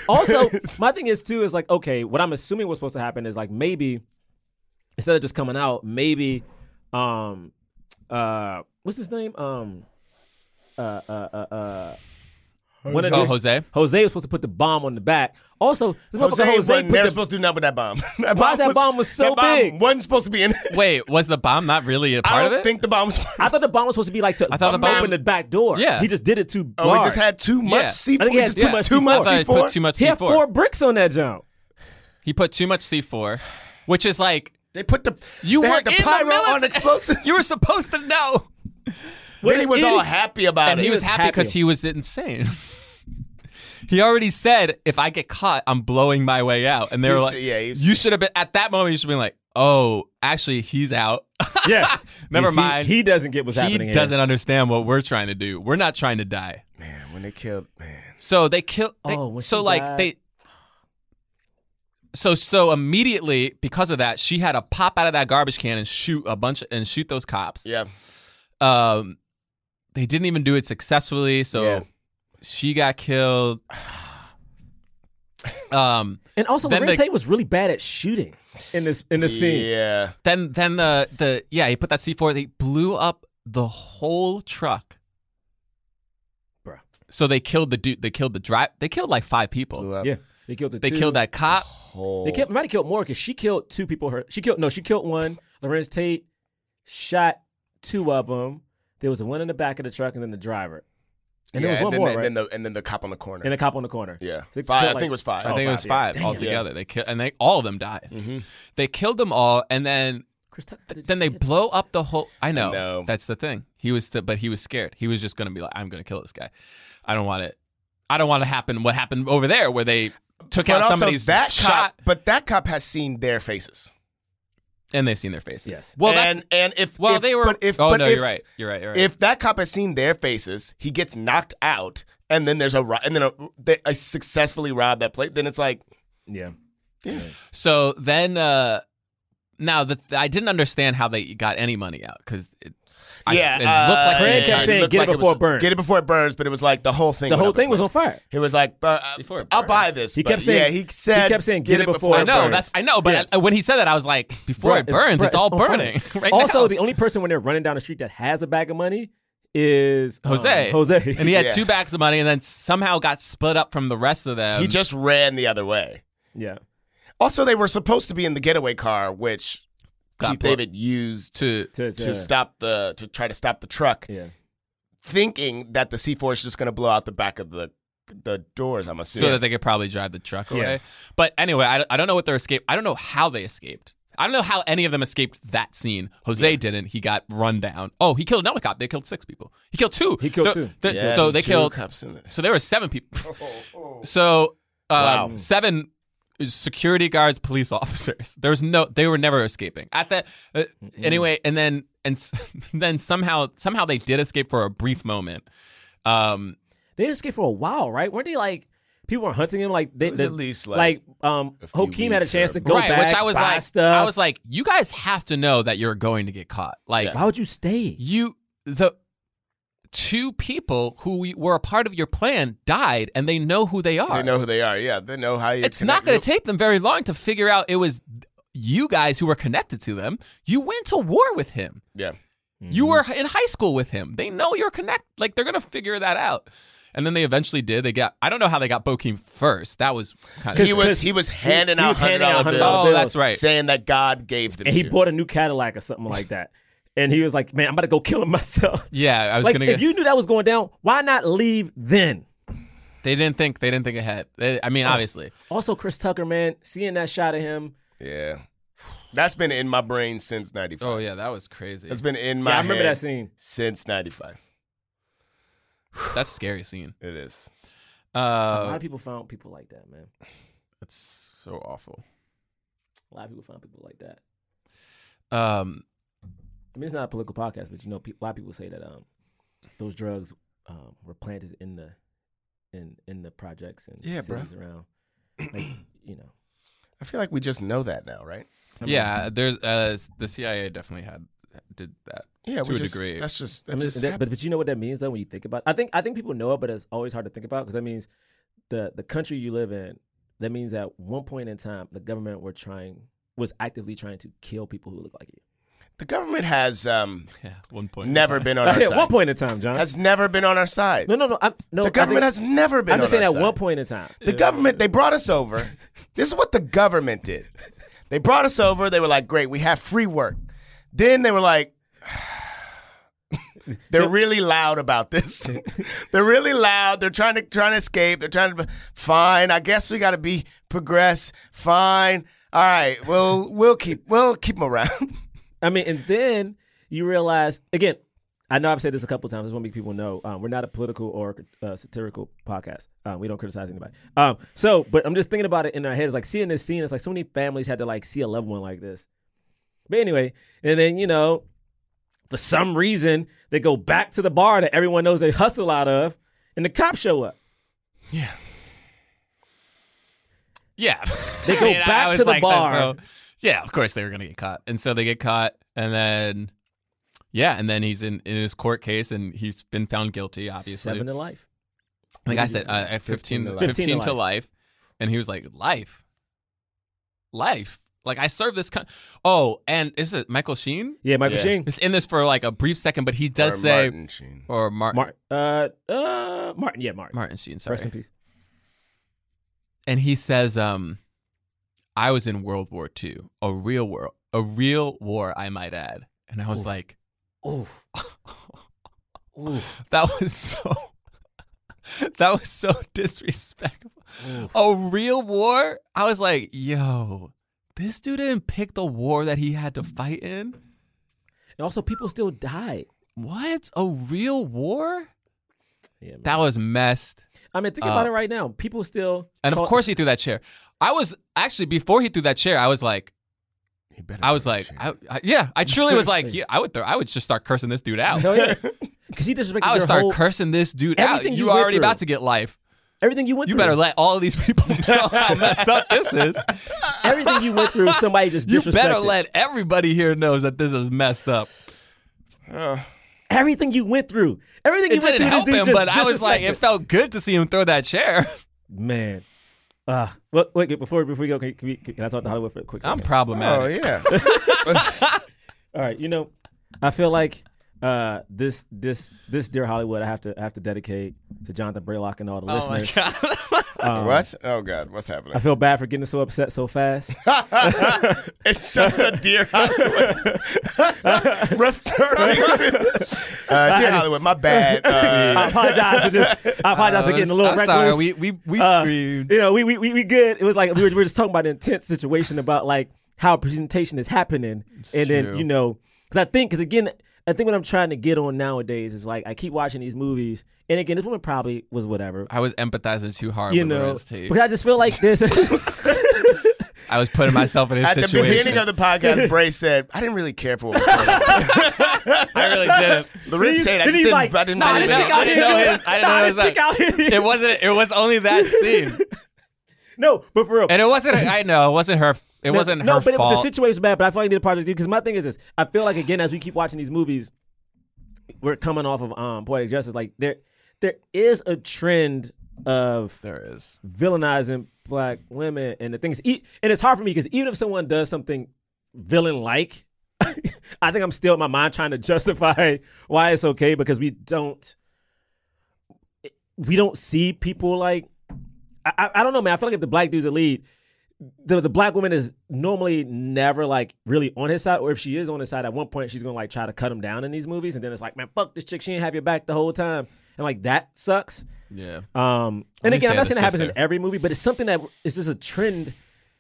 also, my thing is too is like okay, what I'm assuming was supposed to happen is like maybe instead of just coming out, maybe um uh what's his name um uh uh uh. uh one of
Oh,
these-
Jose?
Jose was supposed to put the bomb on the back. Also,
Jose,
this motherfucker Jose,
wasn't,
put
they were
the,
supposed to do nothing with that bomb. that
that bomb was so
that bomb
big?
Wasn't supposed to be in. It.
Wait, was the bomb not really a part
I
of
don't
it?
think the bomb was.
I thought the bomb was supposed to be like to
thought the
open
bomb-
the back door.
Yeah.
he just did it too
Oh,
large.
we just had too much
Yeah.
C4.
I think he had
Just
too
put
much
too
C4.
I
much
thought he
C4.
put too much
He
C4.
had four bricks on that jump.
He put too much C4, which is like
They put the
you
they
were
had the
in
pyro
military.
on explosives.
you were supposed to know.
then he was all happy about
and
it.
he was
was
happy
happy.
because he was insane. he already said, "If I get caught, I'm blowing my way out." And they were
He's-
like,
yeah, he's-
"You should have been at that moment. You should have been like, oh, actually, he's out.
Yeah,
Never
You see,
mind.
He doesn't get what's
he
happening.
doesn't understand what we're trying to do. We're not trying to die."
man when they killed man.
So they kill. They,
Oh, when
so
she
like
died.
they. So so immediately because of that, she had to pop out of that garbage can and shoot a bunch and shoot those cops.
Yeah.
Um, they didn't even do it successfully. So
Yeah.
she got killed. um,
And also,
Then
Lorraine
the-
Tate was really bad at shooting in this in this scene.
Yeah.
then then the the yeah he put that C four. They blew up the whole truck.
Bruh.
So they killed the dude. They killed the drive. They killed like five people.
Blew up
Yeah, they killed the.
They
two.
killed that cop.
whole-
They killed. Might have killed more because she killed two people. Her she killed no. She killed one. Lorraine Tate shot two of them. There was a one in the back of the truck and then the driver,
yeah,
and there was one
then
more
the,
right?
then the and then the cop on the corner.
and a cop on the corner.
yeah.
So they
Five,
killed,
I
like-
think it was five.
I think it was
five,
five
yeah. Damn.
altogether. They kill and they all of them die.
Mm-hmm.
They killed them all, and then
Chris Tucker could've just
then they
hit-
blow up the whole. I know
know.
that's the thing. He was, the, but he was scared. He was just gonna be like, "I'm gonna kill this guy. I don't want it. I don't want to happen. What happened over there, where they took
But
out
also
somebody's
that
shot,
cop, but that cop has seen their faces.
and they've seen their faces.
Yes.
Well,
and
that's
and if
well,
if-
they were.
But if,
oh
but
no,
if,
you're right. You're right. You're right.
If that cop has seen their faces, he gets knocked out, and then there's a ro- and then a, they I successfully robbed that place. Then it's like
Yeah,
so then, uh now the, I didn't understand how they got any money out because it, I-
yeah,
it looked like
uh,
Fran kept
it
saying,
looked
"Get it
like
before
was,
it burns."
Get it before it burns, but it was like the whole thing.
the
went
whole
up in
thing was on
flames.
fire.
He was like, but,
Before
uh,
it
"I'll
burns.
buy this."
He
but
kept saying-
"Yeah." He
he
said,
kept saying, "Get it before
I
it
know
burns.
that's I know, but I- when he said that, I was like, before
Bruh,
it burns, it's,
bruh,
all
on fire.
burning. right
also,
now.
the only person when they're running down the street that has a bag of money is um,
Jose,
Jose,
and he had
Yeah.
two bags of money, and then somehow got split up from the rest of them.
He just ran the other way.
yeah.
Also, they were supposed to be in the getaway car, which
Got
Keith
blown-
David used to,
to
To, to,
stop the to try to stop the truck,
Yeah.
thinking that the C four is just going to blow out the back of the the doors. I'm
so
assuming.
that they could probably drive the truck away.
Yeah.
But anyway, I, I don't know what their escape. I don't know how they escaped. I don't know how any of them escaped that scene. Jose didn't. He got run down. Oh, he killed another cop. They killed six people. He killed two.
He killed
The-
two.
the-
Yes,
so they
two
killed.
cops in this.
So there were seven people. So um,
Wow.
seven security guards, police officers. There was no. They were never escaping at that. Uh,
Mm-hmm.
anyway, and then and s- then somehow somehow they did escape for a brief moment. Um,
They escaped for a while, right? Weren't they like people were hunting him? Like they
was
the-
at least,
like,
like,
um
a few
Hokeem had a
weeks
chance
or-
to go
right,
back.
which I was
buy
like,
stuff.
I was like, you guys have to know that you're going to get caught. Like
why would you stay?
you, the two people who we- were a part of your plan died, and they know who they are.
they know who they are. Yeah, they know how you.
it's not
connect-
going to take them very long to figure out it was you guys who were connected to them. You went to war with him.
Yeah,
You were in high school with him. They know you're connected. Like they're going to figure that out. And then they eventually did. They got. I don't know how they got Bokeem first. That was kind of
he was he was handing
he
out
was handing
hundred
out
dollar bills.
$100
Oh, that's right.
Saying that God gave them.
and he
to.
bought a new Cadillac or something like that. And he was like, Man, I'm about to go kill him myself.
yeah. I was
Like
going to.
if you knew that was going down, why not leave then?
They didn't think. They didn't think ahead. They, I mean, obviously.
Also, Chris Tucker, man, seeing that shot of him,
Yeah, that's been in my brain since '95.
Oh yeah, that was crazy.
It's
That's,
been in my.
yeah, I remember
head
that scene.
since '95.
that's a scary scene.
It is.
a lot
Uh,
of people found people like that, man.
that's so awful.
A lot of people found people like that.
Um,
I mean, it's not a political podcast, but you know, pe- a lot of people say that um, those drugs um, were planted in the in in the projects and
Yeah, bruh.
cities around. Like, you know,
I feel like we just know that now, right?
yeah, there's uh, the CIA definitely had did that.
Yeah,
To
we
a
just,
degree.
That's just
I
that's
mean,
just
that- but but you know what that means though when you think about. I think I think people know it, but it's always hard to think about because that means the the country you live in. That means at one point in time, the government were trying was actively trying to kill people who look like you.
the government has um,
Yeah, one point.
never been on our
at one
side.
point in time, John.
Has never been on our side.
no, no, no. I'm, no
The government
I
has never been.
I'm just
on
saying
our
at
side.
one point in time.
The government, they brought us over. This is what the government did. They brought us over. They were like, great, we have free work. Then they were like, they're really loud about this. they're really loud. They're trying to trying to escape. They're trying to fine. I guess we got to be progress. Fine. All right. We'll we'll keep we'll keep them around.
I mean, and then you realize again. I know I've said this a couple times. I just want to make people know um, we're not a political or uh, satirical podcast. Um, we don't criticize anybody. Um, so, but I'm just thinking about it in our heads, like seeing this scene. It's like so many families had to like see a loved one like this. But anyway, and then you know, for some reason they go back to the bar that everyone knows they hustle out of, and the cops show up.
Yeah,
They go back to
was
the
like, there's
bar.
no- yeah, of course they were gonna get caught, and so they get caught, and then yeah, and then he's in in his court case, and he's been found guilty. Obviously,
Seven to life.
like I said, uh, at
15
15,
to
15,
life.
to,
15 to
life. And he was like, life? Life? Like, I serve this. Con- oh, and is it Michael Sheen?
Yeah, Michael
Yeah.
Sheen.
It's in this for like a brief second, but he does say, or Mar-
Martin. Uh, uh, Martin. Yeah, Martin.
Martin Sheen, sorry.
Rest in peace.
And he says, um, I was in World War II, a real war, a real war, I might add. And I was like,
Oof. Oof.
that was so, that was so disrespectful. a real war? I was like, yo, this dude didn't pick the war that he had to fight in.
And also, people still died.
What? A real war?
Yeah, man.
That was messed.
I mean, think
Uh,
about it right now. People still
And of
call-
course he threw that chair. I was actually before he threw that chair, I was like,
He better
I was
be a
like,
Jew.
I, I, yeah, I truly was like, yeah, I would throw, I would just start cursing this dude out.
Hell yeah, because he disrespected
I would
your
start
whole,
cursing this dude out.
Everything you
You
went
already about
through.
to get life.
everything you went
You
through.
better let all of these people know how messed up this is.
everything you went through. Somebody just
You
disrespected.
better let everybody here knows that this is messed up.
everything you went through. Everything you
It
went
didn't
through.
help
this dude
him,
just
but I was like,
disrespected.
it felt good to see him throw that chair.
man. Uh, well, wait, wait, before before we go, can, can, we, can I talk to Hollywood for a quick?
I'm
second?
Oh
problematic.
yeah.
All right, you know, I feel like uh, this this this dear Hollywood, I have to I have to dedicate to Jonathan Braylock and all the
Oh my
listeners.
god.
Um,
what? Oh god. What's happening?
I feel bad for getting so upset so fast.
it's just a Dear Hollywood referring to uh, Dear Hollywood. My bad.
I
Uh,
apologize for just. I apologize for getting a little
Uh, I'm
reckless.
sorry. We we we
Uh,
screamed.
You know, we, we we we good. It was like we were, we were just talking about an intense situation about like how presentation is happening, and then
true.
you know, because I think because again, I think what I'm trying to get on nowadays is like I keep watching these movies, and again, this woman probably was whatever.
I was empathizing too hard
You
with
know,
Lorenz Tate.
because I just feel like this.
I was putting myself in his
at the
situation.
beginning of the podcast, Bray said, "I didn't really care for what was going on."
I really didn't.
Larissa said, "I
Then
just
he's
didn't.
like,
I didn't
nah,
really
this
know.
chick out
I didn't
here-
know his- I didn't
nah,
know his
this chick out here-
It wasn't. It was only that scene,
No, but for real,
and it wasn't. I know it wasn't her. It
No,
wasn't
no,
her
but it-
fault.
the situation was bad. But I feel like I need a project because my thing is this: I feel like again, as we keep watching these movies, we're coming off of um, poetic justice. Like there, there is a trend of
there is.
villainizing black women, and the things. And it's hard for me because even if someone does something villain-like, I think I'm still in my mind trying to justify why it's okay because we don't, we don't see people like. I, I, I don't know, man. I feel like if the black dude's a lead, the the black woman is normally never like really on his side, or if she is on his side, at one point she's gonna like try to cut him down in these movies, and then it's like, man, fuck this chick, she didn't have your back the whole time, and like that sucks.
Yeah.
Um, and again, I'm not
understand the
saying it happens in
sister.
every movie, but it's something that it's just a trend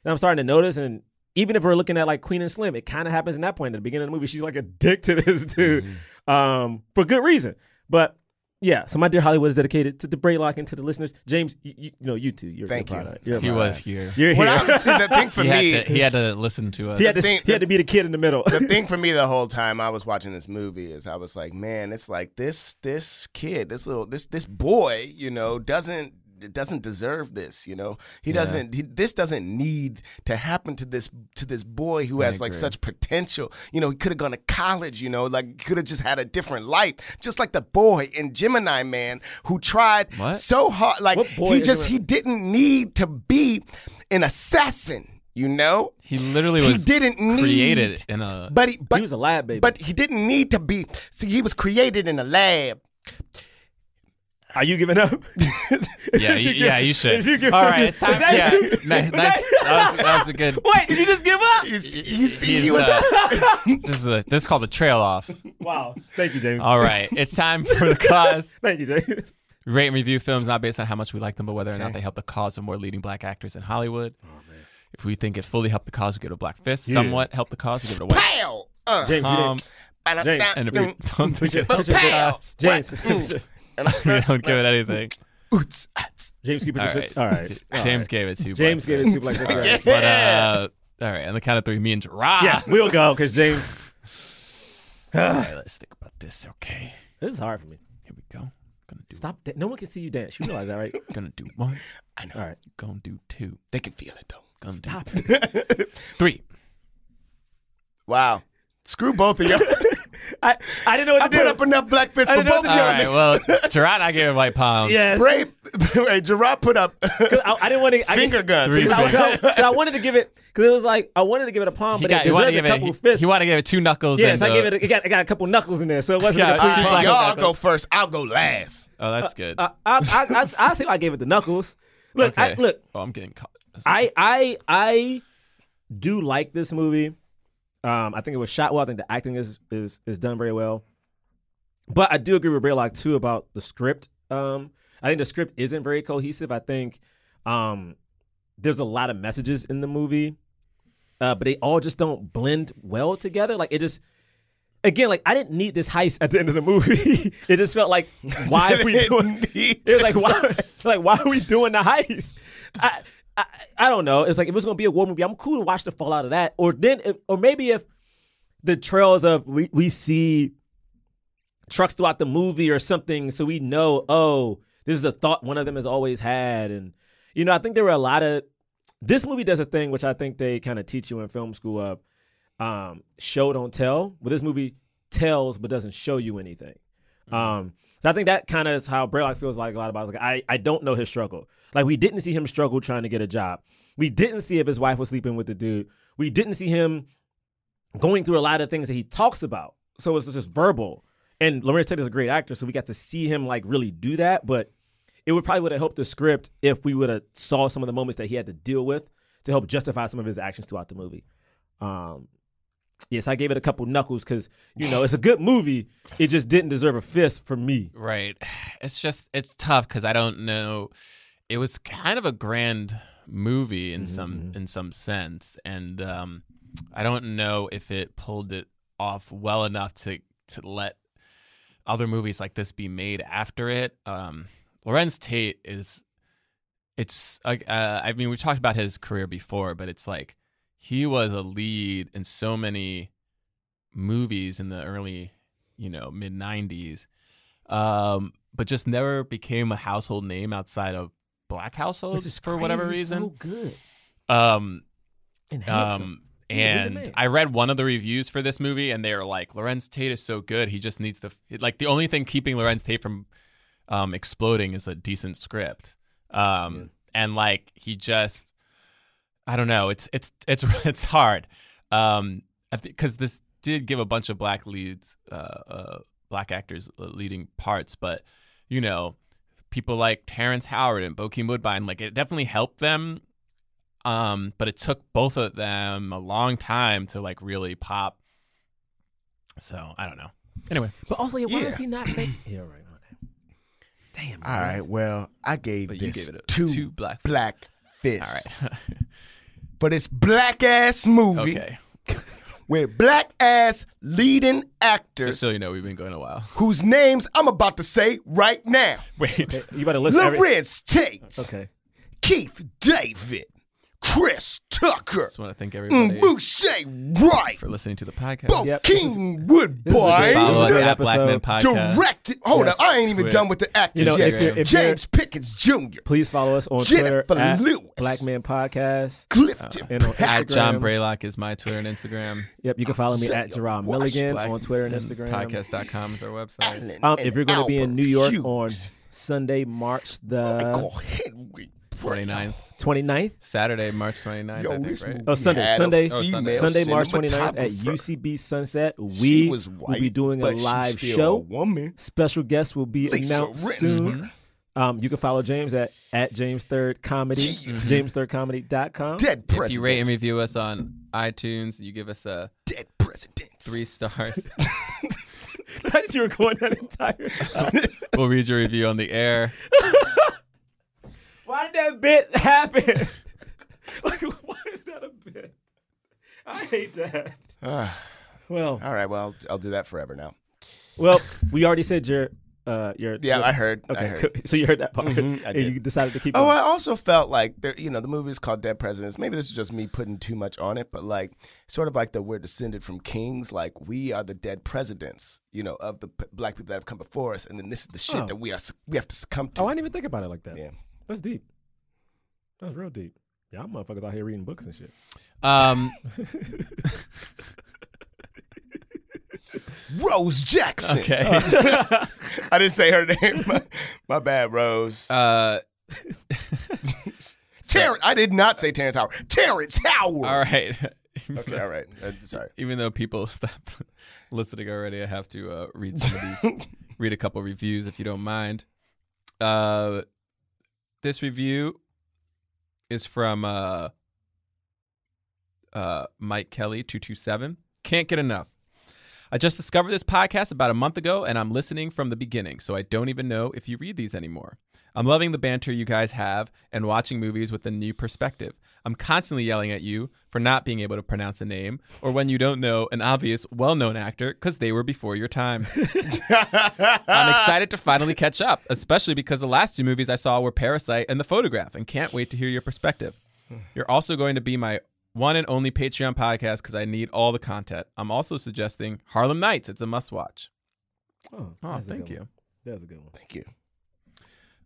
that I'm starting to notice. And even if we're looking at like Queen and Slim, it kind of happens
Mm-hmm.
in that point at the beginning of the movie. She's like a dick to this dude, um, for good reason. But yeah, so my dear Hollywood is dedicated to the Braylock and to the listeners. James, you, you, you know you too. You're
Thank
a
you.
product. You're a
He
product.
was here.
You're
What I
here.
would see the thing for
He
me.
had, to, he had to listen to us.
he, had to,
thing-
he had to be the kid in the middle.
the thing for me the whole time I was watching this movie is I was like, man, it's like this this kid, this little this this boy, you know, doesn't doesn't deserve this, you know. He doesn't. He, this doesn't need to happen to this to this boy who has like such potential. You know, he could have gone to college. You know, like could have just had a different life, just like the boy in Gemini Man who tried
What?
so hard. Like
What boy
he
in
just
Gemini-
he didn't need to be an assassin. You know,
He literally
He
was
didn't need-
created in a
but he, but
he was a lab baby.
but he didn't need to be. See, he was created in a lab.
are you giving up?
yeah you, yeah you should.
Did you give
All
up?
right, it's time.
Was that
yeah,
you?
nice. Uh, nice. That, was, that was a good.
Wait, did you just give up?
You see, you see,
He's,
he was.
uh, this is a, this is called a trail off.
Wow. Thank you, James.
All right, it's time for the cause.
Thank you, James.
Rate and review films not based on how much we like them, but whether or not they help the cause of more leading black actors in Hollywood.
Oh,
If we think it fully helped the cause, we give it a black fist. Somewhat helped the cause, we give it a white.
Pow! Uh,
James, you
Um,
James,
and if we
mm,
don't think it
But
helped the
pow!
cause,
didn't. James,
we don't give it anything.
Oots, oots.
James, keep it
All
consistent.
right. Uh,
All right. All
James
right.
gave it to
James
black
gave it
fist.
two black That's right.
But uh, all right, on the count of three, me and Gerard.
Yeah, we'll go because James.
All right, let's think about this. Okay,
This is hard for me.
here we go. Gonna do.
Stop. Da- no one can see you dance. You realize that, right?
Gonna do one.
I know.
All right.
Gonna do two.
They can feel it though.
Gonna
Stop.
do three.
Wow. Screw both of y'all.
I, I didn't know what to
I
do.
put up enough black fist
I
for
know
both of
that-
All right.
y'all.
Well, Gerard, I gave it white palms.
yes.
Brave. Wait, Gerard put up
'Cause I, I didn't want to.
finger
I,
guns.
Three
He was
I,
like,
no, 'cause I wanted to give it because it was like I wanted to give it a palm,
He,
but it
got, he wanted to
deserved a
give it.
couple
He,
fists.
he wanted to give it two knuckles.
yeah,
and
so I
uh,
gave it. A, it, got, it got a couple knuckles in there, so it wasn't.
Yeah,
a complete
I-
palm.
"All right,
black
y'all
guy.
go first. I'll go last.
Oh, that's good.
I, I, I, I, I say I gave it the knuckles. Look, Uh, I,
Okay.
look,
Oh, I'm getting caught.
I, I, I do like this movie. Um, I think it was shot well. I think the acting is is is done very well. But I do agree with Braylock too about the script. Um, I think the script isn't very cohesive. I think um, there's a lot of messages in the movie, uh, but they all just don't blend well together. Like it just. Again, like I didn't need this heist at the end of the movie. it just felt like why are we doing it was like why it's like why are we doing the heist? I, I I don't know. It's like if it's gonna be a war movie, I'm cool to watch the fallout of that. Or then if, or maybe if the trails of we, we see trucks throughout the movie or something, so we know, oh, this is a thought one of them has always had. And you know, I think there were a lot of this movie does a thing which I think they kind of teach you in film school of um, show don't tell. But this movie tells but doesn't show you anything. Um, so I think that kind of is how Braylock feels like a lot about. it. Like I, I don't know his struggle. Like we didn't see him struggle trying to get a job. We didn't see if his wife was sleeping with the dude. We didn't see him going through a lot of things that he talks about. So it's just verbal. And Lawrence Taylor's a great actor, so we got to see him like really do that. But it would probably would have helped the script if we would have saw some of the moments that he had to deal with to help justify some of his actions throughout the movie. Um, yes, I gave it a couple knuckles because you know it's a good movie. It just didn't deserve a fist for me.
Right. It's just it's tough because I don't know. It was kind of a grand movie
Mm-hmm,
in some in some sense, and um, I don't know if it pulled it off well enough to to let other movies like this be made after it. Um, Lorenz Tate is. It's like uh, I mean we talked about his career before, but it's like he was a lead in so many movies in the early, you know, mid '90s um, but just never became a household name outside of black households for whatever reason.
good
um,
and
um,
He's a leading
and
man.
I read one of the reviews for this movie, and they were like, "Lorenz Tate is so good. He just needs the f- like the only thing keeping Lorenz Tate from um, exploding is a decent script." Um, and like he just, I don't know. It's it's it's it's hard. Um, because this did give a bunch of black leads, uh, uh, black actors leading parts, but you know, people like Terrence Howard and Bokeem Woodbine, like it definitely helped them um, but it took both of them a long time to like really pop. So I don't know. Anyway,
But also, why
is
is he not? yeah, right. Okay. Damn.
All right. Well, I gave
But you
this
gave it a-
two,
two black-
black
all
fists
right,
for this black ass movie.
okay.
with black ass leading actors
Just so you know, we've been going a while.
whose names I'm about to say right now.
Wait,
You better listen. every-
Lorenz Tate,
okay.
Keith David, Chris Tucker,
just want to
Mm,
thank everybody
Boucher Wright,
for listening to the podcast.
Bo
Yep, this is-
Kingwood
this is a good
Follow
This
us
is a
Boy,
at Black Men
episode.
Podcast.
directed. Hold
Yes.
up, I ain't even
Twitter.
done with the actors
You know,
yet.
if you're, if you're,
James Pickens Jr.,
please follow us on
Jennifer
Twitter at
Lewis.
Black Man Podcast.
Clifton
and on
Pepper,
At John
Instagram.
Braylock is my Twitter and Instagram.
Yep, you can follow me at
Isaiah
Gerard
Washington.
Milligan
Black
on Twitter and Instagram.
Podcast.com is our website.
Allen,
Um,
and
if you're going to be in
Albert
New York
Hughes.
on uh, Sunday, March the
Michael Henry.
29th.
29th,
Saturday, March 29th,
Yo,
I think,
this
right?
movie
Oh, Sunday,
had a
Sunday.
Oh,
female
Sunday, March 29th at
cinematographer.
UCB Sunset,
She
we
was white,
will be doing a
but she's
live
still A
show.
woman.
Special guests will be
Lisa
announced
Rinsler.
soon. Um, you can follow James at, at James Third Comedy,
Yeah.
jamesthirdcomedy.com.
Dead
If you rate and
presidents.
review us on iTunes, you give us a
Dead presidents.
three stars.
How did you record that entire uh, time?
we'll read your review on the air.
Why did that bit happen? like, why is that a bit? I hate that.
Ah,
Well,
all right, well, I'll, I'll do that forever now.
well, we already said your, uh, your
Yeah,
your-
I heard. I
Okay,
heard.
cool. so you heard that part,
Mhm, I
and
did.
you decided to keep.
Oh,
going.
I also felt like there, you know, the movie is called Dead Presidents. Maybe this is just me putting too much on it, but like, sort of like the we're descended from kings. Like we are the dead presidents, you know, of the p- black people that have come before us, and then this is the shit
Oh.
that we are we have to succumb to.
Oh, I didn't even think about it like that.
yeah.
That's deep. That's real deep. Y'all motherfuckers out here reading books and shit.
Um,
Rose Jackson.
okay. Uh,
I didn't say her name. My, my bad, Rose.
Uh,
Terrence. I did not say Terrence Howard. Terrence Howard.
all right.
Okay, all right. Uh, sorry.
Even though people stopped listening already, I have to uh, read some of these. read a couple reviews if you don't mind. Uh, this review is from uh, uh, Mike Kelly two two seven. Can't get enough. I just discovered this podcast about a month ago, and I'm listening from the beginning, so I don't even know if you read these anymore. I'm loving the banter you guys have and watching movies with a new perspective. I'm constantly yelling at you for not being able to pronounce a name or when you don't know an obvious, well known actor because they were before your time. I'm excited to finally catch up, especially because the last two movies I saw were Parasite and The Photograph, and can't wait to hear your perspective. You're also going to be my one and only Patreon podcast because I need all the content. I'm also suggesting Harlem Nights. It's a must watch.
Oh,
Oh, thank you.
That's a good one.
Thank you.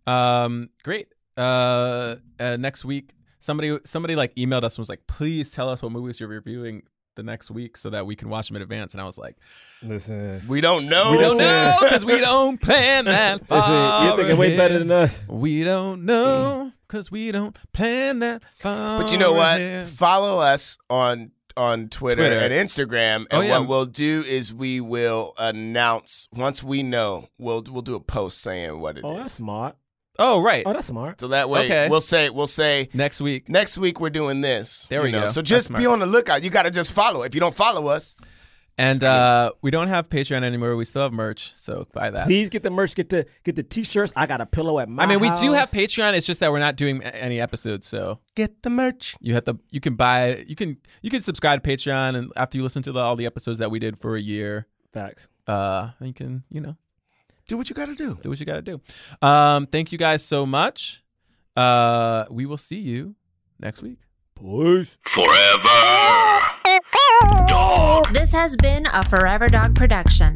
Um, great. Uh, uh, next week, somebody somebody like emailed us and was like, "Please tell us what movies you're reviewing the next week so that we can watch them in advance." And I was like,
Listen,
We don't know.
"We don't know because we don't plan that far.
you're thinking way
ahead.
better than us. Mm.
We don't know because we don't plan that far.
But you know what?
ahead.
Follow us on on Twitter,
Twitter.
and Instagram. And
Oh, yeah.
what we'll do is we will announce once we know. We'll we'll do a post saying what it is.
Oh, that's smart.
Oh, right.
Oh, that's smart.
So that way
Okay.
we'll say we'll say
Next week.
next week we're doing this.
There
you
we
know?
go.
So
That's
just be
smart.
on the lookout. You got to just follow. If you don't follow us,
And uh, we don't have Patreon anymore. We still have merch, so buy that.
Please get the merch. Get the get the t-shirts. I got a pillow at my.
I mean, we do have
house.
Patreon. It's just that we're not doing a- any episodes, so
get the merch.
you have to. You can buy. You can. You can subscribe to Patreon, and after you listen to the, all the episodes that we did for a year,
facts.
uh, you can. You know,
Do what you got to do.
do what you got to do. Um, thank you guys so much. Uh, we will see you next week.
Boys.
Forever. Dog.
This has been a Forever Dog production,